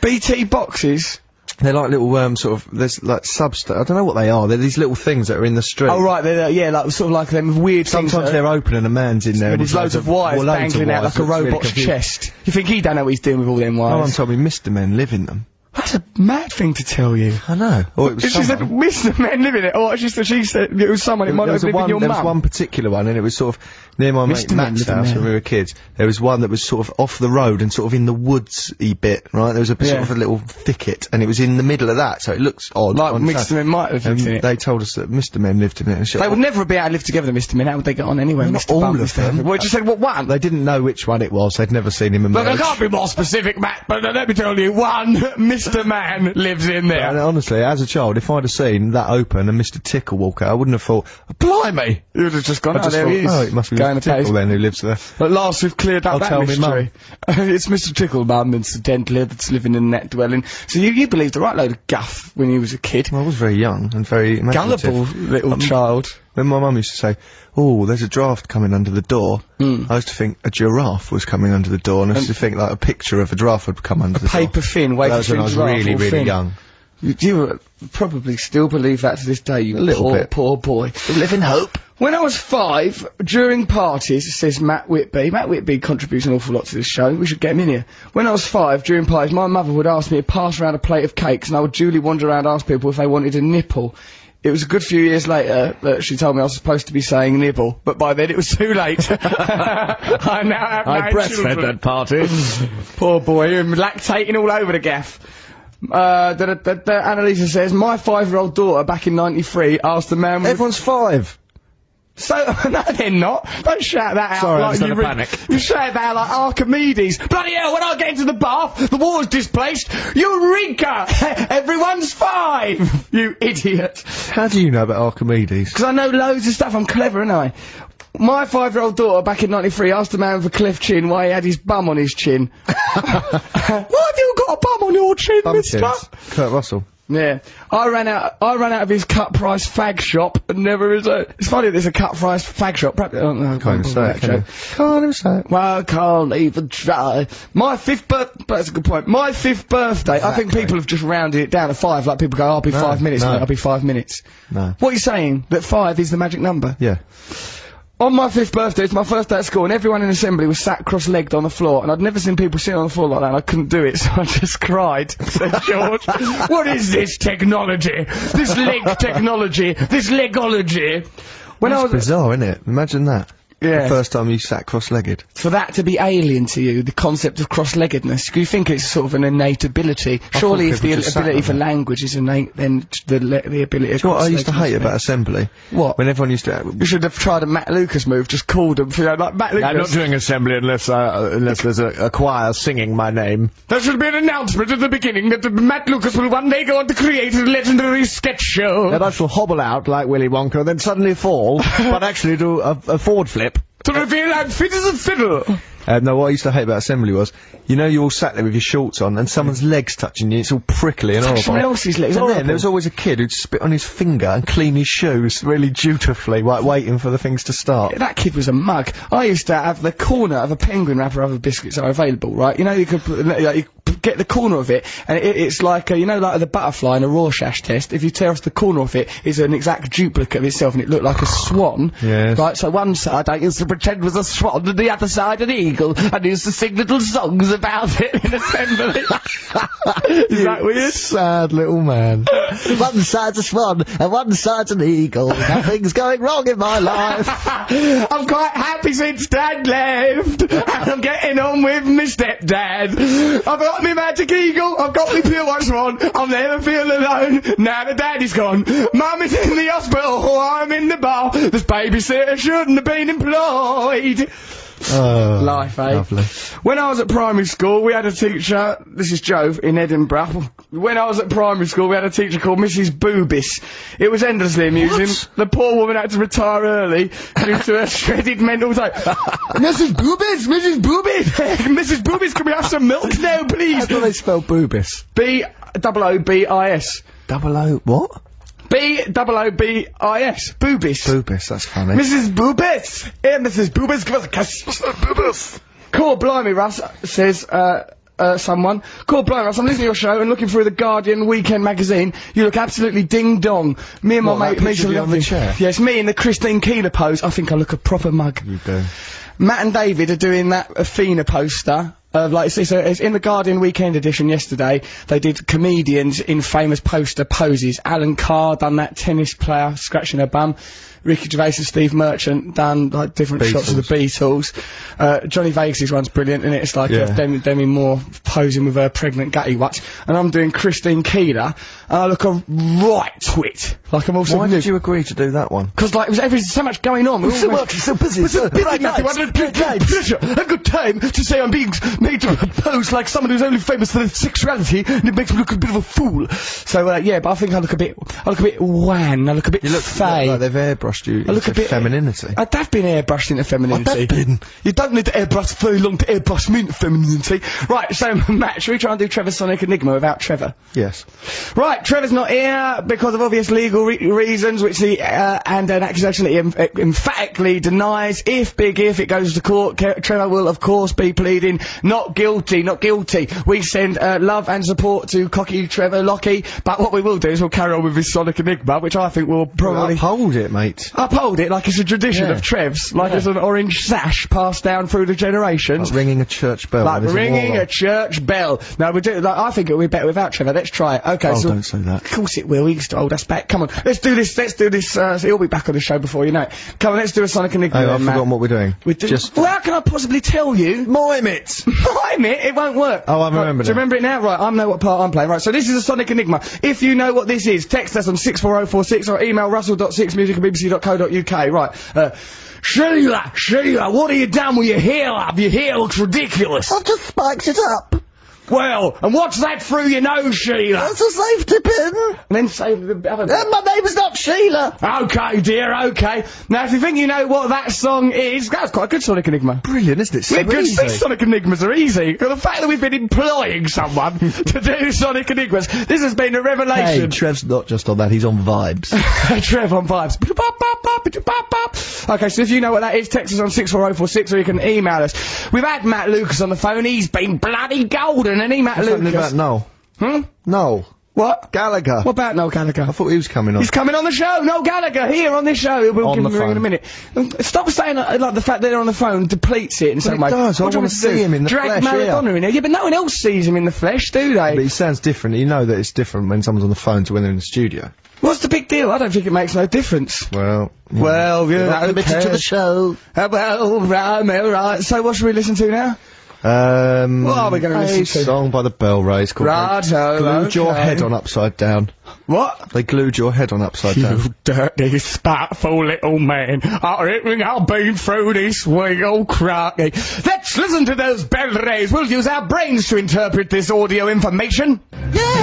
Speaker 1: BT boxes.
Speaker 2: They're like little um, sort of there's like substance. I don't know what they are. They're these little things that are in the street.
Speaker 1: Oh right, they're, uh, yeah, like sort of like them weird things.
Speaker 2: Sometimes
Speaker 1: that-
Speaker 2: they're open and a man's in there.
Speaker 1: with
Speaker 2: and
Speaker 1: his loads of wires
Speaker 2: well, loads of
Speaker 1: dangling out like
Speaker 2: wires.
Speaker 1: a
Speaker 2: It's really
Speaker 1: robot's
Speaker 2: confusing.
Speaker 1: chest. You think he don't know what he's doing with all them
Speaker 2: No one
Speaker 1: wires?
Speaker 2: told me Mr. Men live in them.
Speaker 1: That's a mad thing to tell you.
Speaker 2: I know. Or it was
Speaker 1: She said,
Speaker 2: someone.
Speaker 1: Mr. Man living it. Oh, Or she said, she said it was someone. It might
Speaker 2: there
Speaker 1: have
Speaker 2: was, a
Speaker 1: been
Speaker 2: one,
Speaker 1: your
Speaker 2: there was
Speaker 1: mum.
Speaker 2: one particular one, and it was sort of near my
Speaker 1: Mr.
Speaker 2: mate
Speaker 1: Men
Speaker 2: Matt's
Speaker 1: living
Speaker 2: house
Speaker 1: there.
Speaker 2: when we were kids. There was one that was sort of off the road and sort of in the woodsy bit, right? There was a bit
Speaker 1: Yeah.
Speaker 2: sort of a little thicket, and it was in the middle of that, so it looks odd.
Speaker 1: Like
Speaker 2: on
Speaker 1: Mr.
Speaker 2: the-
Speaker 1: Men might have
Speaker 2: And
Speaker 1: lived in it.
Speaker 2: they told us that Mr. Men lived in it. And shit.
Speaker 1: They would never be able to live together, Mr. Man. How would they get on anyway?
Speaker 2: Not
Speaker 1: Mr.
Speaker 2: all
Speaker 1: Bum,
Speaker 2: of
Speaker 1: Mr. Hefford?
Speaker 2: them.
Speaker 1: Well, she said, what one?
Speaker 2: They didn't know which one it was. They'd never seen him in
Speaker 11: Look, I
Speaker 2: marriage.
Speaker 11: can't be more specific, Matt, but uh, let me tell you,
Speaker 1: <laughs>
Speaker 11: one Mr. Man lives in
Speaker 2: And
Speaker 1: Uh,
Speaker 11: there.
Speaker 2: honestly, as a child, if I'd have seen that open and Mr. Tickle walk out, I wouldn't have thought, blimey!
Speaker 1: You would have just gone,
Speaker 2: I
Speaker 1: oh,
Speaker 2: just
Speaker 1: there
Speaker 2: thought,
Speaker 1: he is.
Speaker 2: oh, it must be
Speaker 1: Going
Speaker 2: Mr.
Speaker 1: to pay his
Speaker 2: Tickle then who lives there.
Speaker 1: At last, we've cleared up
Speaker 2: I'll
Speaker 1: that
Speaker 2: tell me
Speaker 1: mystery. <laughs> it's Mr. Tickle, Mum, incidentally, that's living in that dwelling. So you, you believed a right load of guff when you was a kid.
Speaker 2: Well, I was very young and very imaginative.
Speaker 1: Gullible little child.
Speaker 2: When my mum used to say, oh, there's a draft coming under the door, I used to think a giraffe was coming under the door, and I used to think like a picture of Um, a giraffe would come under the
Speaker 1: Paper
Speaker 2: door.
Speaker 1: thin,
Speaker 2: That
Speaker 1: waiting
Speaker 2: was
Speaker 1: for
Speaker 2: when I was really, really young.
Speaker 1: You, you were- probably still believe that to this day, you
Speaker 2: little
Speaker 1: poor,
Speaker 2: bit.
Speaker 1: poor boy.
Speaker 2: Live in hope.
Speaker 1: When I was five, during parties, says Matt Whitby. Matt Whitby contributes an awful lot to this show. We should get him in here. When I was five, during parties, my mother would ask me to pass around a plate of cakes, and I would duly wander around and ask people if they wanted a nipple. It was a good few years later that she told me I was supposed to be saying nibble, but by then it was too late. <laughs> I now have
Speaker 3: I
Speaker 1: nine
Speaker 3: breastfed
Speaker 1: children.
Speaker 3: that party.
Speaker 1: Poor boy, him lactating all over the gaff. Uh, da, da, da, da, Annalisa says, my five-year-old daughter back in 93 asked the man with
Speaker 2: Everyone's five.
Speaker 1: so <laughs> no, they're not. Don't shout that out
Speaker 2: Sorry, I
Speaker 1: like
Speaker 2: was
Speaker 1: you
Speaker 2: in a
Speaker 1: re-
Speaker 2: panic.
Speaker 1: You shout that out like Archimedes. Bloody hell! When I get into the bath, the water's displaced. Eureka! <laughs> Everyone's five. <laughs> You idiot.
Speaker 2: How do you know about Archimedes?
Speaker 1: Because I know loads of stuff. I'm clever, aren't I? My five-year-old daughter back in '93 asked a man with a cliff chin why he had his bum on his
Speaker 2: <laughs>
Speaker 1: chin. why have you got a bum on your chin, Mister?
Speaker 2: Bumpkins. Kurt Russell.
Speaker 1: Yeah, I ran out. I ran out of his cut price fag shop and never returned. It's funny. There's a cut price fag shop. Perhaps, oh, no, I
Speaker 2: Can't even
Speaker 1: call
Speaker 2: say
Speaker 1: that
Speaker 2: it, can you?
Speaker 1: joke. Well, I can't even try. My fifth birth. but That's a good point. My fifth birthday. I think people have just rounded it down to five. Like people go, "I'll be five minutes.
Speaker 2: no.
Speaker 1: mate, I'll be five minutes."
Speaker 2: No.
Speaker 1: What are you saying? That five is the magic number?
Speaker 2: Yeah.
Speaker 1: On my fifth birthday, it's my first day at school, and everyone in assembly was sat cross-legged on the floor, and I'd never seen people sitting on the floor like that, and I couldn't do it, <laughs> so I just cried. Said
Speaker 2: <laughs>
Speaker 1: George, "What is this technology? This leg technology? This legology?" When I
Speaker 2: That's
Speaker 1: was
Speaker 2: bizarre, isn't it? Imagine that.
Speaker 1: Yeah.
Speaker 2: The first time you sat cross-legged.
Speaker 1: for that to be alien to you, the concept of cross-leggedness, do you think it's sort of an innate ability? Surely, if the
Speaker 2: people just sat
Speaker 1: ability
Speaker 2: like
Speaker 1: for
Speaker 2: that.
Speaker 1: language is innate, then t- the le- the ability. of
Speaker 2: Do you know what I used to hate
Speaker 1: cross-leggedness-
Speaker 2: about assembly?
Speaker 1: What?
Speaker 2: When everyone used to...
Speaker 1: You should have tried a Matt Lucas move. Just called him, you know, like Matt Lucas.
Speaker 3: I'm not doing assembly unless uh, unless there's a, a choir singing my name.
Speaker 11: There should be an announcement at the beginning that uh, Matt Lucas will one day go on to create a legendary sketch show.
Speaker 3: That I shall hobble out like Willy Wonka, then suddenly
Speaker 1: <laughs>
Speaker 3: fall, but actually do a, a forward flip.
Speaker 11: To reveal I'm fit as a fiddle.
Speaker 2: Uh, no, what I used to hate about assembly was, you know, you all sat there with your shorts on and someone's legs touching you. It's all prickly and horrible.
Speaker 1: someone else's legs,
Speaker 2: And
Speaker 1: horrible.
Speaker 2: then there was always a kid who'd spit on his finger and clean his shoes really dutifully, like waiting for the things to start.
Speaker 1: That kid was a mug. I used to have the corner of a penguin wrapper other biscuits that are available, right? You know, you could put, like, you could get the corner of it, and it, it's like, uh, you know, like the butterfly in a Rorschach test. If you tear off the corner of it, it's an exact duplicate of itself, and it looked like a swan.
Speaker 2: Yes.
Speaker 1: Right, so one side,
Speaker 11: But I used to pretend was a swan and the other side an eagle and used to sing little songs about it in assembly.
Speaker 1: <laughs> is that weird?
Speaker 2: Sad little man.
Speaker 4: <laughs> One side's a swan and one side's an eagle. Nothing's going wrong in my life.
Speaker 11: I'm quite happy since Dad left, and I'm getting on with my stepdad. I've got my magic eagle, I've got my pure white swan, I'll never feel alone. Now that Daddy's gone, Mum is in the hospital, or I'm in the bar. This babysitter shouldn't have been employed.
Speaker 2: <laughs> Oh,
Speaker 1: Life, eh?
Speaker 2: Lovely.
Speaker 1: When I was at primary school, we had a teacher, this is Joe in Edinburgh. When I was at primary school, we had a teacher called Mrs. Boobis. It was endlessly amusing. The poor woman had to retire early due to her <laughs> shredded mental <laughs> type. Mrs. Boobis! Mrs. Boobis! <laughs> Mrs. Boobis, can we have some milk now,
Speaker 2: How
Speaker 1: please?
Speaker 2: do they spell boobis?
Speaker 1: B double O B I S.
Speaker 2: Double O what?
Speaker 1: B double O B I S. Boobis.
Speaker 2: Boobis, that's funny.
Speaker 1: Mrs. Boobis! Here, Mrs. Boobis, give us a kiss. Mrs. Boobis! Cool, blimey, Russ, says, uh, uh, someone called Blind Mouse. I'm listening to your show and looking through the Guardian weekend magazine. You look absolutely ding dong. Me and my
Speaker 2: What,
Speaker 1: mate
Speaker 2: that
Speaker 1: Misha
Speaker 2: picture of you on the
Speaker 1: Loving-
Speaker 2: chair?
Speaker 1: Yes, me in the Christine Keeler pose. I think I look a proper mug.
Speaker 2: You do.
Speaker 1: Matt and David are doing that Athena poster. Of like, so, so it's in the Guardian Weekend edition yesterday. They did comedians in famous poster poses. Alan Carr done that tennis player scratching her bum. Ricky Gervais and Steve Merchant done like different shots of the Beatles. Uh, Johnny Vegas's one's brilliant, and it's like
Speaker 2: Yeah.
Speaker 1: uh, Demi, Demi Moore posing with her pregnant gutty watch. And I'm doing Christine Keeler, and I look a right twit. Like I'm also
Speaker 2: Why did you agree to do that one?
Speaker 1: because like it was every so much going on. We all-
Speaker 2: so busy.
Speaker 1: it's a big Matthew, I don't take pleasure and good time to say I'm being made to pose like someone who's only famous for their sexuality, and it makes me look a bit of a fool. So uh, yeah, but I think I look a bit, I look a bit wan, I look a bit
Speaker 2: You look
Speaker 1: fey.
Speaker 2: like they've airbrushed you
Speaker 1: I look
Speaker 2: into
Speaker 1: a bit
Speaker 2: femininity.
Speaker 1: I have been airbrushed into femininity.
Speaker 2: I have been.
Speaker 1: You don't need to airbrush very long to airbrush me into femininity. Right, so <laughs> Matt, should we try and do Trevor Sonic Enigma without Trevor?
Speaker 2: yes.
Speaker 1: Right, Trevor's not here because of obvious legal re- reasons, which he, uh, and an accusation that he em- emphatically denies. If big if it goes to court, Ke- Trevor will of course be pleading not guilty, not guilty. We send uh, love and support to cocky Trevor Lockie, but what we will do is we'll carry on with his Sonic Enigma, which I think will probably
Speaker 2: Uphold it, mate.
Speaker 1: uphold it like it's a tradition of Trev's, like it's an orange sash passed down through the generations.
Speaker 4: Oh,
Speaker 2: Like ringing a church bell.
Speaker 1: Like
Speaker 2: when there's
Speaker 1: ringing
Speaker 2: war
Speaker 1: a
Speaker 2: on.
Speaker 1: church bell. No, we do. Like, I think it would be better without Trevor. Let's try it. Okay.
Speaker 2: Oh,
Speaker 1: so
Speaker 2: don't say that.
Speaker 1: Of course it will. He used to hold us back. Come on. Let's do this. Let's do this. Uh, so he'll be back on the show before you know it. Come on. Let's do a Sonic Enigma.
Speaker 2: Oh,
Speaker 1: then,
Speaker 2: I've
Speaker 1: Matt.
Speaker 2: forgotten what we're doing.
Speaker 1: We're do-
Speaker 2: Just
Speaker 1: well, how can I possibly tell you?
Speaker 2: mime it.
Speaker 1: <laughs> Mime it. It won't work.
Speaker 2: Oh, I
Speaker 1: Right,
Speaker 2: remember
Speaker 1: Do you
Speaker 2: now.
Speaker 1: remember it now? Right. I know what part I'm playing. Right. So this is a Sonic Enigma. If you know what this is, text us on six four zero four six or email russell.6music at bbc.co.uk. Right. Uh, Sheila, Sheila, what are you done with your hair up? Your hair looks ridiculous.
Speaker 4: I've just spiked it up.
Speaker 1: Well, and what's that through your nose, Sheila?
Speaker 4: That's a safety pin.
Speaker 1: And then say the other
Speaker 4: And my name is not Sheila.
Speaker 1: Okay, dear, okay. Now, if you think you know what that song is, that's quite a good Sonic Enigma.
Speaker 2: Brilliant, isn't it? So
Speaker 1: We're good.
Speaker 2: easy.
Speaker 1: These Sonic Enigmas are easy. The fact that we've been employing
Speaker 2: <laughs>
Speaker 1: someone to do Sonic Enigmas, this has been a
Speaker 2: Hey,
Speaker 1: revelation.
Speaker 2: Trev's not just on that, he's on vibes.
Speaker 1: Trev on vibes. Okay, so if you know what that is, text us on 64046 or you can email us. We've had Matt Lucas on the phone. He's been bloody golden, and he, Matt
Speaker 2: What's happening
Speaker 1: Lucas?
Speaker 2: about Noel?
Speaker 1: Hmm?
Speaker 2: Noel.
Speaker 1: What?
Speaker 2: Gallagher.
Speaker 1: What about Noel Gallagher?
Speaker 2: I thought he was coming on.
Speaker 1: He's coming on the show. Noel Gallagher here on this show. We'll
Speaker 2: On
Speaker 1: give
Speaker 2: the
Speaker 1: him a ring in a
Speaker 2: phone.
Speaker 1: minute. Um, Stop saying uh, like the fact that they're on the phone depletes it in some
Speaker 2: it
Speaker 1: way.
Speaker 2: does. I
Speaker 1: What do you
Speaker 2: wanna
Speaker 1: want me to
Speaker 2: see
Speaker 1: do?
Speaker 2: him in the
Speaker 1: Drag
Speaker 2: flesh, yeah.
Speaker 1: Maradona in there. Yeah, but no one else sees him in the flesh, do they?
Speaker 2: But he sounds different. You know that it's different when someone's on the phone to when they're in the studio.
Speaker 1: What's the big deal? I don't think it makes no difference.
Speaker 2: Well, yeah.
Speaker 1: Well, yeah,
Speaker 4: Admitted to the show.
Speaker 1: Uh, well, right, mate, right. So what should we listen to now?
Speaker 2: um,
Speaker 1: What are we gonna
Speaker 2: a
Speaker 1: listen to?
Speaker 2: song by the Bell Rays called
Speaker 1: Righto,
Speaker 2: They Glued Your
Speaker 1: okay.
Speaker 2: Head on Upside Down.
Speaker 1: What?
Speaker 2: They glued your head on upside down.
Speaker 1: dirty, spiteful little man. After everything I've been through this week, oh cracky. Let's listen to those bell rays. We'll use our brains to interpret this audio information.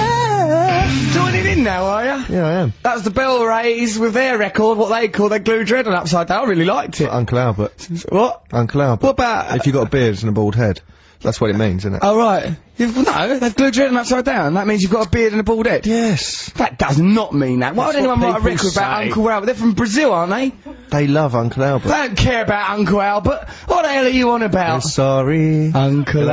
Speaker 4: Yeah.
Speaker 1: Joining in now, are you?
Speaker 2: Yeah, I am.
Speaker 1: That was the Bell Rays with their record, what they call their glue dread and upside down. I really liked it.
Speaker 2: Uncle Albert.
Speaker 1: What?
Speaker 2: Uncle Albert.
Speaker 1: What about?
Speaker 2: If you've got a beard and a bald head, that's what it means, isn't it?
Speaker 1: oh right. You've, no, they've glued dread and upside down. That means you've got a beard and a bald head.
Speaker 2: yes.
Speaker 1: That does not mean that. Why would
Speaker 2: That's what
Speaker 1: anyone write a
Speaker 2: people
Speaker 1: record about
Speaker 2: say.
Speaker 1: Uncle Albert? They're from Brazil, aren't they? They
Speaker 2: They love Uncle Albert.
Speaker 1: don't care about Uncle Albert. What the hell are you on
Speaker 2: I'm
Speaker 1: about?
Speaker 2: sorry.
Speaker 1: Uncle
Speaker 2: Do you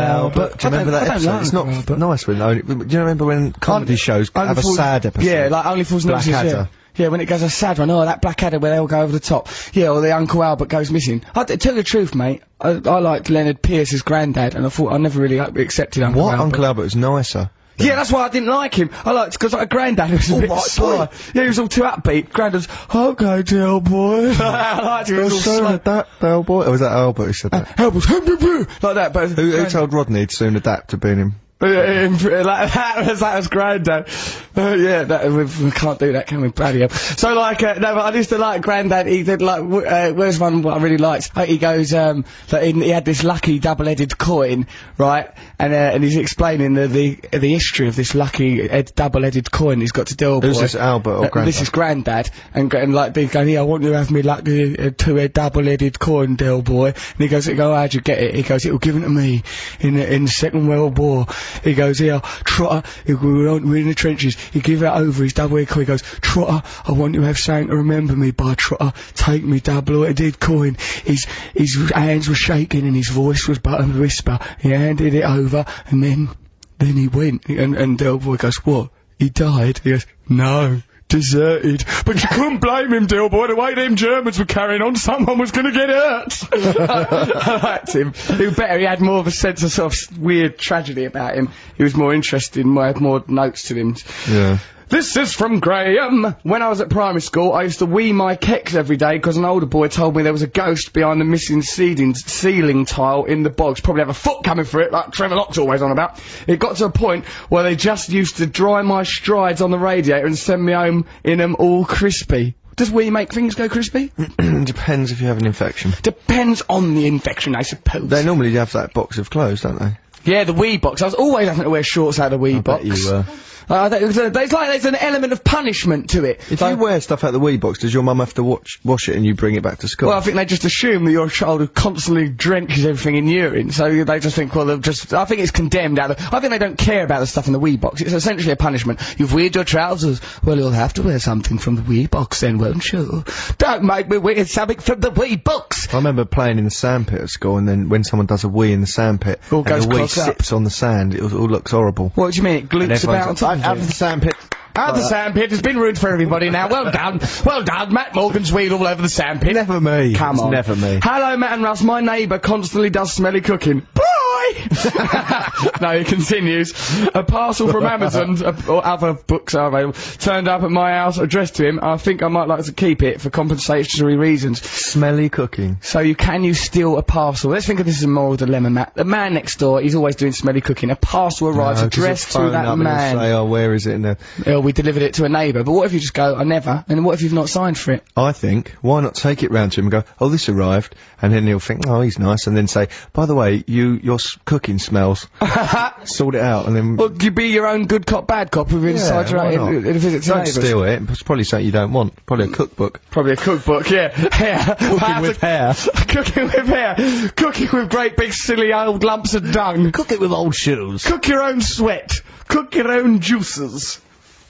Speaker 2: remember that episode? it's not nice when only, do you remember when comedy shows have a sad episode?
Speaker 1: Yeah, like Only Fools and Horses,
Speaker 2: Blackadder.
Speaker 1: Yeah. yeah, when it goes a sad one, oh, that Blackadder where they all go over the top. Yeah, or the Uncle Albert goes missing. I d- tell you the truth, mate. I, I liked Leonard Pierce's granddad, and I thought I never really like, accepted Uncle
Speaker 2: what
Speaker 1: Albert.
Speaker 2: Uncle Albert Oh, was nicer?
Speaker 1: Yeah, that's why I didn't like him. I liked because like, granddad was a bit
Speaker 2: right,
Speaker 1: sly. Yeah, he was all too upbeat. Granddad's okay, dear boy. <laughs> I liked him. He was all
Speaker 2: Soon
Speaker 1: slow.
Speaker 2: adapt, thou boy. Or Oh, was that Uh, Albert who said that?
Speaker 1: Help us, <laughs> help me, like that. But
Speaker 2: Who, who told Rodney he'd soon adapt to being him?
Speaker 1: Uh, um, like <laughs> that was that was Grandad. Uh, yeah, that, we, we can't do that, can we? Bloody hell. So like, uh, no, but I used to like Grandad. He did like, w- uh, where's one what I really liked? Uh, he goes, um, that he, he had this lucky double-headed coin, right? And uh, and he's explaining the the the history of this lucky head, double-headed coin he's got to deal with.
Speaker 2: Who's this, Albert or
Speaker 1: Uh, This
Speaker 2: Grandad?
Speaker 1: is Grandad, and, gra- and like they go, yeah, I want you to have me like the uh, two-head double-headed coin deal, boy. And he goes, go, how'd you get it? He goes, it was given to me in the, in the Second World War. He goes, yeah, Trotter, he- we were, on, we were in the trenches. He give it over his double-headed coin. He goes, Trotter, I want you to have something to remember me by, Trotter. Take me double-headed coin. His his hands were shaking and his voice was but a whisper. He handed it over over, and then, then he went, and, and the old boy goes, what? He died? He goes, no. Deserted, but you couldn't blame him, dear boy. The way them Germans were carrying on, someone was going to get hurt. <laughs> I liked him. He was better. He had more of a sense of sort of weird tragedy about him. He was more interesting. I had more notes to him.
Speaker 2: Yeah.
Speaker 1: This is from Graham. When I was at primary school, I used to wee my kecks every day because an older boy told me there was a ghost behind the missing ceiling, ceiling tile in the bogs. Probably have a foot coming for it, like Trevor Locke's always on about. It got to a point where they just used to dry my strides on the radiator and send me home in 'em all crispy. Does wee make things go crispy?
Speaker 2: <clears throat> Depends if you have an infection.
Speaker 1: Depends on the infection, I suppose.
Speaker 2: They normally have that box of clothes, don't they?
Speaker 1: yeah, the wee box. I was always having to wear shorts out of the wee box.
Speaker 2: you, uh,
Speaker 1: Uh, there- there's, a- there's like there's an element of punishment to it.
Speaker 2: If you wear stuff out the wee box, does your mum have to watch, wash it and you bring it back to school?
Speaker 1: Well, I think they just assume that you're a child who constantly drenches everything in urine, so they just think, well, they've just. I think it's condemned out of. I think they don't care about the stuff in the wee box. It's essentially a punishment. You've weird your trousers. Well, you'll have to wear something from the wee box then, won't you? Don't make me wear something from the wee box.
Speaker 2: I remember playing in the sandpit at school, and then when someone does a wee in the sandpit,
Speaker 1: All
Speaker 2: and
Speaker 1: goes
Speaker 2: the wee
Speaker 1: cock up.
Speaker 2: sits on the sand, it all all looks horrible.
Speaker 1: What do you mean? It glutes about on top of
Speaker 2: Everyone's like, out of
Speaker 1: you?
Speaker 2: the sandpit.
Speaker 1: Out of the sandpit has been ruined for everybody now. Well done. Well done. Matt Morgan's wheeled all over the sandpit.
Speaker 2: Never me.
Speaker 1: Come
Speaker 2: It's
Speaker 1: on.
Speaker 2: Never me.
Speaker 1: Hello, Matt and Russ. My neighbour constantly does smelly cooking. Boy! <laughs> no, he continues. A parcel from Amazon uh, or other books are available turned up at my house addressed to him. I think I might like to keep it for compensatory reasons.
Speaker 2: Smelly cooking.
Speaker 1: So you can you steal a parcel? Let's think of this as a moral dilemma, Matt. The man next door, he's always doing smelly cooking. A parcel arrives
Speaker 2: No, 'cause
Speaker 1: addressed
Speaker 2: you'll
Speaker 1: to
Speaker 2: phone
Speaker 1: that
Speaker 2: up and you'll
Speaker 1: man.
Speaker 2: Say, oh, where is it? now?
Speaker 1: Oh, we delivered it to a neighbour. But what if you just go, I never? And what if you've not signed for it?
Speaker 2: I think why not take it round to him and go, oh, this arrived, and then he'll think, oh, he's nice, and then say, by the way, you your s-
Speaker 1: <laughs>
Speaker 2: cooking smells. Sort it out, and then
Speaker 1: Or could you be your own good cop, bad cop with inside your
Speaker 2: why not?
Speaker 1: own in a visit to
Speaker 2: don't
Speaker 1: neighbours?
Speaker 2: steal it. It's probably something you don't want. Probably a cookbook.
Speaker 1: Probably a cookbook, yeah.
Speaker 2: <laughs>
Speaker 1: Hair. Cooking
Speaker 2: with hair.
Speaker 1: <laughs> cooking with hair. Cooking with great big silly old lumps of dung.
Speaker 4: Cook it with old shoes.
Speaker 1: Cook your own sweat. Cook your own juices.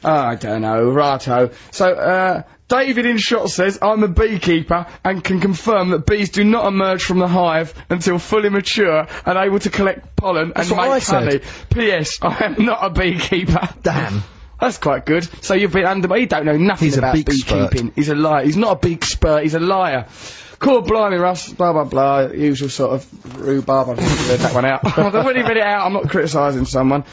Speaker 1: Oh, I don't know, righto. So, uh, David in shot says, I'm a beekeeper and can confirm that bees do not emerge from the hive until fully mature and able to collect pollen and
Speaker 2: what
Speaker 1: make
Speaker 2: I said.
Speaker 1: honey. P.S. I am not a beekeeper.
Speaker 2: Damn.
Speaker 1: That's quite good. So you've been under. You don't know nothing
Speaker 2: He's a
Speaker 1: about
Speaker 2: big spurt.
Speaker 1: beekeeping. He's a liar. He's not a big spurt. He's a liar. Call blimey Russ. Blah blah blah. Usual sort of rhubarb. I've just read that one out. <laughs> I've already read it out. I'm not criticising someone.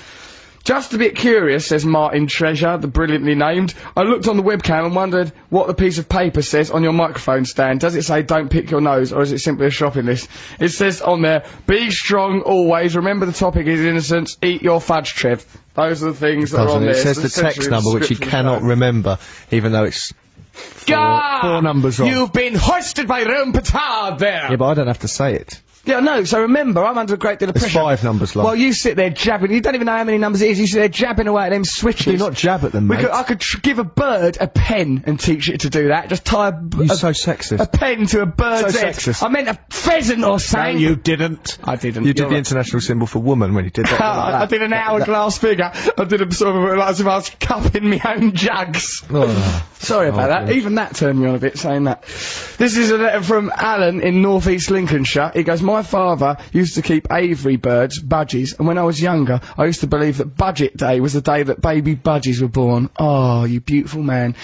Speaker 1: Just a bit curious, says Martin Treasure, the brilliantly named. I looked on the webcam and wondered what the piece of paper says on your microphone stand. Does it say don't pick your nose or is it simply a shopping list? It says on there, be strong always, remember the topic is innocence, eat your fudge, Trev. Those are the things that are on
Speaker 2: doesn't
Speaker 1: there.
Speaker 2: it? It says
Speaker 1: It's
Speaker 2: the text
Speaker 1: essentially
Speaker 2: number, which you
Speaker 1: description of
Speaker 2: cannot
Speaker 1: the
Speaker 2: remember, even though it's four,
Speaker 1: Gah!
Speaker 2: four numbers wrong.
Speaker 1: You've been hoisted by your own petard there.
Speaker 2: Yeah, but I don't have to say it.
Speaker 1: Yeah, no, so remember, I'm under a great deal of
Speaker 2: It's
Speaker 1: pressure.
Speaker 2: five numbers long.
Speaker 1: Well, you sit there jabbing. You don't even know how many numbers it is. You sit there jabbing away at them switches.
Speaker 2: do not jab at them,
Speaker 1: We
Speaker 2: mate.
Speaker 1: could, I could tr- give a bird a pen and teach it to do that. Just tie a, b-
Speaker 2: You're
Speaker 1: a-
Speaker 2: so sexist.
Speaker 1: a pen to a bird's
Speaker 2: So
Speaker 1: head.
Speaker 2: sexist.
Speaker 1: I meant a pheasant or something.
Speaker 2: didn't.
Speaker 1: I didn't.
Speaker 2: You did
Speaker 1: You're
Speaker 2: the
Speaker 1: right.
Speaker 2: international symbol for woman when you <laughs> did
Speaker 1: <laughs>
Speaker 2: that.
Speaker 1: I, I
Speaker 2: like that.
Speaker 1: did an hourglass figure. I did a sort of as if I was cupping my own jugs.
Speaker 2: Oh.
Speaker 1: Sorry about that. Even that turned me on a bit saying that. This is a letter from Alan in North East Lincolnshire. He goes, My father used to keep Avery birds, budgies, and when I was younger, I used to believe that Budget Day was the day that baby budgies were born. Oh, you beautiful man.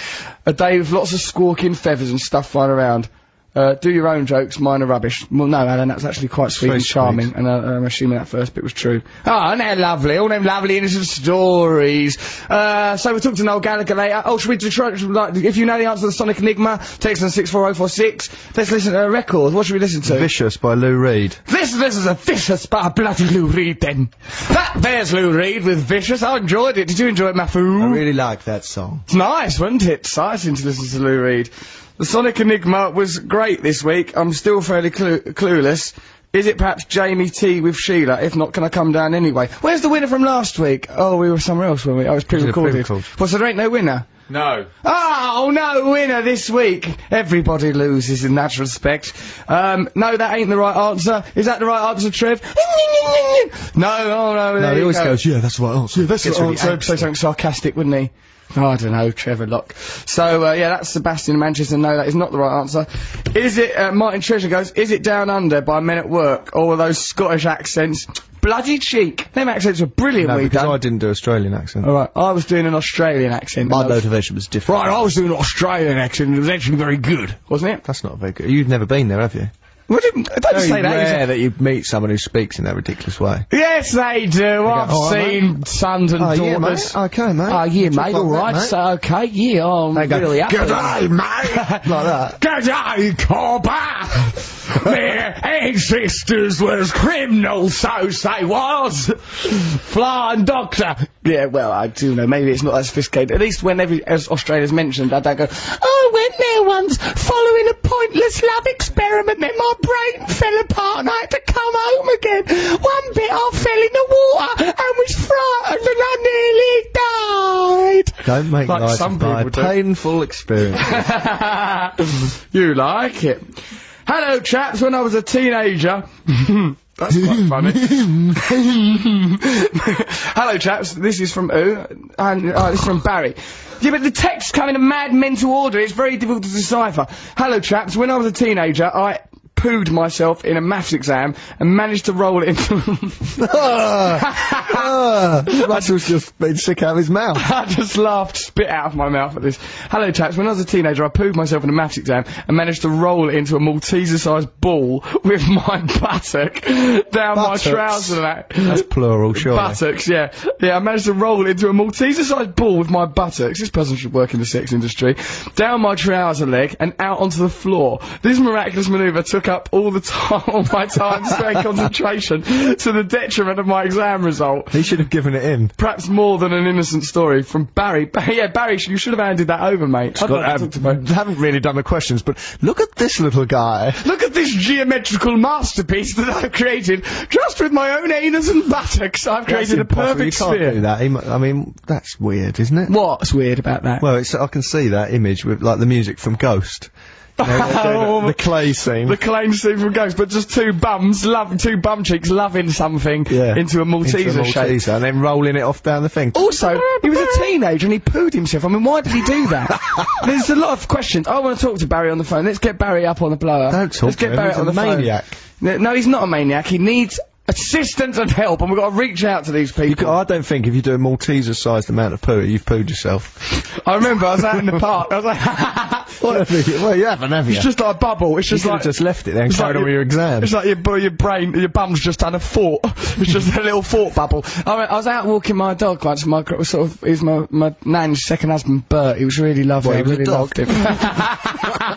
Speaker 1: A day with lots of squawking feathers and stuff flying around. Uh, do your own jokes, mine are rubbish. Well, no, Alan, that's actually quite sweet
Speaker 2: very
Speaker 1: and charming,
Speaker 2: sweet.
Speaker 1: and uh, I'm assuming that first bit was true. Ah, and they're lovely, all them lovely innocent stories. Uh, so we talked to Noel Gallagher later. Oh, should we do try, like, if you know the answer to the Sonic Enigma, text on 64046. Let's listen to a record. What should we listen to?
Speaker 2: Vicious by Lou Reed.
Speaker 1: This this is a vicious by bloody Lou Reed then. That there's Lou Reed with vicious. I enjoyed it. Did you enjoy it, Mafu?
Speaker 2: like that song.
Speaker 1: It's nice, wasn't it? Exciting to listen to Lou Reed. The Sonic Enigma was great this week. I'm still fairly clu- clueless. Is it perhaps Jamie T with Sheila? If not, can I come down anyway? Where's the winner from last week? Oh, we were somewhere else, weren't we? I was pre-recorded.
Speaker 2: pre-record.
Speaker 1: Well, so there ain't no winner.
Speaker 3: No.
Speaker 1: Oh, no winner this week. Everybody loses in that respect. Um, no, that ain't the right answer. Is that the right answer, Trev? no, oh no. oh,
Speaker 2: No,
Speaker 1: there
Speaker 2: he
Speaker 1: you
Speaker 2: always
Speaker 1: go.
Speaker 2: goes, yeah, that's what I answered.
Speaker 1: That's
Speaker 2: Gets
Speaker 1: what
Speaker 2: really
Speaker 1: answer. Say something sarcastic, wouldn't he? Oh, I don't know, Trevor Locke. So, uh, yeah, that's Sebastian in Manchester. No, that is not the right answer. Is it, uh, Martin Treasure goes, is it Down Under by Men at Work? All of those Scottish accents. Bloody cheek. Them accents were brilliant
Speaker 2: No,
Speaker 1: we
Speaker 2: because
Speaker 1: done.
Speaker 2: I didn't do Australian accent.
Speaker 1: Alright, I was doing an Australian accent.
Speaker 2: My
Speaker 1: and I was-
Speaker 2: motivation was different.
Speaker 3: Right, I was doing an Australian accent. It was actually very good.
Speaker 1: Wasn't it?
Speaker 2: That's not very good. You've never been there, have you?
Speaker 1: Well, didn't, don't
Speaker 2: Very
Speaker 1: say that. is
Speaker 2: rare
Speaker 1: it?
Speaker 2: that you meet someone who speaks in that ridiculous way.
Speaker 1: Yes, they do. I've
Speaker 2: "All right,
Speaker 1: seen sons and daughters.
Speaker 2: Okay, Oh, mate.
Speaker 11: Oh, yeah, mate,
Speaker 2: Talk like
Speaker 11: all right,
Speaker 2: that, mate.
Speaker 11: so, okay, yeah, I'm
Speaker 2: They go,
Speaker 11: really up
Speaker 2: "Good
Speaker 11: for it."
Speaker 2: eye, mate. like that.
Speaker 3: G'day, Cobber! Their ancestors was criminals, so they was!
Speaker 11: Flying doctor!
Speaker 1: Yeah, well, I do know. Maybe it's not that sophisticated. At least when every as Australia's mentioned, I don't go,
Speaker 11: I "Oh, went there once, following a pointless love experiment, then my brain fell apart and I had to come home again. One bit I fell in the water and was frightened and I nearly died!
Speaker 2: Don't make
Speaker 1: Like
Speaker 2: life
Speaker 1: some
Speaker 2: by
Speaker 1: people do.
Speaker 2: painful
Speaker 4: <laughs>
Speaker 2: experience.
Speaker 1: you like it. Hello, chaps. When I was a teenager. <laughs> That's quite funny. <laughs> Hello, chaps. This is from who? And uh, this is from Barry. Yeah, but the texts come in a mad mental order. It's very difficult to decipher. Hello, chaps. When I was a teenager, I pooed myself in a maths exam and managed to roll it into. <laughs>
Speaker 2: Ah, Russell's just been sick out of his mouth.
Speaker 1: <laughs> I just laughed, spit out of my mouth at this. Hello, chaps. When I was a teenager, I pooed myself in a maths exam and managed to roll it into a Malteser-sized ball <laughs> with my buttock down my
Speaker 2: Buttocks.
Speaker 1: trouser leg.
Speaker 2: That's plural,
Speaker 1: <laughs>
Speaker 2: sure.
Speaker 1: Buttocks, yeah. Yeah, I managed to roll into a Malteser-sized ball with my buttocks. This person should work in the sex industry. Down my trouser leg and out onto the floor. This miraculous manoeuvre took up all the time, <laughs> all my time,
Speaker 2: <laughs>
Speaker 1: spent concentration to the detriment of my exam result.
Speaker 2: He should have given it in.
Speaker 1: Perhaps more than an innocent story from Barry. <laughs> Barry yeah, Barry, you should have handed that over, mate. I'd like to talk to Barry.
Speaker 2: I haven't really done the questions, but look at this little guy.
Speaker 1: Look at this geometrical masterpiece that I've created just with my own anus and buttocks. I've created a perfect
Speaker 2: you can't Do
Speaker 1: sphere.
Speaker 2: that. He mu- I mean, that's weird, isn't it?
Speaker 1: What's weird about that?
Speaker 2: Well, it's, I can see that image with like the music from Ghost.
Speaker 1: <laughs>
Speaker 2: You know, they're doing the clay scene.
Speaker 1: Oh, the claim scene from Ghost, but just two bums, love, two bum cheeks loving something
Speaker 2: Yeah.
Speaker 1: into a Malteser,
Speaker 2: Into a
Speaker 1: shape.
Speaker 2: Malteser, and then rolling it off down the thing.
Speaker 1: Also, he was a teenager and he pooed himself. I mean, why did he do that?
Speaker 2: <laughs>
Speaker 1: There's a lot of questions. I want to talk to Barry on the phone. Let's get Barry up on the blower.
Speaker 2: Don't talk
Speaker 1: Let's
Speaker 2: to
Speaker 1: get
Speaker 2: him.
Speaker 1: Barry
Speaker 2: He's
Speaker 1: up
Speaker 2: a
Speaker 1: on the phone.
Speaker 2: maniac.
Speaker 1: No, no, he's not a maniac. He needs assistance and help, and we've got to reach out to these people.
Speaker 2: You ca- I don't think if you do a Malteser-sized amount of poo, you've pooed yourself.
Speaker 1: I remember I was out in the park. I was like, <laughs>
Speaker 2: well, you haven't, have you?
Speaker 1: it's just like a bubble. It's
Speaker 2: You
Speaker 1: just
Speaker 2: could
Speaker 1: like
Speaker 2: have just left it there and
Speaker 1: it's like
Speaker 2: carried on with
Speaker 1: you-
Speaker 2: your exam.
Speaker 1: It's like your bu- your brain, your bum's just done a fort. <laughs> It's just a little fort bubble. I, went- I was out walking my dog once. My gr- sort of, he was my my nan's second husband, Bert. He was really lovely. I
Speaker 2: was a
Speaker 1: really
Speaker 2: dog?
Speaker 1: loved him.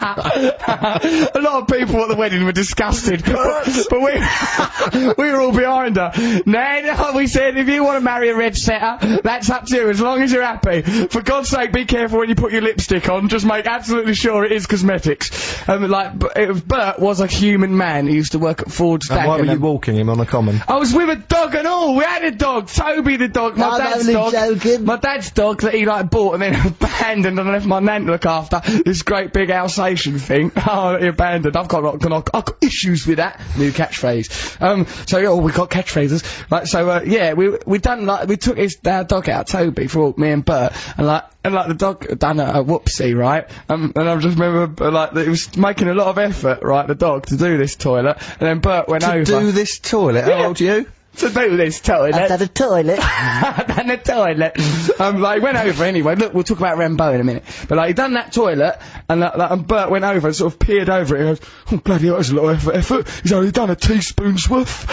Speaker 1: a lot of people at the wedding were disgusted, <laughs> but, but we <laughs> we were all behind her. Nan, <laughs> we said, if you want to marry a red setter, that's up to you. As long as you're happy. For God's sake, be careful when you put your lipstick on. Just make absolutely sure it is cosmetics. And like, B- it was, Bert was a human man. He used to work at Ford's.
Speaker 2: and why were you
Speaker 1: Dagenham.
Speaker 2: walking him on the common?
Speaker 1: I was with a dog and all. We had a dog, Toby the dog, my
Speaker 4: I'm
Speaker 1: dad's
Speaker 4: only
Speaker 1: dog.
Speaker 4: joking.
Speaker 1: My dad's dog that he like bought and then <laughs> abandoned and left my nan to look after. This great big Alsatian thing. <laughs> Oh, he abandoned. I've got, I've got, I've got issues with that. New catchphrase. Um, so yeah, oh, we got catchphrases. Like, so, uh, yeah, we, we done like, we took his, our dog out, Toby, for me and Bert, and like, and like the dog had done a, a whoopsie, right? Um, and I just remember, uh, like, that he was making a lot of effort, right, the dog, to do this toilet, and then Bert went
Speaker 2: To
Speaker 1: over
Speaker 2: do this toilet, how old are you?
Speaker 1: to do this toilet
Speaker 4: I've done a <laughs> toilet.
Speaker 1: <laughs> and the toilet. Um, like went over anyway. Look, we'll talk about Rambo in a minute. But like he done that toilet, and like, like, and Bert went over and sort of peered over it. And goes, "Oh bloody, hell, that was a lot of effort. effort. He's only done a teaspoon's worth."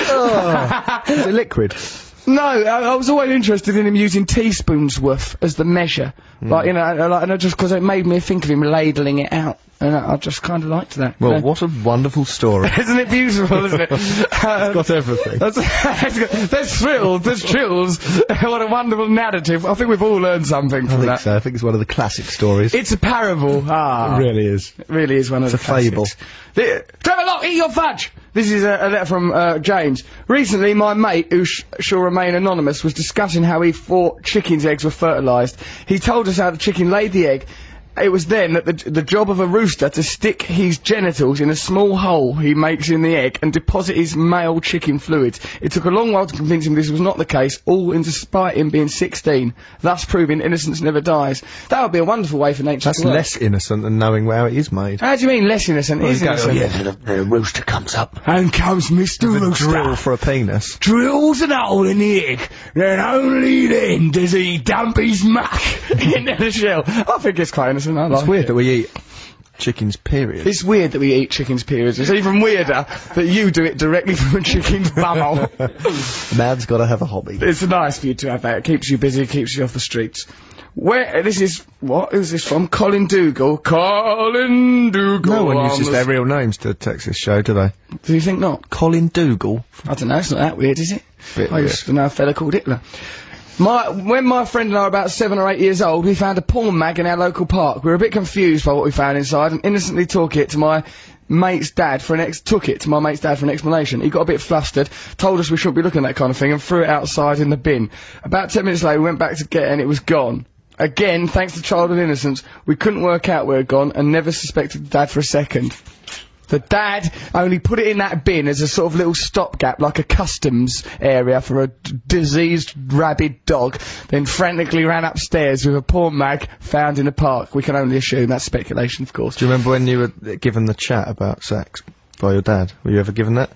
Speaker 2: Is it liquid?
Speaker 1: <laughs> No, I, I was always interested in him using teaspoons worth as the measure.
Speaker 2: Hmm.
Speaker 1: Like you know, and, and, like, and I just because it made me think of him ladling it out, and I, I just kind of liked that.
Speaker 2: Well,
Speaker 1: Yeah.
Speaker 2: what a
Speaker 1: <laughs>
Speaker 2: wonderful story.
Speaker 1: Isn't it beautiful, isn't
Speaker 2: <laughs>
Speaker 1: it? Uh, <laughs>
Speaker 2: Got everything.
Speaker 1: That's, there's thrills, there's chills. <laughs> what a wonderful narrative. I think we've all learned something
Speaker 2: I
Speaker 1: from
Speaker 2: think
Speaker 1: that.
Speaker 2: so. I think it's one of the classic stories.
Speaker 1: It's a parable. Ah,
Speaker 2: It really is.
Speaker 1: it really is one of
Speaker 2: It's
Speaker 1: the
Speaker 2: a fable.
Speaker 1: classics. The- Trevor Locke, eat your fudge. This is a, a letter from uh, James. Recently, my mate, who sh- shall remain anonymous, was discussing how he thought chickens' eggs were fertilised. He told us how the chicken laid the egg. it was then that the, the job of a rooster to stick his genitals in a small hole he makes in the egg and deposit his male chicken fluids. It took a long while to convince him this was not the case, all in despite him being 16, thus proving innocence never dies. That would be a wonderful way for nature
Speaker 2: That's
Speaker 1: to work.
Speaker 2: less innocent than knowing how it is made.
Speaker 1: How do you mean less innocent? It is innocent.
Speaker 11: the, the rooster comes up.
Speaker 1: And comes Mr.
Speaker 2: The
Speaker 1: Rooster.
Speaker 2: drill for a penis.
Speaker 11: drills an hole in the egg, then only then does he dump his muck. <laughs>
Speaker 1: into the shell. I think it's quite innocent. I like
Speaker 2: It's weird that we eat chickens, period.
Speaker 1: It's weird that we eat chicken's periods. It's even weirder that you do it directly <laughs> from a chicken's bumhole.
Speaker 2: Man's gotta have a hobby.
Speaker 1: <laughs> it's nice for you to have that. It keeps you busy, it keeps you off the streets. Where this is what is this from? Colin Dougal. Colin Dougal.
Speaker 2: No one
Speaker 1: on
Speaker 2: uses
Speaker 1: the-
Speaker 2: their real names to a Texas show, do they?
Speaker 1: Do you think not?
Speaker 2: Colin Dougal.
Speaker 1: I don't know. It's not that weird, is it?
Speaker 2: Bit
Speaker 1: I used to know a fella called Hitler. My, when my friend and I were about seven or eight years old, we found a porn mag in our local park. We were a bit confused by what we found inside and innocently took it to my mate's dad for an ex- took it to my mate's dad for an explanation. He got a bit flustered, told us we shouldn't be looking at that kind of thing and threw it outside in the bin. About ten minutes later, we went back to get it and it was gone. Again, thanks to childhood innocence, we couldn't work out where it had gone and never suspected the dad for a second. The dad only put it in that bin as a sort of little stopgap, like a customs area for a d- diseased rabid dog, then frantically ran upstairs with a porn mag found in the park. We can only assume that's speculation, of course.
Speaker 2: Do you remember when you were given the chat about sex by your dad? Were you ever given that?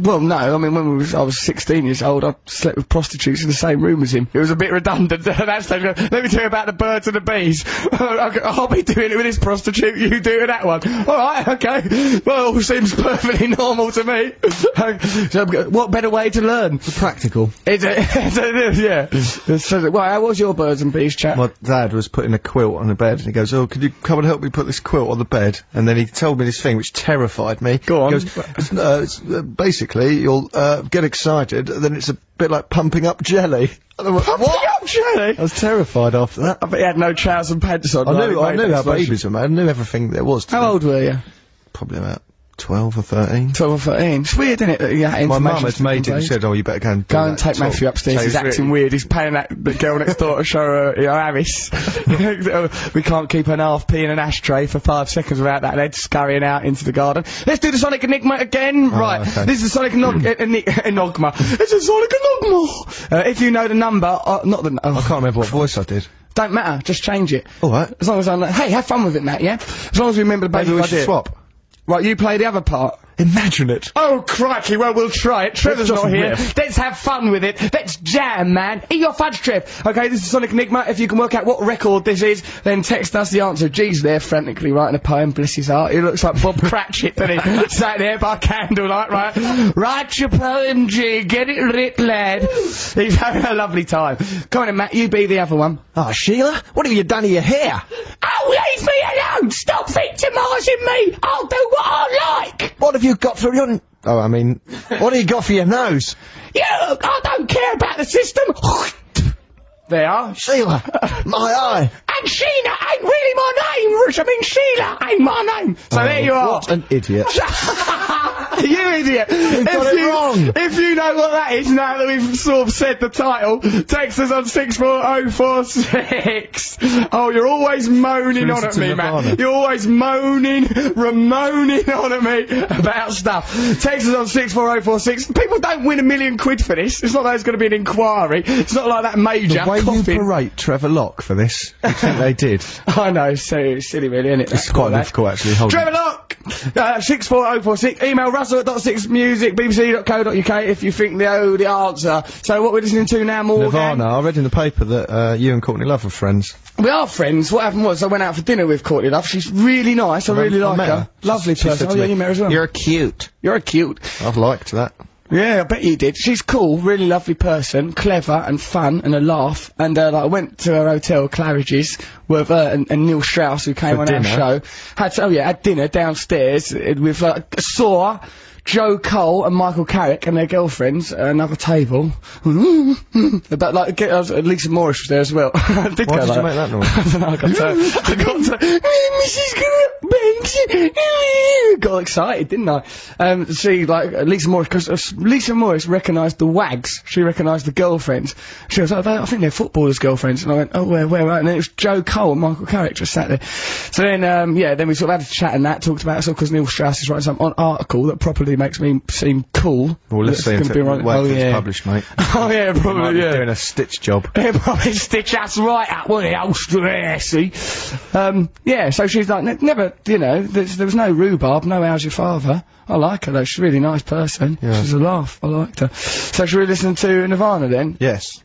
Speaker 1: Well, no, I mean, when we was, I was 16 years old, I slept with prostitutes in the same room as him. It was a bit redundant <laughs> at that stage. Let me tell you about the birds and the bees. <laughs> I'll be doing it with this prostitute, you do it with that one. Alright, okay. Well, it all seems <laughs> perfectly normal to me. <laughs> so, what better way to learn?
Speaker 2: Practical.
Speaker 1: It's a, <laughs> it's a, yeah. It's so- well, how was your birds and bees chat?
Speaker 2: My dad was putting a quilt on the bed and he goes, Oh, could you come and help me put this quilt on the bed? And then he told me this thing which terrified me.
Speaker 1: Go on.
Speaker 2: He goes, "It's, uh, it's, uh, basically, you'll uh, get excited, then it's a bit like pumping up jelly. And I went, what?
Speaker 1: Up, Shirley.
Speaker 2: I was terrified after that.
Speaker 1: I bet he had no trousers and pants on.
Speaker 2: I
Speaker 1: like
Speaker 2: knew,
Speaker 1: he
Speaker 2: I
Speaker 1: made
Speaker 2: knew how
Speaker 1: that expression.
Speaker 2: babies were made. I knew everything there was. To
Speaker 1: How
Speaker 2: them.
Speaker 1: old were you?
Speaker 2: Probably about 12 or 13.
Speaker 1: 12 or 13. It's weird, isn't it? That, yeah,
Speaker 2: My mum had made it
Speaker 1: Go
Speaker 2: and said, oh, you better go and do
Speaker 1: and
Speaker 2: that
Speaker 1: take
Speaker 2: talk."
Speaker 1: Matthew upstairs.
Speaker 2: So
Speaker 1: He's
Speaker 2: it's really-
Speaker 1: acting weird. He's paying that the girl next door to show her you know, Harris. <laughs> we can't keep an half pee in an ashtray for five seconds without that head scurrying out into the garden. Let's do the Sonic Enigma again. right.
Speaker 2: Oh, okay.
Speaker 1: This is the Sonic
Speaker 2: <clears throat>
Speaker 1: enog- en- Enigma. It's a Sonic Enigma. Uh, if you know the number, uh, not the. n-
Speaker 2: I
Speaker 1: Oh,
Speaker 2: can't remember what voice I did.
Speaker 1: don't matter. Just change it.
Speaker 2: All right.
Speaker 1: As long as I know. Hey, have fun with it, Matt. Yeah. As long as we remember the
Speaker 2: Maybe
Speaker 1: basic
Speaker 2: we
Speaker 1: idea.
Speaker 2: should swap.
Speaker 1: Right. You play the other part.
Speaker 2: Imagine it.
Speaker 1: Oh, crikey, well, we'll try it. Trevor's
Speaker 2: Let's
Speaker 1: not
Speaker 2: just
Speaker 1: here.
Speaker 2: riff.
Speaker 1: Let's have fun with it. Let's jam, man. Eat your fudge, Trev. Okay, this is Sonic Enigma. If you can work out what record this is, then text us the answer. G's there frantically writing a poem, bless his heart. He looks like
Speaker 2: <laughs>
Speaker 1: Bob Cratchit, doesn't he? Sat there by candlelight, right? Write your poem, G. Get it writ, lad. He's having a lovely time. Come on then, Matt, you be the other one.
Speaker 4: Oh, Sheila, what have you done to your hair?
Speaker 11: Oh, leave me alone! Stop victimising me! I'll do what I like!
Speaker 4: What have you got for your...
Speaker 2: Oh, I mean,
Speaker 4: What have you got for your nose?
Speaker 11: You, I don't care about the system!
Speaker 1: They are.
Speaker 4: Sheila, my eye.
Speaker 11: And Sheena ain't really my name, which I mean Sheila ain't my name!
Speaker 1: So there you are.
Speaker 2: an idiot.
Speaker 1: <laughs> you idiot! if
Speaker 2: got it
Speaker 1: you,
Speaker 2: wrong.
Speaker 1: If you know what that is now that we've sort of said the title, text us on 64046. Oh, you're always moaning on
Speaker 2: listen
Speaker 1: at
Speaker 2: to
Speaker 1: me,
Speaker 2: Nirvana.
Speaker 1: man. You're always moaning, remoaning on at me about stuff. Text us on 64046. People don't win a million quid for this. It's not like it's going to be an inquiry. It's not like that major
Speaker 2: The way you
Speaker 1: coffin.
Speaker 2: berate Trevor Locke for this, you
Speaker 1: <laughs>
Speaker 2: think they did?
Speaker 1: I know, so it's silly really, isn't it?
Speaker 2: It's quite difficult, actually. Hold
Speaker 1: Trevor
Speaker 2: on.
Speaker 1: Lock! Uh, 64046. Email russell at dot six music, bbc.co.uk if you think they owe the answer. So what we're listening to now, Morgan?
Speaker 2: Nirvana. I read in the paper that uh, you and Courtney Love were friends.
Speaker 1: We are friends. What happened was I went out for dinner with Courtney Love. She's really nice. I really
Speaker 2: I
Speaker 1: like her.
Speaker 2: met her.
Speaker 1: Lovely
Speaker 2: She
Speaker 1: person.
Speaker 2: said to
Speaker 1: Oh, yeah,
Speaker 2: me,
Speaker 1: you met her as well. You're,
Speaker 2: cute.
Speaker 1: cute.
Speaker 2: I've liked that.
Speaker 1: Yeah, I bet you did. She's cool, really lovely person, clever and fun and a laugh. And uh, like, I went to her hotel, Claridge's, with her and, and Neil Strauss, who came
Speaker 2: For
Speaker 1: on
Speaker 2: dinner?
Speaker 1: eh, our show. Had to, oh yeah, had dinner downstairs uh, with like saw. Joe Cole and Michael Carrick and their girlfriends at another table. <laughs> but like, get, uh, Lisa Morris was there as well. <laughs> I did
Speaker 2: Why
Speaker 1: go
Speaker 2: did
Speaker 1: like
Speaker 2: you make
Speaker 1: <laughs>
Speaker 2: that noise?
Speaker 1: I don't know, I got to, I got to, Mrs. Banks, <laughs> got excited, didn't I? Um, she, like, Lisa Morris, because Lisa Morris recognised the wags. She recognised the girlfriends. She was like, "They- I think they're footballers' girlfriends. And I went, oh, where, where, right? And then it was Joe Cole and Michael Carrick just sat there. So then, um, yeah, then we sort of had a chat and that, talked about it, because Neil Strauss is writing some on article that properly makes me seem cool.
Speaker 2: Well,
Speaker 1: That's
Speaker 2: let's see
Speaker 1: gonna
Speaker 2: if
Speaker 1: be
Speaker 2: it
Speaker 1: right-
Speaker 2: wait
Speaker 1: oh,
Speaker 2: till it's
Speaker 1: yeah.
Speaker 2: published, mate.
Speaker 1: <laughs> Oh, yeah,
Speaker 2: Might
Speaker 1: probably,
Speaker 2: be
Speaker 1: yeah.
Speaker 2: Doing a stitch job.
Speaker 1: They'll probably stitch us right up, won't it, Ulster Um, yeah, so she's like, "Ne- never, you know, there's, there was no rhubarb, no how's your father. I like her though, she's a really nice person.
Speaker 2: Yeah.
Speaker 1: She's a laugh, I liked her. So should we listen to Nirvana then?
Speaker 2: Yes.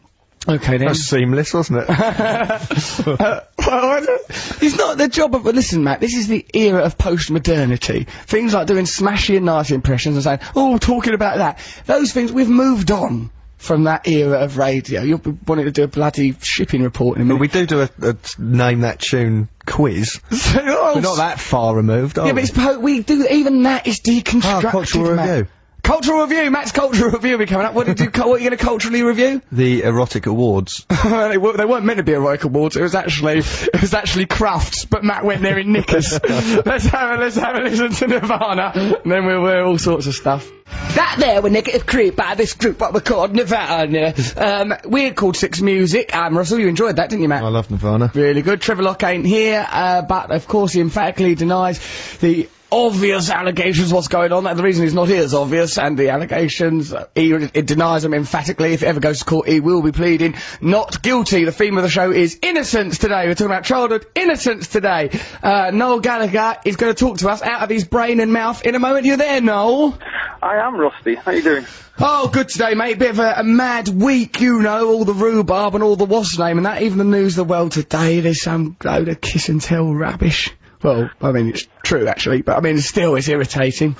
Speaker 1: Okay then.
Speaker 2: That's seamless, wasn't
Speaker 1: <laughs>
Speaker 2: it?
Speaker 1: Uh, <laughs> well, I don't- it's not the job of. But listen, Matt, this is the era of post-modernity. Things like doing smashy and nice impressions and saying, "Oh, talking about that." Those things we've moved on from that era of radio. You'll be wanting to do a bloody shipping report in a
Speaker 2: but
Speaker 1: minute.
Speaker 2: we do do a, a t- name that tune quiz.
Speaker 1: <laughs> So- oh,
Speaker 2: We're not that far removed, are
Speaker 1: Yeah,
Speaker 2: we?
Speaker 1: but it's po- we do even that is deconstructed.
Speaker 2: Ah, cultural
Speaker 1: Matt.
Speaker 2: review.
Speaker 1: Cultural review. Matt's cultural <laughs> review will be coming up. What did you? cu- what are you going to culturally review?
Speaker 2: the erotic awards.
Speaker 1: <laughs> they, were, they weren't meant to be erotic awards. It was actually it was actually crafts, but Matt went there in <laughs> knickers. let's have a let's have a listen to Nirvana, and then we'll wear all sorts of stuff. That there were negative creep by this group what we called Nirvana. Um, we're called Six Music. Um, Russell, you enjoyed that, didn't you, Matt?
Speaker 2: I love Nirvana.
Speaker 1: Really good. Trevor Locke ain't here, uh, but of course he emphatically denies the obvious allegations what's going on. And the reason he's not here is obvious, and the allegations, uh, he, he denies them emphatically. If it ever goes to court, he will be pleading not guilty. The theme of the show is innocence today. We're talking about childhood innocence today. Uh, Noel Gallagher is going to talk to us out of his brain and mouth in a moment. You there, Noel?
Speaker 10: I am Rusty. How you doing?
Speaker 1: Oh, good today, mate. Bit of a, a mad week, you know. All the rhubarb and all the what's name and that. Even the news of the world today, there's some load of kiss and tell rubbish. Well, I mean, it's true, actually, but I mean, still, it's irritating.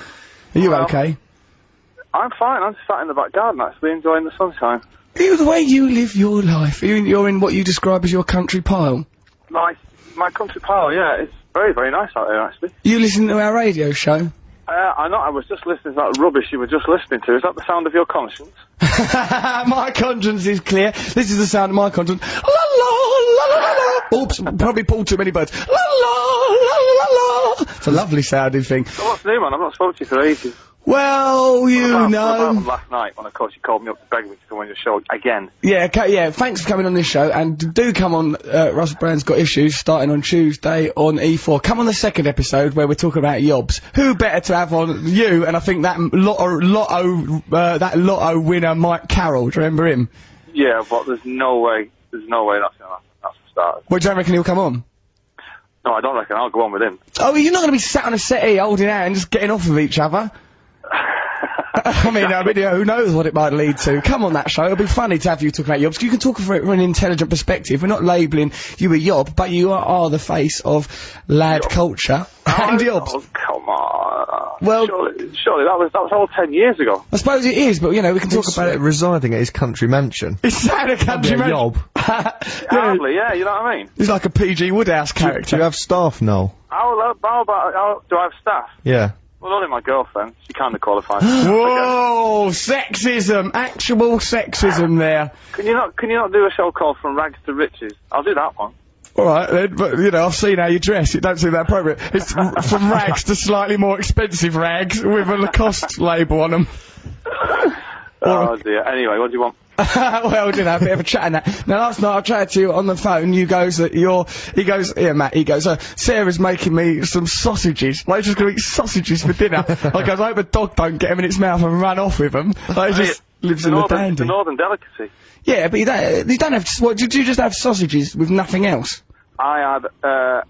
Speaker 1: Are you
Speaker 10: Well-
Speaker 1: okay?
Speaker 10: I'm fine. I'm sat in the back garden actually enjoying the sunshine.
Speaker 1: You, the way you live your life, you, you're in what you describe as your country pile.
Speaker 10: My my country pile, yeah, it's very very nice out here actually.
Speaker 1: You listen to our radio show. <laughs>
Speaker 10: Uh, I know. I was just listening to that rubbish you were just listening to. Is that the sound of your conscience?
Speaker 1: my conscience is clear. This is the sound of my conscience. La la la la la. Oops, probably pulled too many birds. La la la la la. It's a lovely sounding thing.
Speaker 10: So what's new, man? I've not spoken to you for ages.
Speaker 1: Well, you
Speaker 10: What about- what
Speaker 1: know.
Speaker 10: about last night when, of course, you called me up to beg me to come on your show again.
Speaker 1: Yeah, ca- yeah. Thanks for coming on this show, and do come on. Uh, Russell Brand's got issues starting on Tuesday on E4. Come on the second episode where we're talking about yobs. Who better to have on you? And I think that lotto, lotto, uh, that lotto winner Mike Carroll. Do you remember him?
Speaker 10: Yeah, but there's no way. There's no way that's gonna happen. That's for starters.
Speaker 1: What do you reckon he'll come on?
Speaker 10: No, I don't reckon. I'll go on with him.
Speaker 1: Oh, you're not going to be sat on a settee holding hands, getting off of each <laughs> other. I mean, I mean, who knows what it might lead to. Come on that show. It'll be funny to have you talk about yobs. 'cause You can talk from, from an intelligent perspective. We're not labelling you a yob, but you are, are the face of lad culture <laughs> and yobs.
Speaker 10: Oh, come on.
Speaker 1: Well-
Speaker 10: surely, surely that was that was all ten years ago.
Speaker 1: I suppose it is, but you know, we can talk
Speaker 2: He's,
Speaker 1: about
Speaker 2: uh,
Speaker 1: it.
Speaker 2: residing at his country mansion.
Speaker 1: It's sound a country man.
Speaker 2: yob.
Speaker 1: <laughs> yeah,
Speaker 10: Hardly, yeah, you know what I mean?
Speaker 1: he's like a PG Woodhouse
Speaker 2: Do
Speaker 1: character.
Speaker 2: you have staff, Noel?
Speaker 10: How, lo- how about, how, do I have staff?
Speaker 2: Yeah.
Speaker 10: Well, only my girlfriend. She kind of qualifies.
Speaker 1: <gasps>
Speaker 10: Okay.
Speaker 1: Whoa, sexism, actual sexism there.
Speaker 10: Can you not, can you not do a show called From Rags to Riches? I'll do that one.
Speaker 1: All right, then, but you know, I've seen how you dress. It don't seem that appropriate. It's <laughs> from rags to slightly more expensive rags with a <laughs> Lacoste label on them.
Speaker 10: Oh dear. Anyway, what do you want?
Speaker 1: well, did have a bit of a chat in that. Now last night I chatted to you on the phone. You goes that you're. He goes here, Matt. He goes. Uh, Sarah's making me some sausages. Like she's gonna eat sausages for <laughs> dinner. I goes. I hope a dog don't get them in its mouth and run off with them. Like it just lives
Speaker 10: The
Speaker 1: in the
Speaker 10: northern, the
Speaker 1: dandy.
Speaker 10: northern delicacy.
Speaker 1: Yeah, but you don't. You don't have. What? Did you just have sausages with nothing else?
Speaker 10: I had, uh,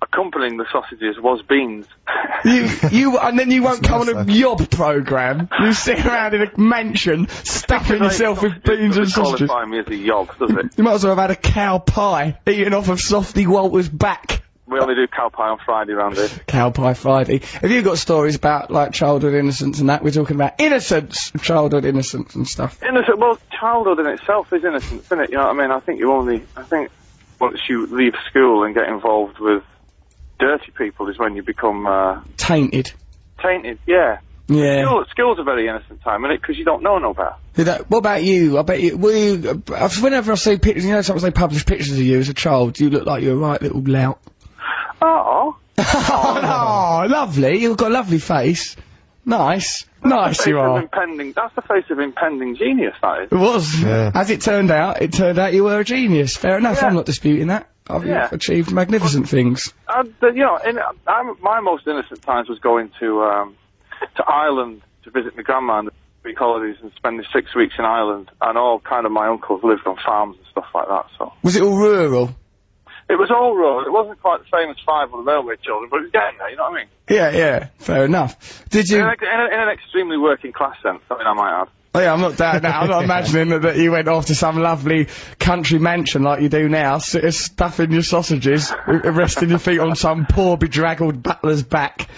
Speaker 10: accompanying the sausages was
Speaker 1: <laughs>
Speaker 10: beans.
Speaker 1: You, you, and then you won't come
Speaker 2: nice,
Speaker 1: on a yob program. You sit around in a mansion, stuffing
Speaker 10: <laughs>
Speaker 1: yourself with beans and
Speaker 10: Doesn't
Speaker 1: sausages.
Speaker 10: qualify me as a yob, does it?
Speaker 1: You might as well have had a cow pie, eaten off of Softy Walter's back.
Speaker 10: we only do cow pie on Friday round here.
Speaker 1: Cow Pie Friday. Have you got stories about, like, childhood innocence and that? We're talking about innocence, childhood innocence and stuff.
Speaker 10: Innocent. Well, childhood in itself is innocence, isn't it? You know what I mean? I think you only. I think once you leave school and get involved with dirty people is when you become uh,
Speaker 1: Tainted.
Speaker 10: tainted. Yeah.
Speaker 1: Yeah.
Speaker 10: School, school's a very innocent time, is it? Because you don't know no better.
Speaker 1: Did that- what about you? I bet you. Were you? uh, Whenever I see pictures, you know, sometimes they publish pictures of you as a child. You look like you're a right little lout.
Speaker 10: Oh,
Speaker 1: Oh, lovely. You've got a lovely face. Nice. Nice
Speaker 10: face
Speaker 1: you
Speaker 10: of
Speaker 1: are.
Speaker 10: impending. That's the face of impending genius. That is.
Speaker 1: It was.
Speaker 2: Yeah.
Speaker 1: As it turned out, it turned out you were a genius. Fair enough. I'm
Speaker 10: Yeah.
Speaker 1: not disputing that. I've
Speaker 10: Yeah.
Speaker 1: achieved magnificent things.
Speaker 10: I, Uh, the, you know, in, I'm, my most innocent times was going to um, to Ireland to visit my grandma and week holidays and spending six weeks in Ireland. And all kind of my uncles lived on farms and stuff like that. So
Speaker 1: Was it all rural?
Speaker 10: it was all rural. It wasn't quite the same as five or the railway children, but it was getting there. You know what I mean?
Speaker 1: Yeah, yeah. Fair enough. Did you?
Speaker 10: In, a, in, a, in an extremely working class sense. I mean, I might add.
Speaker 1: Oh, yeah, I'm not doubting that. I'm <laughs> not imagining that, that you went off to some lovely country mansion like you do now, s- uh, stuffing your sausages, r- resting your feet on some poor bedraggled butler's back.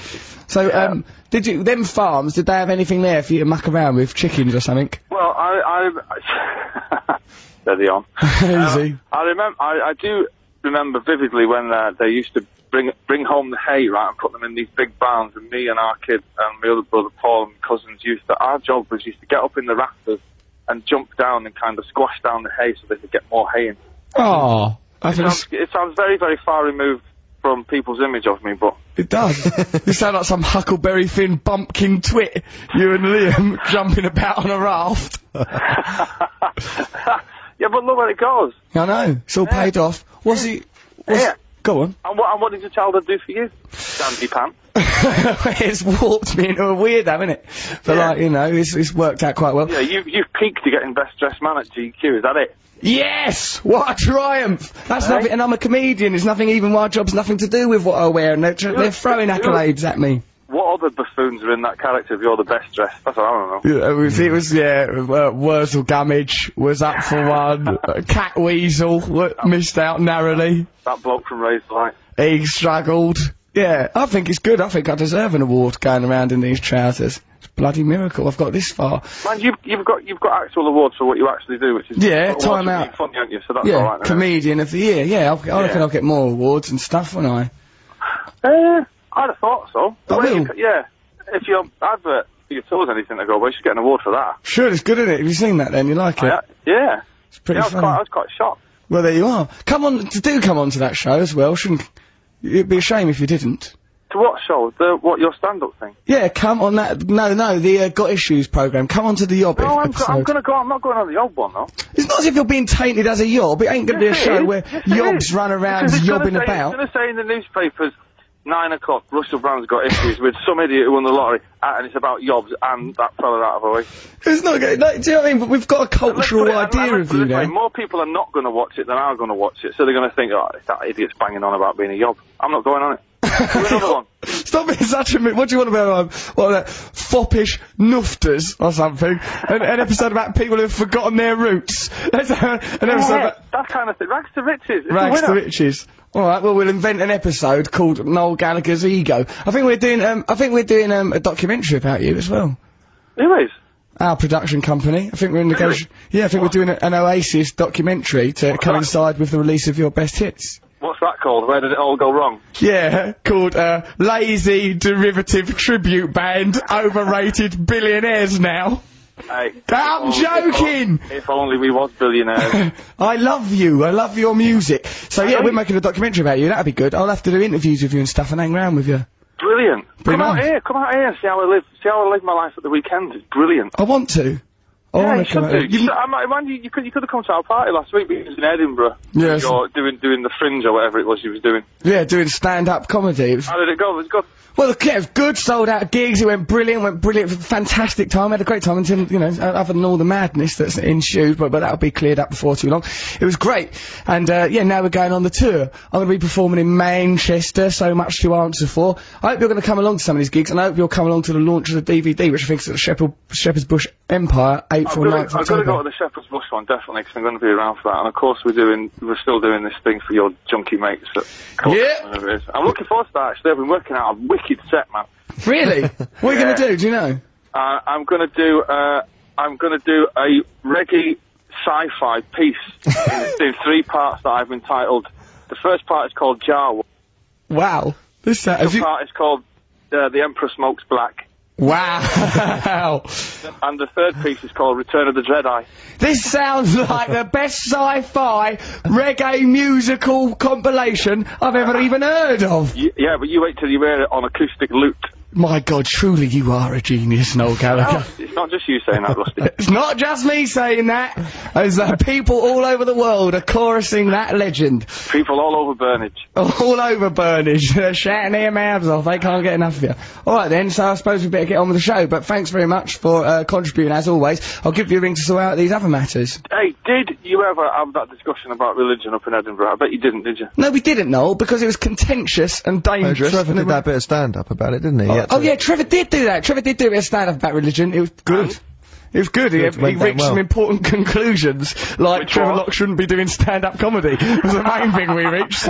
Speaker 1: So, um, did you them farms? Did they have anything there for you to muck around with, chickens or something?
Speaker 10: Well, I, I, <laughs> steady on.
Speaker 1: <laughs>
Speaker 10: Uh,
Speaker 1: Easy.
Speaker 10: I remember, I, I do remember vividly when uh, they used to bring bring home the hay, right, and put them in these big barns. And me and our kid and my other brother Paul and cousins used to. Our job was used to get up in the rafters and jump down and kind of squash down the hay so they could get more hay in.
Speaker 1: Oh, I
Speaker 10: It
Speaker 1: think
Speaker 10: sounds,
Speaker 1: it's-
Speaker 10: it sounds very, very far removed from people's image of me, but
Speaker 1: it <laughs> does. you sound like some Huckleberry Finn bumpkin twit. You and Liam <laughs> jumping about on a raft.
Speaker 10: <laughs> yeah, but look where it goes.
Speaker 1: I know. It's all paid off. Was it? Was,
Speaker 10: Yeah.
Speaker 1: Go on.
Speaker 10: And what, and what did your childhood do for you, Dandy Pants?
Speaker 1: <laughs> it's warped me into a weirdo, hasn't it? But
Speaker 10: Yeah.
Speaker 1: like, you know, it's, it's worked out quite well.
Speaker 10: Yeah, you you've peaked to getting best dressed man at GQ. Is that it?
Speaker 1: Yes! What a triumph! That's
Speaker 10: Right.
Speaker 1: nothing, and I'm a comedian. It's nothing even my job's nothing to do with what I wear, and they're, tr- they're throwing accolades at me.
Speaker 10: What other buffoons are in that character if you're the best dressed? That's what I don't know.
Speaker 1: Yeah, It was, it was yeah, uh, Wurzel Gummidge was up for one. uh, Cat Weasel w- missed out narrowly.
Speaker 10: That bloke from Raised Light.
Speaker 1: He struggled. Yeah, I think it's good. I think I deserve an award going around in these trousers. It's a bloody miracle I've got this far.
Speaker 10: Man, you've you've got you've got actual awards for what you actually do, which is
Speaker 1: Yeah,
Speaker 10: awards
Speaker 1: time
Speaker 10: for
Speaker 1: out.
Speaker 10: being funny, aren't you? So that's
Speaker 1: Yeah,
Speaker 10: all right. isn't it?
Speaker 1: comedian of the year. Yeah, I'll, I reckon
Speaker 10: Yeah.
Speaker 1: I'll get more awards and stuff, won't I?
Speaker 10: Eh, I'd have thought so. The
Speaker 1: I
Speaker 10: way you
Speaker 1: will.
Speaker 10: c- yeah, if your advert for your tour's anything to go by, you should get an award for that.
Speaker 1: Sure, it's good, isn't it? Have you seen that then? You like it?
Speaker 10: Yeah, yeah.
Speaker 1: It's pretty
Speaker 10: Yeah, I was
Speaker 1: funny.
Speaker 10: quite I was quite shocked.
Speaker 1: Well, there you are. Come on, do come on to that show as well, shouldn't It'd be a shame if you didn't.
Speaker 10: To what show? The what your stand up thing?
Speaker 1: Yeah, come on that. No, no, the uh, Got Issues program. Come on to the Yob
Speaker 10: No, Oh, I'm go-
Speaker 1: episode.
Speaker 10: I'm gonna go. I'm not going on the old one though.
Speaker 1: It's not as if you're being tainted as a yob. It ain't going to be a
Speaker 10: Yes, it
Speaker 1: show
Speaker 10: is.
Speaker 1: where
Speaker 10: Yes, it
Speaker 1: yobs
Speaker 10: is.
Speaker 1: run around
Speaker 10: Because it's gonna
Speaker 1: yobbing
Speaker 10: say-
Speaker 1: about.
Speaker 10: It's going to say in the newspapers, nine o'clock, Russell Brand's got issues with some idiot who won the lottery, uh, and it's about yobs and that fella out of Oasis.
Speaker 1: It's not going. Like, do you know what I mean? But we've got a
Speaker 10: Let's
Speaker 1: cultural
Speaker 10: put it- and-
Speaker 1: idea
Speaker 10: and
Speaker 1: of you
Speaker 10: let's put it this way,
Speaker 1: there.
Speaker 10: More people are not going to watch it than are going to watch it, so they're going to think, oh, it's that idiot's banging on about being a yob. I'm not going
Speaker 1: <laughs>
Speaker 10: on it. Do another one.
Speaker 1: Stop being such a. mi- What do you want to be on? What that foppish noofters or something? An, an episode about people who've forgotten their roots. <laughs> That's a, an episode
Speaker 10: Yeah,
Speaker 1: about
Speaker 10: that kind of thing. Rags to riches. It's a
Speaker 1: rags to
Speaker 10: winner.
Speaker 1: riches. All right, well we'll invent an episode called Noel Gallagher's Ego. I think we're doing. Um, I think we're doing um, a documentary about you as well.
Speaker 10: Who is?
Speaker 1: Our production company. I think we're in the
Speaker 10: Really?
Speaker 1: Yeah, I think we're doing a, an Oasis documentary to coincide with the release of your best hits.
Speaker 10: What's that called? Where did it all go wrong?
Speaker 1: Yeah, called uh, Lazy Derivative Tribute Band Overrated <laughs> Billionaires Now.
Speaker 10: Hey,
Speaker 1: I'm
Speaker 10: if only- if
Speaker 1: joking!
Speaker 10: on- If only we was billionaires.
Speaker 1: I love you. I love your music. So yeah, we're making a documentary about you. That'd be good. I'll have to do interviews with you and stuff and hang around with you.
Speaker 10: Brilliant.
Speaker 1: Pretty
Speaker 10: come out
Speaker 1: nice.
Speaker 10: here, come out here and see how I live. See how I live my life at the weekend. It's brilliant.
Speaker 1: I want to. I
Speaker 10: yeah,
Speaker 1: wanna
Speaker 10: you should
Speaker 1: come out-
Speaker 10: do. You,
Speaker 1: you-
Speaker 10: should- I might, mind you, you could you could have come to our party last week, but you was in Edinburgh.
Speaker 1: Yes.
Speaker 10: You're doing doing the fringe or whatever it was you was doing.
Speaker 1: yeah, doing stand-up comedy. It was,
Speaker 10: How did it go? It was good.
Speaker 1: well, the yeah, it was good. Sold out gigs. It went brilliant. Went brilliant. Fantastic time. Had a great time until you know, uh, other than all the madness that's ensued, but but that'll be cleared up before too long. It was great. And uh, yeah, now we're going on the tour. I'm going to be performing in Manchester. So much to answer for. I hope you're going to come along to some of these gigs, and I hope you'll come along to the launch of the DVD, which I think is at the Shepherd, Shepherd's Bush Empire,
Speaker 10: I've
Speaker 1: eighth or
Speaker 10: got,
Speaker 1: ninth
Speaker 10: to, I've got to
Speaker 1: October.
Speaker 10: go to the Shepherd's Bush one definitely because I'm going to be around for that. And of course we're doing we're still doing this thing for your junkie mates. At Cork,
Speaker 1: Yeah.
Speaker 10: whatever it is. I'm looking forward to that. Actually, I've been working out a wicked set, man. <laughs>
Speaker 1: Really? What are you going to
Speaker 10: Yeah.
Speaker 1: do? Do you know?
Speaker 10: Uh, I'm going to do uh, I'm going to do a reggae sci-fi
Speaker 1: <laughs>
Speaker 10: piece in, in three parts that I've entitled. The first part is called Jarwa.
Speaker 1: Wow. This uh,
Speaker 10: The
Speaker 1: have
Speaker 10: second
Speaker 1: you
Speaker 10: part is called uh, The Emperor Smokes Black.
Speaker 1: Wow. <laughs>
Speaker 10: <laughs> And the third piece is called Return of the Jedi.
Speaker 1: This sounds like the best sci-fi reggae musical compilation I've ever even heard of.
Speaker 10: Y- yeah, but you wait till you hear it on acoustic loop.
Speaker 1: My God, truly you are a genius, Noel Gallagher.
Speaker 10: It's not just you saying that, Rusty.
Speaker 1: Oh. <laughs> It's not just me saying that. As uh, people all over the world are chorusing that legend,
Speaker 10: People all over Burnage.
Speaker 1: all over Burnage, <laughs> they're shouting their mouths off. They can't get enough of you. All right then, so I suppose we better get on with the show. But thanks very much for uh, contributing as always. I'll give you a ring to sort out these other matters.
Speaker 10: Hey, did you ever have that discussion about religion up in Edinburgh? I bet you didn't, did you?
Speaker 1: No, we didn't, Noel, because it was contentious and
Speaker 2: Oh,
Speaker 1: dangerous.
Speaker 2: Trevor
Speaker 1: and
Speaker 2: did
Speaker 1: it
Speaker 2: that bit of stand-up about it, didn't he? He had
Speaker 1: Oh
Speaker 2: to-
Speaker 1: yeah, Trevor did do that. Trevor did do a bit of stand-up about religion. It was good. It was good. He,
Speaker 2: Good,
Speaker 1: he
Speaker 2: went down
Speaker 1: reached some
Speaker 2: well.
Speaker 1: important <laughs> conclusions, like
Speaker 10: Which
Speaker 1: Trevor
Speaker 10: was?
Speaker 1: Locke shouldn't be doing stand-up comedy. <laughs> was the main thing we reached.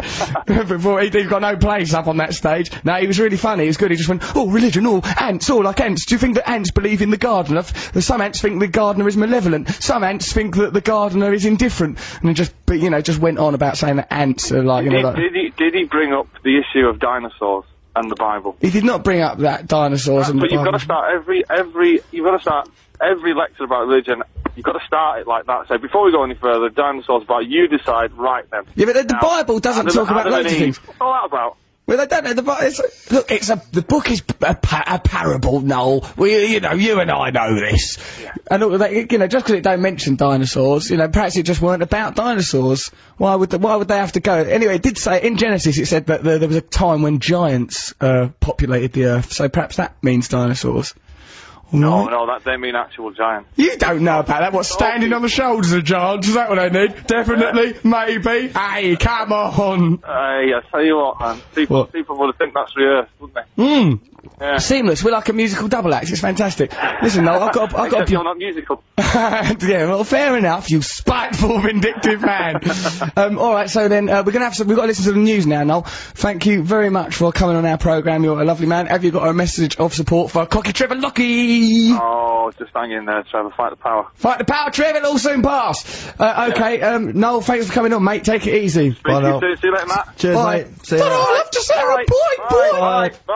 Speaker 1: <laughs> Before he, he got no place up on that stage. No, he was really funny. He was good. He just went, oh, religion, all ants, all like ants. Do you think that ants believe in the gardener? F- Some ants think the gardener is malevolent. Some ants think that the gardener is indifferent. And he just, but you know, just went on about saying that ants are like, you know,
Speaker 10: Did,
Speaker 1: like,
Speaker 10: did, he, did he bring up the issue of dinosaurs and the Bible?
Speaker 1: he did not bring up that dinosaurs. and
Speaker 10: But you've got to
Speaker 1: dinosaurs.
Speaker 10: start every every you've got to start every lecture about religion. You've got to start it like that. So before we go any further, dinosaurs, but you decide right then.
Speaker 1: Yeah, but the, the
Speaker 10: Now,
Speaker 1: Bible doesn't
Speaker 10: Adam-
Speaker 1: talk about
Speaker 10: Adam and
Speaker 1: loads of
Speaker 10: Eve.
Speaker 1: things.
Speaker 10: What's all that about?
Speaker 1: Well, they don't know the Bible. It's, look, it's a the book is a, pa- a parable, Noel. We, you know, you and I know this. And all of that, you know, just because it don't mention dinosaurs, you know, perhaps it just weren't about dinosaurs. Why would the, why would they have to go? Anyway, it did say in Genesis it said that there, there was a time when giants uh, populated the earth, so perhaps that means dinosaurs.
Speaker 10: Oh
Speaker 1: No,
Speaker 10: no, that they mean actual giants.
Speaker 1: You don't know about that. What standing on the shoulders of giants? Is that what I
Speaker 10: Uh,
Speaker 1: need? Definitely, maybe. Hey, come on.
Speaker 10: Hey, I tell you what, man. People
Speaker 1: What?
Speaker 10: people would think that's the Earth, wouldn't they?
Speaker 1: Mm.
Speaker 10: Yeah.
Speaker 1: Seamless. We're like a musical double act. It's fantastic. Listen, Noel, I've got, a, I've got.
Speaker 10: Except you're
Speaker 1: A,
Speaker 10: not musical.
Speaker 1: <laughs> yeah, well, fair enough. You spiteful, <laughs> vindictive
Speaker 10: <laughs>
Speaker 1: man. um, all right. So then uh, we're gonna have some. We've got to listen to the news now, Noel. Thank you very much for coming on our program. You're a lovely man. Have you got a message of support for Cocky Trevor Lockie?
Speaker 10: Oh, just hang in there, Trevor. Fight the power.
Speaker 1: Fight the power, Trevor. It'll all soon pass. Uh, okay. Um, Noel, thanks for coming on, mate. Take it easy.
Speaker 10: Speak to you
Speaker 2: now.
Speaker 10: soon. See you later, Matt.
Speaker 2: Cheers,
Speaker 1: Bye.
Speaker 2: mate. See
Speaker 1: But
Speaker 2: you
Speaker 1: I'll
Speaker 2: later.
Speaker 1: have to say a
Speaker 10: Bye.
Speaker 1: point,
Speaker 10: Bye.
Speaker 1: point.
Speaker 10: Bye.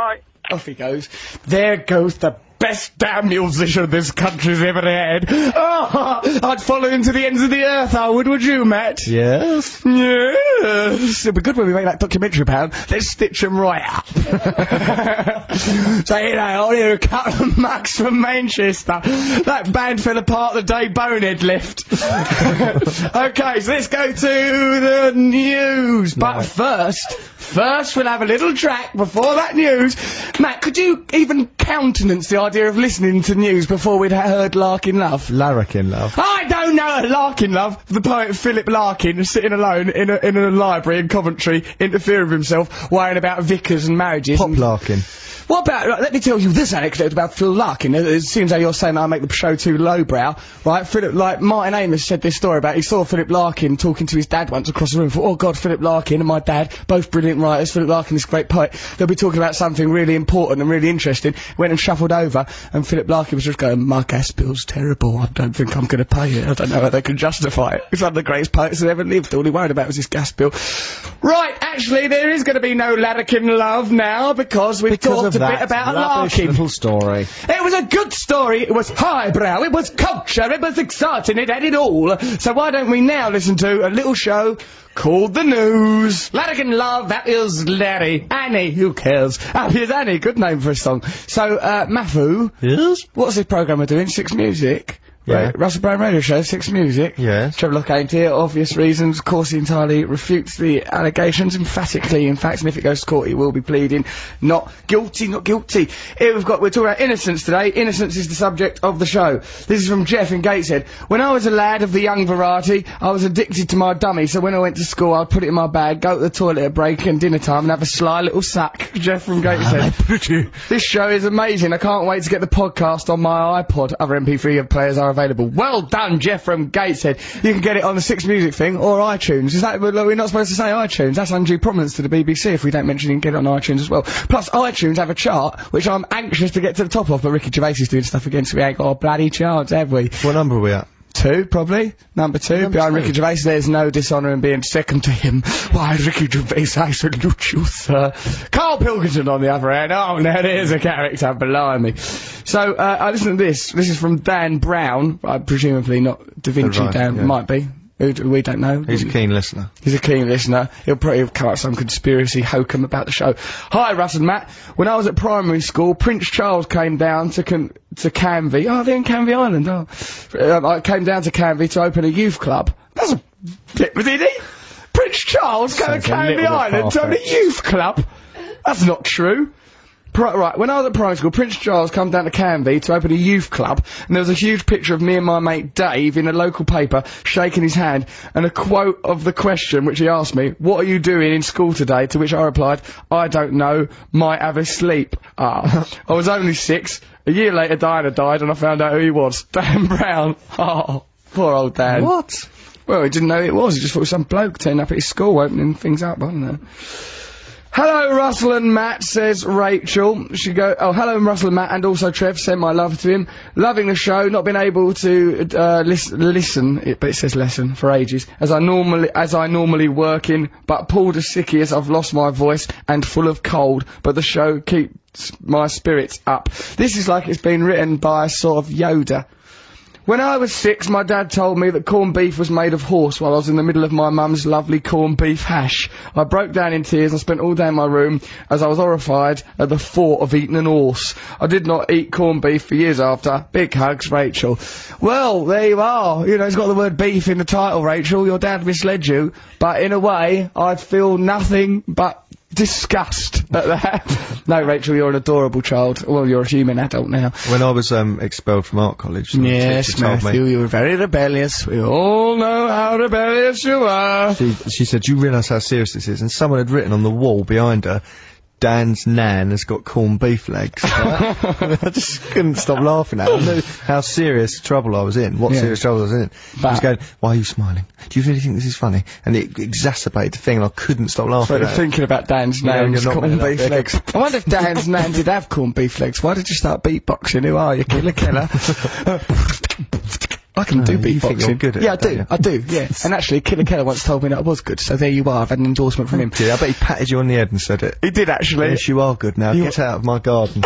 Speaker 10: Bye.
Speaker 1: Off he goes. There goes the best damn musician this country's ever had. Oh, I'd follow him to the ends of the earth, I would, would you, Matt?
Speaker 2: Yes.
Speaker 1: Yes. It'll be good when we make that documentary, pal. Let's stitch them right up. <laughs> so here they are, here are a <laughs> couple of mugs from Manchester. That band fell apart the day Bonehead left. <laughs> okay, so let's go to the news. But first, first we'll have a little track before that news. Matt, could you even countenance the idea of listening to news before we'd heard Larkin Love?
Speaker 2: Larrikin, love.
Speaker 1: I don't know a Larkin, love. The poet Philip Larkin is sitting alone in a, in a library in Coventry, interfering with himself, worrying about vicars and marriages.
Speaker 2: Pop
Speaker 1: and-
Speaker 2: Larkin.
Speaker 1: What about, right, let me tell you this anecdote about Phil Larkin. It, it seems how you're saying I make the show too lowbrow, right? Philip, like, Martin Amos said this story about he saw Philip Larkin talking to his dad once across the room for, oh God, Philip Larkin and my dad, both brilliant writers. Philip Larkin is a great poet. They'll be talking about something really important and really interesting. Went and shuffled over and Philip Larkin was just going, my gas bill's terrible. I don't think I'm going to pay it. I don't know how they can justify it. He's one of the greatest poets that ever lived. All he worried about was his gas bill. Right, actually, there is going to be no Larkin love now because we've
Speaker 2: Because
Speaker 1: talked
Speaker 2: of
Speaker 1: a
Speaker 2: that
Speaker 1: bit about
Speaker 2: rubbish
Speaker 1: Larkin.
Speaker 2: little story.
Speaker 1: It was a good story. It was highbrow. It was culture. It was exciting. It had it all. So why don't we now listen to a little show called The News? Larrikin Love, that is Larry. Annie, who cares? Ah, here's Annie. Good name for a song. So, uh, Mafu,
Speaker 2: Yes.
Speaker 1: what's this programme we're doing? Six Music?
Speaker 2: Yeah.
Speaker 1: Right, Russell Brown Radio Show, Six Music.
Speaker 2: Yes.
Speaker 1: Trevor Locke ain't here, obvious reasons. Of course, he entirely refutes the allegations emphatically. In fact, and if it goes to court, he will be pleading not guilty, not guilty. Here we've got, we're talking about innocence today. Innocence is the subject of the show. This is from Jeff in Gateshead. When I was a lad of the young variety, I was addicted to my dummy, so when I went to school, I'd put it in my bag, go to the toilet at break and dinner time and have a sly little suck. <laughs> Jeff from
Speaker 2: <laughs>
Speaker 1: Gateshead. This show is amazing. I can't wait to get the podcast on my iPod. Other MP3 players are available. Well done, Jeff from Gateshead. You can get it on the Six Music thing or iTunes. Is that well, we're not supposed to say iTunes? That's undue prominence to the BBC if we don't mention you can get it on iTunes as well. Plus, iTunes have a chart which I'm anxious to get to the top of, but Ricky Gervais is doing stuff against me. Ain't got a bloody chance, have we?
Speaker 2: What number are we at?
Speaker 1: two, probably. Number two, behind Ricky Gervais. There's no dishonour in being second to him. <laughs> Why, Ricky Gervais, I salute you, sir. Carl Pilkington, on the other hand. Oh, now there's a character, blimey. So, uh, I listened to this. This is from Dan Brown. Uh, presumably not Da Vinci
Speaker 2: Oh, right,
Speaker 1: Dan.
Speaker 2: yeah.
Speaker 1: Might be. Who do- We don't know.
Speaker 2: He's a keen listener.
Speaker 1: He's a keen listener. He'll probably have come up with some conspiracy hokum about the show. Hi, Russ and Matt. When I was at primary school, Prince Charles came down to con- to Canvey. Oh, they're in Canvey Island. Oh, um, I came down to Canvey to open a youth club. That's a bit, did he? Prince Charles going
Speaker 2: Sounds
Speaker 1: to Canvey
Speaker 2: a little bit
Speaker 1: Island to open a
Speaker 2: far-fetched.
Speaker 1: youth club? That's not true. Pri- right, when I was at primary school, Prince Charles come down to Canvey to open a youth club, and there was a huge picture of me and my mate Dave in a local paper, shaking his hand, and a quote of the question which he asked me, "What are you doing in school today?" To which I replied, "I don't know. Might have a sleep." Ah, <laughs> I was only six. A year later, Diana died, and I found out who he was. <laughs> Dan Brown. Oh, poor old Dan. What? Well, he didn't know who it was. He just thought it was some bloke turning up at his school opening things up, wasn't it? Hello, Russell and Matt, says Rachel. She go, oh, hello, Russell and Matt, and also Trev, send my love to him. Loving the show, not been able to, uh, lis- listen, it, but it says lesson, for ages, as I normally, as I normally work in, but pulled as sicky as I've lost my voice and full of cold, but the show keeps my spirits up. This is like it's been written by a sort of Yoda. When I was six, my dad told me that corned beef was made of horse while I was in the middle of my mum's lovely corned beef hash. I broke down in tears and spent all day in my room as I was horrified at the thought of eating an horse. I did not eat corned beef for years after. Big hugs, Rachel. Well, there you are. You know, it's got the word beef in the title, Rachel. Your dad misled you. But in a way, I feel nothing but disgust at that. <laughs> no, Rachel, you're an adorable child. Well, you're a human adult now.
Speaker 2: When I was um, expelled from art college, the
Speaker 1: Yes,
Speaker 2: teacher told
Speaker 1: Matthew,
Speaker 2: me.
Speaker 1: you were very rebellious. We all know how rebellious you are.
Speaker 2: She, she said, "You realise how serious this is?" And someone had written on the wall behind her, "Dan's nan has got corned
Speaker 1: <laughs>
Speaker 2: beef legs." right? I just couldn't stop laughing at. Her. I knew how serious trouble I was in. What
Speaker 1: Yeah.
Speaker 2: serious trouble I was in. She was
Speaker 1: But-
Speaker 2: going, "Why are you smiling? Do you really think this is funny?" And it exacerbated the thing, and I couldn't stop laughing.
Speaker 1: But
Speaker 2: At it.
Speaker 1: thinking about Dan's
Speaker 2: know,
Speaker 1: nan's
Speaker 2: you're not
Speaker 1: corned
Speaker 2: made
Speaker 1: beef
Speaker 2: up.
Speaker 1: legs. I wonder if
Speaker 2: <laughs>
Speaker 1: Dan's nan did have corned beef legs. Why did you start beatboxing? Who are you, killer
Speaker 2: <laughs>
Speaker 1: killer? I can do
Speaker 2: you think
Speaker 1: beatboxing.
Speaker 2: you're good at
Speaker 1: yeah,
Speaker 2: it,
Speaker 1: I
Speaker 2: don't
Speaker 1: do.
Speaker 2: you?
Speaker 1: I do. Yeah. And actually, Killer Keller once told me that I was good. So there you are. I've had an endorsement from him.
Speaker 2: Yeah, I bet he patted you on the head and said it.
Speaker 1: He did actually.
Speaker 2: Yes, you are good now.
Speaker 1: You-
Speaker 2: Get out of
Speaker 1: <laughs>
Speaker 2: my garden.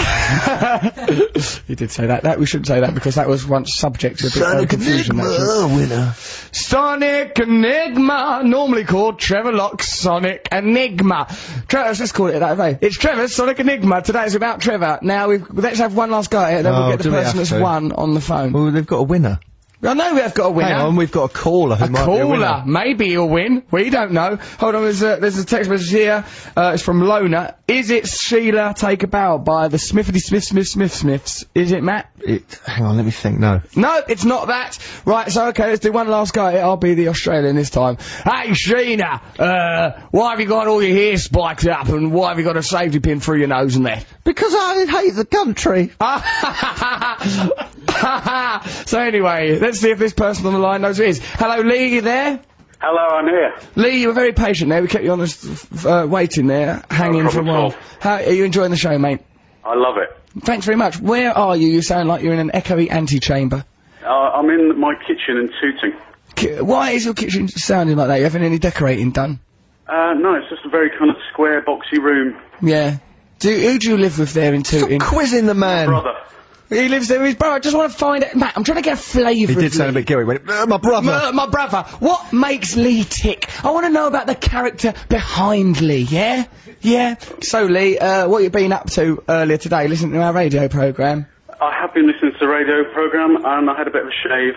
Speaker 1: he did say that. That we shouldn't say that because that was once subject to a bit of confusion. Actually.
Speaker 4: winner.
Speaker 1: Sonic Enigma, normally called Trevor Locke's Sonic Enigma. Trevor, let's just call it that way. It's Trevor's Sonic Enigma. Today is about Trevor. Now we've, let's have one last go at it, then
Speaker 2: Oh,
Speaker 1: we'll get the
Speaker 2: do we
Speaker 1: person
Speaker 2: have
Speaker 1: that's
Speaker 2: to?
Speaker 1: won on the phone.
Speaker 2: well, they've got a winner.
Speaker 1: I know we've got a winner.
Speaker 2: Hang on, we've got a caller who
Speaker 1: A
Speaker 2: might be a
Speaker 1: caller.
Speaker 2: winner.
Speaker 1: Maybe he'll win. We don't know. Hold on, there's a, there's a text message here. Uh, it's from Lona. Is it Sheila Take a Bow by the Smithity Smith Smith Smith Smiths? Is it Matt?
Speaker 2: It, hang on, let me think. No.
Speaker 1: No, it's not that. Right, so okay, let's do one last go. at it. I'll be the Australian this time. Hey, Sheena, uh, why have you got all your hair spiked up and why have you got a safety pin through your nose and that?
Speaker 4: Because I hate the country.
Speaker 1: <laughs> so anyway, let's see if this person on the line knows who it is. Hello, Lee, you there?
Speaker 12: Hello, I'm here.
Speaker 1: Lee, you were very patient there. We kept you on the s- uh, waiting there, hanging for a
Speaker 12: problem at
Speaker 1: while.
Speaker 12: all.
Speaker 1: How are you enjoying the show, mate?
Speaker 12: I love it.
Speaker 1: Thanks very much. Where are you? You sound like you're in an echoey antechamber.
Speaker 12: Uh, I'm in my kitchen in Tooting.
Speaker 1: Ki- Why is your kitchen sounding like that? You haven't any decorating done?
Speaker 12: Uh, no, it's just a very kind of square, boxy room.
Speaker 1: Yeah. Do, who do you live with there in Tooting?
Speaker 2: Quizzing the man.
Speaker 12: Brother.
Speaker 1: He lives there with his brother. I just want to find out. Matt, I'm trying to get a flavour
Speaker 2: He
Speaker 1: of
Speaker 2: did sound a
Speaker 1: Lee.
Speaker 2: bit guilty. Went, "Uh, my brother.
Speaker 1: <laughs> Uh, my brother. What makes Lee tick? I want to know about the character behind Lee, yeah? Yeah. So, Lee, uh, what you been up to earlier today, listening to our radio programme?
Speaker 12: I have been listening to the radio programme and I had a bit of a shave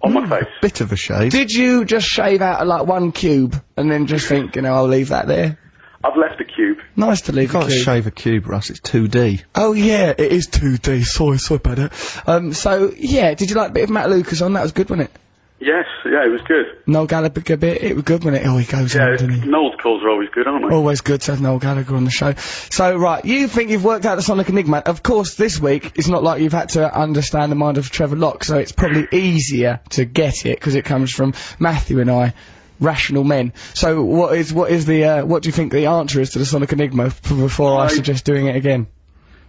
Speaker 12: on my face.
Speaker 2: Bit of a shave.
Speaker 1: Did you just shave out, like, one cube and then just think, you know, I'll leave that there?
Speaker 12: I've left a cube.
Speaker 1: Nice to leave
Speaker 2: you can't
Speaker 1: a cube.
Speaker 2: shave a cube, Russ. It's 2D.
Speaker 1: Oh, yeah, it is 2D. Sorry, sorry about that. Um, so, yeah, did you like a bit of Matt Lucas on? That was good, wasn't it?
Speaker 12: Yes, yeah, it was good.
Speaker 1: Noel Gallagher a bit. It was good, wasn't it? Oh, he goes on,
Speaker 12: Yeah,
Speaker 1: doesn't he?
Speaker 12: Noel's calls are always good, aren't they?
Speaker 1: Always good to have Noel Gallagher on the show. So, right, you think you've worked out the Sonic Enigma. Of course, this week, it's not like you've had to understand the mind of Trevor Locke, so it's probably easier to get it, because it comes from Matthew and I, rational men. So, what is, what is the, uh, what do you think the answer is to the Sonic Enigma f- before I
Speaker 12: I-
Speaker 1: suggest doing it again?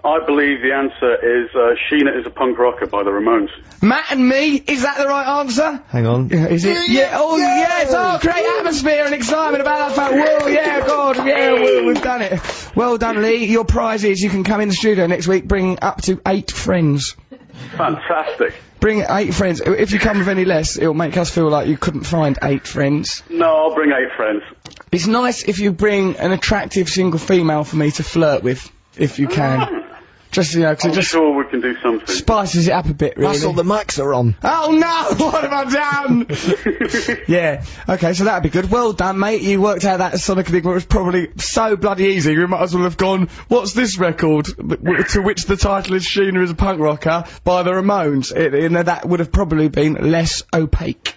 Speaker 12: I believe the answer is uh, Sheena is a punk rocker by the Ramones.
Speaker 1: Matt and me, is that the right answer?
Speaker 2: Hang on.
Speaker 1: Is it? Yeah, oh yes, oh great atmosphere and excitement about that fact. Whoa, yeah, God, yeah, whoa, we've done it. Well done, Lee. Your prize is you can come in the studio next week bringing up to eight friends.
Speaker 12: Fantastic.
Speaker 1: Bring eight friends. If you come with any less, it'll make us feel like you couldn't find eight friends.
Speaker 12: No, I'll bring eight friends.
Speaker 1: It's nice if you bring an attractive single female for me to flirt with, if you
Speaker 12: Ah.
Speaker 1: can. Just, you know, 'cause
Speaker 12: I'm
Speaker 1: it just
Speaker 12: sure we can do something.
Speaker 1: spices it up a bit, really.
Speaker 2: That's all the mics are on.
Speaker 1: Oh no! <laughs> What have I done?
Speaker 12: <laughs>
Speaker 1: yeah. Okay, so that'd be good. Well done, mate. You worked out that Sonic Enigma was probably so bloody easy. We might as well have gone, what's this record? W- To which the title is Sheena is a Punk Rocker by the Ramones. It, you know, that would have probably been less opaque.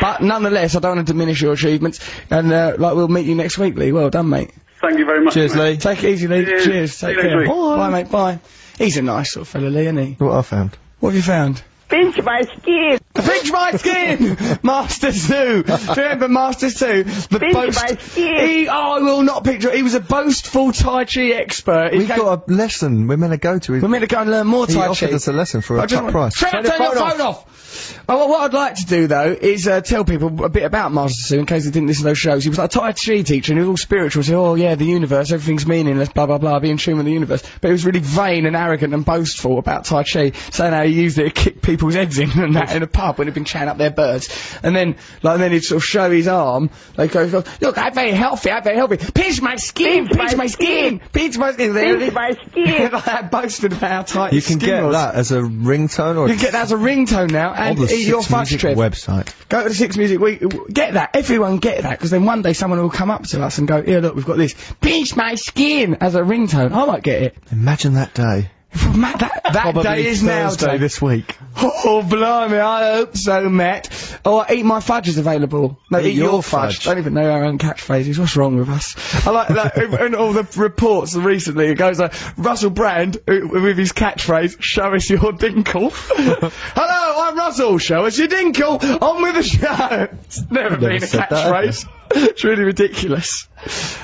Speaker 1: But nonetheless, I don't want to diminish your achievements. And, uh, like, we'll meet you next week, Lee. Well done, mate.
Speaker 12: Thank you very much.
Speaker 2: Cheers,
Speaker 12: mate.
Speaker 2: Lee.
Speaker 1: Take it easy, Lee.
Speaker 12: Cheers.
Speaker 1: Cheers.
Speaker 12: See
Speaker 1: Take
Speaker 12: you next
Speaker 1: care.
Speaker 12: week.
Speaker 1: Bye. mate. Bye. He's a nice sort of fella, Lee, isn't he?
Speaker 2: What I found.
Speaker 1: What have you found?
Speaker 13: Pinch my skin.
Speaker 1: Pinch my
Speaker 13: <laughs>
Speaker 1: skin! Masters 2! Do you remember Masters 2? The
Speaker 13: Pinch
Speaker 1: boast.
Speaker 13: my skin.
Speaker 1: He, oh, I will not picture He was a boastful Tai Chi expert. He
Speaker 2: We've
Speaker 1: came-
Speaker 2: got a lesson we're meant to go to.
Speaker 1: we're meant to go and learn more
Speaker 2: he
Speaker 1: Tai Chi.
Speaker 2: offered us a lesson for
Speaker 1: I
Speaker 2: a
Speaker 1: just
Speaker 2: cut
Speaker 1: want-
Speaker 2: price.
Speaker 1: Trevor, turn, your phone off. Oh, well, what I'd like to do though is uh, tell people a bit about Master Sue in case they didn't listen to those shows. He was like a Tai Chi teacher and he was all spiritual. So, oh yeah, the universe, everything's meaningless, blah blah blah, be in tune with the universe. But he was really vain and arrogant and boastful about Tai Chi, saying how he used it to kick people's heads in and that in a pub when he'd been chowing up their birds. And then, like, then he'd sort of show his arm. Like, go, go, look, I'm very healthy, I'm very healthy. Pinch my skin, pinch, my, skin, pinch my skin.
Speaker 13: Pinch
Speaker 1: <laughs>
Speaker 13: my skin.
Speaker 1: like, boasted about how tight
Speaker 2: You
Speaker 1: his
Speaker 2: can
Speaker 1: skin
Speaker 2: get
Speaker 1: was.
Speaker 2: that as a ringtone or
Speaker 1: You can get that as a ringtone now,
Speaker 2: on
Speaker 1: and
Speaker 2: the
Speaker 1: eat your
Speaker 2: Six
Speaker 1: fudge
Speaker 2: Music
Speaker 1: trip.
Speaker 2: website.
Speaker 1: Go to the Six Music Week. Get that. Everyone get that, because then one day someone will come up to us and go, here, look, we've got this. Pinch my skin as a ringtone. I might get it. <laughs>
Speaker 2: Imagine that day.
Speaker 1: Matt, that, that
Speaker 2: Probably
Speaker 1: day is now,
Speaker 2: Thursday
Speaker 1: Dave.
Speaker 2: this week.
Speaker 1: Oh, blimey, I hope so, Matt. Oh, Eat My Fudge is available. No, Eat, Your, fudge. Don't even know our own catchphrases. What's wrong with us? I like <laughs> that. in, in all the reports recently, it goes, uh, Russell Brand, uh, with his catchphrase, show us your <laughs> dinkle. Hello, I'm Russell, show us your dinkle, on with the show. It's never, been a
Speaker 2: said that, have
Speaker 1: catchphrase. <laughs> it's really ridiculous.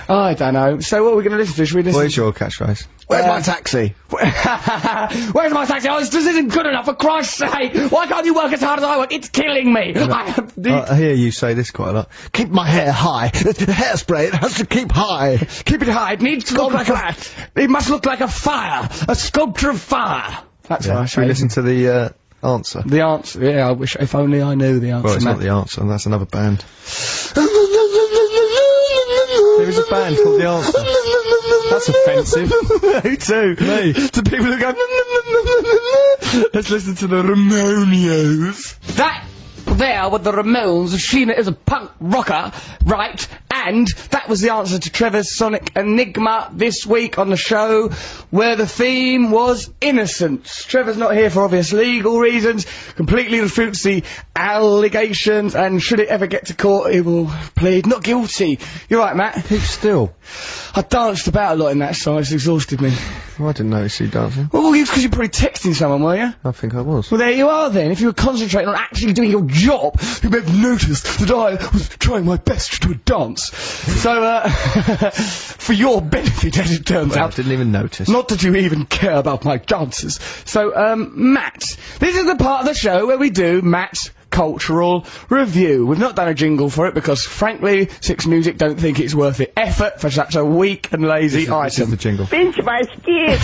Speaker 1: I don't know. So what are we going to listen to? Should we listen
Speaker 2: Where's your catchphrase?
Speaker 1: Where's my
Speaker 2: taxi?
Speaker 1: <laughs> Where's my taxi? Oh, this isn't good enough, for Christ's sake! Why can't you work as hard as I work? It's killing me! I am the-
Speaker 2: I hear you say this quite a lot.
Speaker 4: Keep my hair
Speaker 2: <laughs>
Speaker 4: high. Hairspray, it has to keep high.
Speaker 1: Keep it high, it needs to look like a... It must look like a fire! A sculpture of fire! That's what I
Speaker 2: Should we
Speaker 1: say.
Speaker 2: listen to the uh, answer?
Speaker 1: The answer, yeah, I wish, if only I knew the answer.
Speaker 2: Well, it's
Speaker 1: Matt.
Speaker 2: not the answer. That's another band. There is a band called The Answer. That's offensive.
Speaker 1: <laughs> Me too.
Speaker 2: <laughs> Me.
Speaker 1: To people who go, let's listen to the Ramones. That there with the Ramones, Sheena is a punk rocker, right? And that was the answer to Trevor's Sonic Enigma this week on the show, where the theme was innocence. Trevor's not here for obvious legal reasons, completely refutes the allegations, and should it ever get to court, he will plead not guilty. You're right, Matt.
Speaker 2: Keep still.
Speaker 1: I danced about a lot in that song, it's exhausted me.
Speaker 2: Oh, I didn't notice you dancing.
Speaker 1: Well, because you're probably texting someone, were you?
Speaker 2: I think I was.
Speaker 1: Well, there you are then. If you were concentrating on actually doing your job, you may have noticed that I was trying my best to dance. so, uh, <laughs> for your benefit, as it turns
Speaker 2: I
Speaker 1: out.
Speaker 2: didn't even notice.
Speaker 1: Not that you even care about my dances. So, um, Matt, this is the part of the show where we do Matt's cultural review. We've not done a jingle for it because, frankly, Six Music don't think it's worth the effort for such a weak and lazy
Speaker 2: This is
Speaker 1: item.
Speaker 2: the jingle.
Speaker 13: Pinch my skin.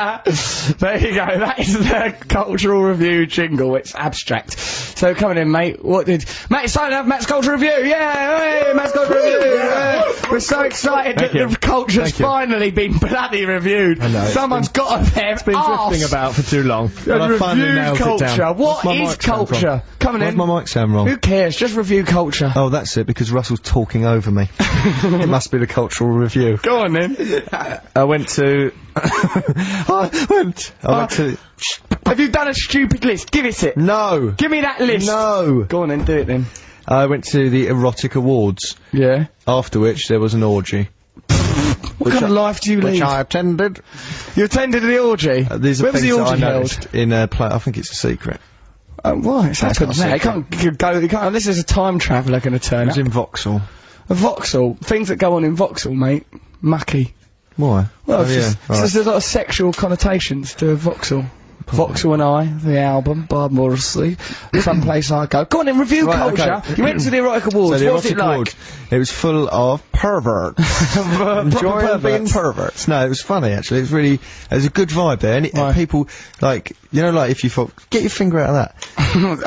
Speaker 1: there you go. That is the cultural review jingle. It's abstract. So coming in, mate. What did Matt? It's time to have Matt's cultural review. Yeah, hey, Matt's cultural review. Yeah. We're so excited that the culture's
Speaker 2: Thank you.
Speaker 1: finally been bloody reviewed.
Speaker 2: know, it's
Speaker 1: Someone's got a there.
Speaker 2: Been drifting about for too long.
Speaker 1: And
Speaker 2: and I finally
Speaker 1: review
Speaker 2: nailed
Speaker 1: culture.
Speaker 2: it down.
Speaker 1: What
Speaker 2: Where's my
Speaker 1: is
Speaker 2: mic sound
Speaker 1: culture?
Speaker 2: wrong?
Speaker 1: Coming
Speaker 2: Where's
Speaker 1: in.
Speaker 2: my mic sound wrong?
Speaker 1: Who cares? Just review culture.
Speaker 2: Oh, that's it, because Russell's talking over <laughs> me. it must be the cultural review.
Speaker 1: Go on then.
Speaker 2: <laughs> I went to... <laughs> Uh, I went... I went to...
Speaker 1: Have you done a stupid list? Give us it.
Speaker 2: No!
Speaker 1: Give me that list.
Speaker 2: No!
Speaker 1: Go on then. Do it then.
Speaker 2: I went to the Erotic Awards,
Speaker 1: Yeah.
Speaker 2: after which there was an orgy.
Speaker 1: What kind of life do you lead?
Speaker 2: attended.
Speaker 1: You attended the orgy.
Speaker 2: Uh, these are
Speaker 1: When was
Speaker 2: things
Speaker 1: the
Speaker 2: that I
Speaker 1: orgy held?
Speaker 2: noticed in a play. I think it's a secret.
Speaker 1: Oh, why? It's happened
Speaker 2: not a
Speaker 1: now. It can't g- go. It can't, unless there's a time traveller going to
Speaker 2: It
Speaker 1: turn
Speaker 2: was
Speaker 1: up.
Speaker 2: in Vauxhall.
Speaker 1: A Vauxhall. Things that go on in Vauxhall, mate. Mucky.
Speaker 2: Why?
Speaker 1: Well,
Speaker 2: Oh,
Speaker 1: it's
Speaker 2: yeah,
Speaker 1: just, it's
Speaker 2: right.
Speaker 1: just there's a lot of sexual connotations to Vauxhall. Vauxhall and I, the album, Bob Morrissey,
Speaker 2: <coughs>
Speaker 1: Someplace I Go. Go on then, review
Speaker 2: Right, okay.
Speaker 1: culture. You went to the Erotic Awards,
Speaker 2: So the
Speaker 1: what was it
Speaker 2: erotic
Speaker 1: like?
Speaker 2: award, it was full of perverts.
Speaker 1: <laughs>
Speaker 2: Enjoying
Speaker 1: Proper
Speaker 2: being
Speaker 1: perverts.
Speaker 2: perverts. No, it was funny actually. It was really, it was a good vibe there. And, it, and people, like, you know, like if you thought, get your finger out of that.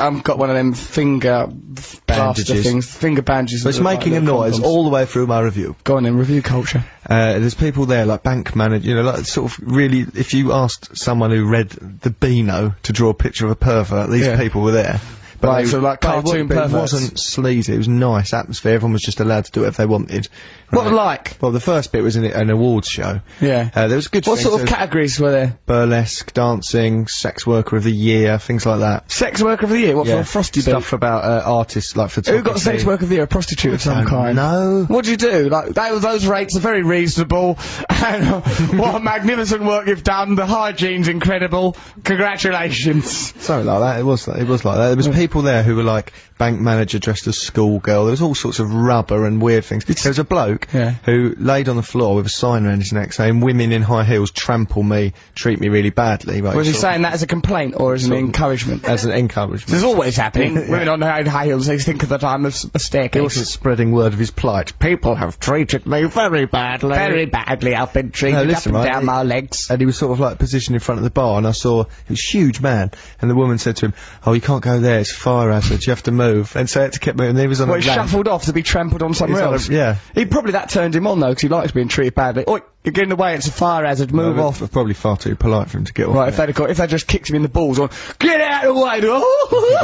Speaker 1: <coughs> I've got one of them finger f- plaster
Speaker 2: Bandages.
Speaker 1: things, finger bandages.
Speaker 2: But it's
Speaker 1: that look
Speaker 2: making
Speaker 1: like
Speaker 2: a
Speaker 1: little
Speaker 2: noise
Speaker 1: condoms.
Speaker 2: all the way through my review.
Speaker 1: Go on then, review culture.
Speaker 2: Uh, there's people there like bank manager, you know, like sort of really, if you asked someone who read the Beano to draw a picture of a pervert, these
Speaker 1: Yeah.
Speaker 2: people were there.
Speaker 1: Right,
Speaker 2: they-
Speaker 1: so like
Speaker 2: but it wa-
Speaker 1: cartoon
Speaker 2: but It
Speaker 1: perverts.
Speaker 2: wasn't sleazy. It was nice atmosphere. Everyone was just allowed to do whatever they wanted.
Speaker 1: What like?
Speaker 2: Well, the first bit was in an awards show.
Speaker 1: Yeah.
Speaker 2: Uh, there was good.
Speaker 1: What
Speaker 2: things,
Speaker 1: sort of
Speaker 2: there was
Speaker 1: categories were there?
Speaker 2: burlesque, dancing, sex worker of the year, things like that.
Speaker 1: Sex worker of the year? What for? Frosty Bee?
Speaker 2: stuff about uh, artists like photography.
Speaker 1: Who got sex work of the year? A prostitute of some kind.
Speaker 2: No.
Speaker 1: What do you do? Like that, those rates are very reasonable, <laughs> and uh, what a magnificent work you've done. The hygiene's incredible. Congratulations.
Speaker 2: Something like that. It was. It was like that. There was people there who were like bank manager dressed as schoolgirl. There was all sorts of rubber and weird things. there was a bloke
Speaker 1: Yeah.
Speaker 2: who laid on the floor with a sign around his neck saying, "Women in high heels trample me, treat me really badly." Like,
Speaker 1: Was he
Speaker 2: sort of-
Speaker 1: saying that as a complaint or as an encouragement?
Speaker 2: as an encouragement?
Speaker 1: This is always
Speaker 4: <laughs>
Speaker 1: happening. Women on their own high heels, they think of the time of s- a
Speaker 2: He
Speaker 1: staircase.
Speaker 2: wasn't spreading word of his plight.
Speaker 4: People have treated me very badly.
Speaker 1: Very badly, I've been treated
Speaker 2: No, listen,
Speaker 1: up and
Speaker 2: right,
Speaker 1: down
Speaker 2: it-
Speaker 1: my legs.
Speaker 2: And he was sort of like positioned in front of the bar, and I saw this huge man. And the woman said to him, "Oh, you can't go there. It's a fire hazard. You have to move." And so he had to keep moving. And he was on
Speaker 1: Well,
Speaker 2: a
Speaker 1: he
Speaker 2: lamp.
Speaker 1: shuffled off to be trampled on somewhere
Speaker 2: He's on a-
Speaker 1: else.
Speaker 2: yeah.
Speaker 1: He probably that turned him on though, because he likes being treated badly. Oi, you're getting away. It's a fire hazard. Move
Speaker 2: Well,
Speaker 1: off.
Speaker 2: it was Probably far too polite for him to get off.
Speaker 1: Right, if they'd have got, if they just kicked him in the balls on, get out of the
Speaker 2: <laughs>
Speaker 1: way,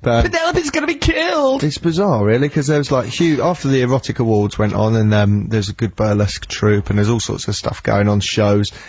Speaker 2: But- um,
Speaker 1: Penelope's gonna be killed.
Speaker 2: It's bizarre, really, because there was like huge. After the erotic awards went on, and um, there's a good burlesque troupe, and there's all sorts of stuff going on, shows.
Speaker 1: Hmm.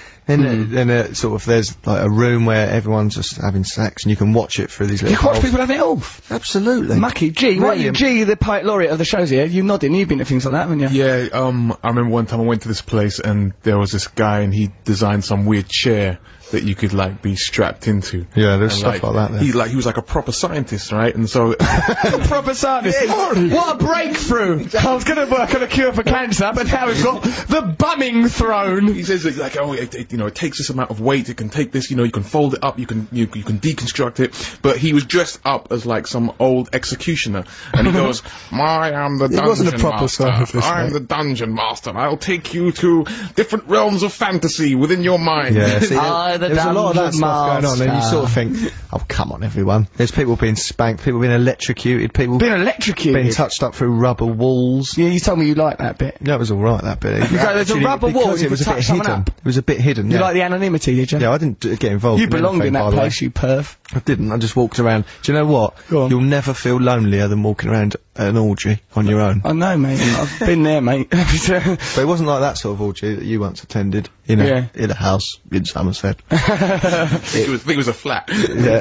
Speaker 2: Then, uh, then uh, sort of there's like a room where everyone's just having sex, and you can watch it through these little.
Speaker 1: You watch
Speaker 2: holes.
Speaker 1: people having it off.
Speaker 2: Absolutely.
Speaker 1: Mucky, G, what you,
Speaker 2: Brilliant.
Speaker 1: G, the poet laureate of the shows here, you nodding, you've been to things like that, haven't you?
Speaker 14: Yeah, um, I remember one time I went to this place and there was this guy and he designed some weird chair that you could like be strapped into.
Speaker 2: Yeah, there's
Speaker 14: And,
Speaker 2: stuff like, that. There.
Speaker 14: He like he was like a proper scientist, right? And so <laughs>
Speaker 1: <laughs> Proper scientist. What a breakthrough! I was gonna work on a cure for cancer, but now we've got the bumming throne.
Speaker 14: he says that, like, oh, it, it, you know, it takes this amount of weight. It can take this, you know, you can fold it up, you can you, you can deconstruct it. But he was dressed up as like some old executioner, and
Speaker 2: <laughs>
Speaker 14: he goes, "I am the dungeon
Speaker 2: wasn't a proper
Speaker 14: master.
Speaker 2: scientist,
Speaker 14: I am
Speaker 2: mate.
Speaker 14: the dungeon master. I'll take you to different realms of fantasy within your
Speaker 1: <laughs>
Speaker 14: mind." <laughs>
Speaker 2: Yeah, see,
Speaker 1: Ah, the
Speaker 2: there was a lot of that
Speaker 1: dungeon
Speaker 2: stuff going on, and you
Speaker 1: master.
Speaker 2: sort of think, oh, come on, everyone. There's people being spanked, people being electrocuted, people
Speaker 1: Being
Speaker 2: being,
Speaker 1: electrocuted.
Speaker 2: touched up through rubber walls.
Speaker 1: yeah, you told me you like that bit.
Speaker 2: That was all right, that bit. You
Speaker 1: go, there's a rubber wall, you
Speaker 2: it was
Speaker 1: can
Speaker 2: a bit
Speaker 1: touch someone
Speaker 2: hidden.
Speaker 1: up.
Speaker 2: It was a bit hidden.
Speaker 1: You
Speaker 2: yeah.
Speaker 1: like the anonymity, did you?
Speaker 2: Yeah, I didn't d- get involved.
Speaker 1: You belonged in
Speaker 2: anything, by
Speaker 1: that
Speaker 2: the way.
Speaker 1: place, you perv.
Speaker 2: I didn't. I just walked around. Do you know what?
Speaker 1: Go on.
Speaker 2: You'll never feel lonelier than walking around an orgy on your own.
Speaker 1: I know, mate. I've been there, mate. <laughs> uh,
Speaker 2: But it wasn't like that sort of orgy that you once attended in a
Speaker 1: Yeah.
Speaker 2: in a house
Speaker 1: <laughs>
Speaker 2: in Somerset.
Speaker 14: I think it was, I think it was
Speaker 2: <laughs>
Speaker 14: a flat.
Speaker 2: yeah,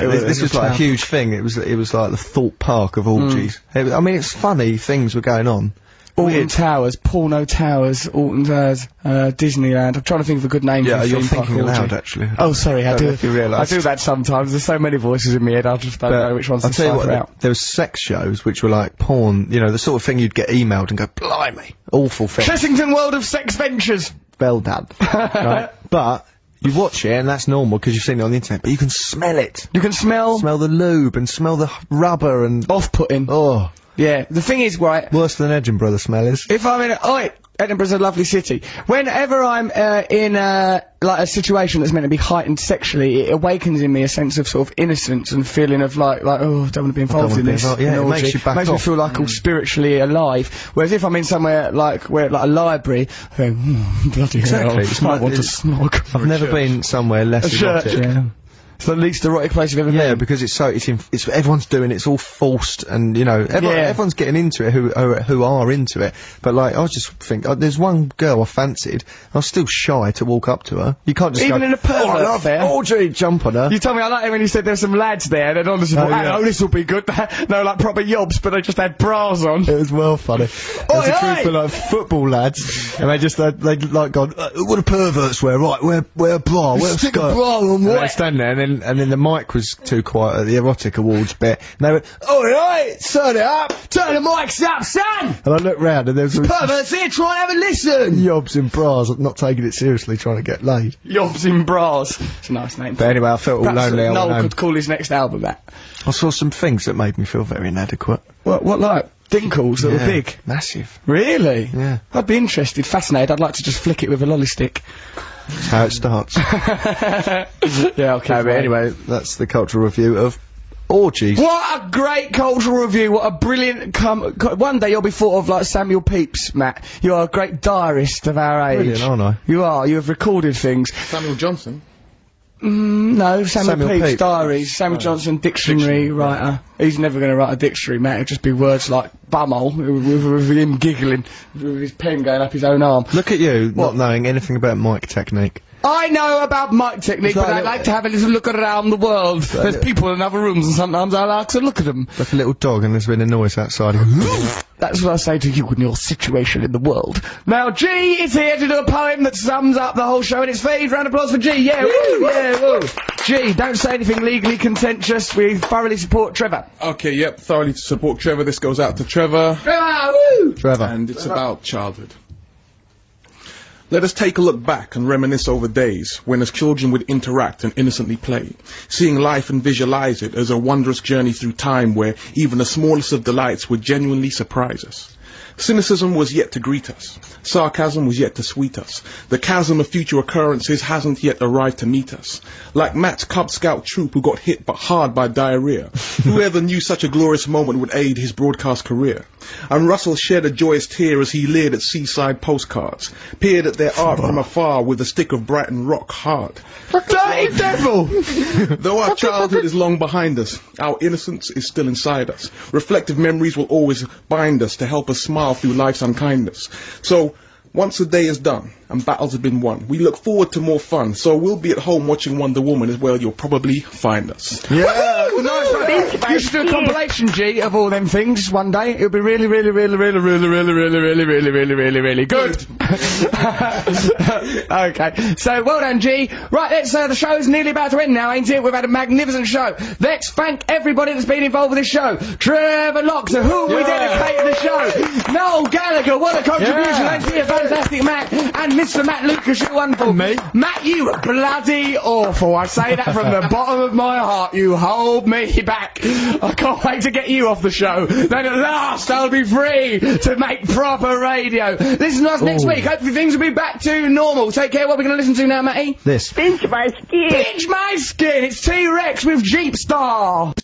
Speaker 1: was-
Speaker 2: this
Speaker 1: it was
Speaker 2: was like a
Speaker 1: tough.
Speaker 2: huge thing. It was it was like the Thought Park
Speaker 1: Hmm.
Speaker 2: of orgies. It was- I mean, it's funny things were going on.
Speaker 1: Alton Towers, Porno Towers, Alton Towers, uh, Disneyland. I'm trying to think of a good name
Speaker 2: Yeah,
Speaker 1: for a
Speaker 2: you're
Speaker 1: theme park
Speaker 2: thinking
Speaker 1: orgy.
Speaker 2: aloud actually.
Speaker 1: Oh, sorry, I
Speaker 2: Don't know
Speaker 1: do.
Speaker 2: if you realise.
Speaker 1: I do that sometimes. There's so many voices in my head, I just don't know which ones
Speaker 2: I'll
Speaker 1: to
Speaker 2: tell you
Speaker 1: cipher
Speaker 2: what,
Speaker 1: out.
Speaker 2: there was sex shows which were like porn, you know, the sort of thing you'd get emailed and go, blimey,
Speaker 1: <laughs>
Speaker 2: awful thing.
Speaker 1: Chessington World of Sex Ventures.
Speaker 2: Bell dad. right? But you watch it and that's normal because you've seen it on the internet, but you can smell it.
Speaker 1: You can smell,
Speaker 2: Smell the lube and smell the h- rubber and
Speaker 1: off-putting.
Speaker 2: oh,
Speaker 1: Yeah, the thing is, right,
Speaker 2: worse than Edinburgh the smell is.
Speaker 1: if I'm in a, oi, Edinburgh's a lovely city. Whenever I'm uh, in a, like a situation that's meant to be heightened sexually, it awakens in me a sense of sort of innocence and feeling of like, like oh, I don't want to be involved
Speaker 2: wanna
Speaker 1: in
Speaker 2: be
Speaker 1: this.
Speaker 2: involved. Yeah,
Speaker 1: an
Speaker 2: it makes
Speaker 1: orgy.
Speaker 2: you back
Speaker 1: Makes me
Speaker 2: off. Mm.
Speaker 1: feel like all spiritually alive. Whereas if I'm in somewhere like where like a library, I go, hmm, bloody hell,
Speaker 2: Exactly. It's
Speaker 1: I
Speaker 2: not-
Speaker 1: want to
Speaker 2: it's-
Speaker 1: snog.
Speaker 2: I've never been somewhere less erotic.
Speaker 1: Yeah. It's the least erotic place you've ever
Speaker 2: Yeah,
Speaker 1: been.
Speaker 2: because it's so it's in, it's everyone's doing it, it's all forced and you know everyone,
Speaker 1: Yeah.
Speaker 2: everyone's getting into it who are, who are into it. But like I just think oh, there's one girl I fancied. I was still shy to walk up to her. You can't just
Speaker 1: Even
Speaker 2: go,
Speaker 1: in a pervert
Speaker 2: oh, I love
Speaker 1: fair."
Speaker 2: orgy, jump on her.
Speaker 1: You told me I like it when you said there's some lads there, and honestly,
Speaker 2: Oh,
Speaker 1: oh,
Speaker 2: yeah.
Speaker 1: oh this will be good. <laughs> no, like proper yobs, but they just had bras on.
Speaker 2: It was well funny.
Speaker 1: Oi,
Speaker 2: There's a
Speaker 1: oi!
Speaker 2: group of like football lads, and they just they they like gone, uh, what do perverts wear? Right, wear wear a bra, wear a
Speaker 1: Stick a
Speaker 2: skirt.
Speaker 1: bra on,
Speaker 2: and
Speaker 1: what?
Speaker 2: they stand there, and then then and then the mic was too quiet at the erotic awards bit. And they went, "All right, turn it up,
Speaker 11: turn the mics up, son."
Speaker 2: And I looked round and there was some
Speaker 11: Perverts here, try and have a listen.
Speaker 2: <laughs> yobs in bras, not taking it seriously, trying to get laid.
Speaker 1: Yobs in Bras. It's a nice name.
Speaker 2: But anyway, I felt all
Speaker 1: Perhaps
Speaker 2: lonely. all
Speaker 1: Noel
Speaker 2: alone.
Speaker 1: could call his next album that.
Speaker 2: I saw some things that made me feel very inadequate.
Speaker 1: What, what like? Dinkles that
Speaker 2: Yeah,
Speaker 1: were big.
Speaker 2: massive.
Speaker 1: Really?
Speaker 2: Yeah,
Speaker 1: I'd be interested, fascinated. I'd like to just flick it with a lolly stick.
Speaker 2: that's how it starts. no,
Speaker 1: <laughs> yeah, okay.
Speaker 2: but anyway, that's the cultural review of orgies.
Speaker 1: What a great cultural review! What a brilliant com- co- One day you'll be thought of like Samuel Pepys, Matt. You are a great diarist of our age.
Speaker 2: Brilliant, aren't I?
Speaker 1: You are. You have recorded things.
Speaker 14: Samuel Johnson.
Speaker 1: Mm, no, Samuel,
Speaker 2: Samuel
Speaker 1: Pepys,
Speaker 2: Pepys.
Speaker 1: diaries. Samuel Johnson, dictionary, writer. He's never going to write a dictionary, Matt. It'll just be words like bumhole with, with, with him giggling, with his pen going up his own arm.
Speaker 2: Look at you, not knowing anything about mic technique.
Speaker 1: I know about mic technique,
Speaker 2: It's
Speaker 1: but
Speaker 2: like
Speaker 1: I
Speaker 2: a-
Speaker 1: like to have a little look around the world.
Speaker 2: like
Speaker 1: There's
Speaker 2: a-
Speaker 1: people in other rooms, and sometimes I like to look at them.
Speaker 2: Like a little dog, and there's been a noise outside.
Speaker 1: That's what I say to you in your situation in the world. Now, G is here to do a poem that sums up the whole show in its feed. Round of applause for G. Yeah, woo, yeah, woo. G, don't say anything legally contentious. We thoroughly support Trevor.
Speaker 14: Okay, yep, thoroughly to support Trevor. This goes out to Trevor.
Speaker 1: Trevor, Ah, woo!
Speaker 2: Trevor.
Speaker 14: And it's about childhood. Let us take a look back and reminisce over days when as children would interact and innocently play, seeing life and visualize it as a wondrous journey through time where even the smallest of delights would genuinely surprise us. Cynicism was yet to greet us. Sarcasm was yet to sweet us. The chasm of future occurrences hasn't yet arrived to meet us. Like Matt's Cub Scout troop who got hit but hard by diarrhea. Whoever knew such a glorious moment would aid his broadcast career? And Russell shed a joyous tear as he leered at seaside postcards, peered at their art from afar with a stick of Brighton rock hard.
Speaker 1: Dirty devil!
Speaker 14: Though our childhood is long behind us, our innocence is still inside us. Reflective memories will always bind us to help us smile through life's unkindness. So, once the day is done and battles have been won, we look forward to more fun. So we'll be at home watching Wonder Woman as well. You'll probably find us.
Speaker 1: Yeah, nice
Speaker 13: Bitch,
Speaker 1: one.
Speaker 13: my
Speaker 1: You should do a
Speaker 13: dick.
Speaker 1: compilation, G, of all them things one day. It'll be really, really, really, really, really, really, really, really, really, really, really, really good. <laughs> okay, so well done, G. Right, let's, uh, the show's nearly about to end now, ain't it? We've had a magnificent show. Let's thank everybody that's been involved with this show. Trevor Locke, to whom we dedicated the show. Noel Gallagher, what a contribution.
Speaker 2: Yeah.
Speaker 1: Thanks for your fantastic Matt. And Mr. Matt Lucas, you wonderful.
Speaker 2: me.
Speaker 1: Matt, you were bloody awful. I say that from
Speaker 2: <laughs>
Speaker 1: the bottom of my heart. You hold me back. I can't wait to get you off the show. Then at last I'll be free to make proper radio. Listen to us next week. Hopefully things will be back to normal. Take care. What are we going to listen to now, Matty?
Speaker 2: This.
Speaker 13: Pinch my skin.
Speaker 1: Pinch my skin. It's T-Rex with Jeep Star.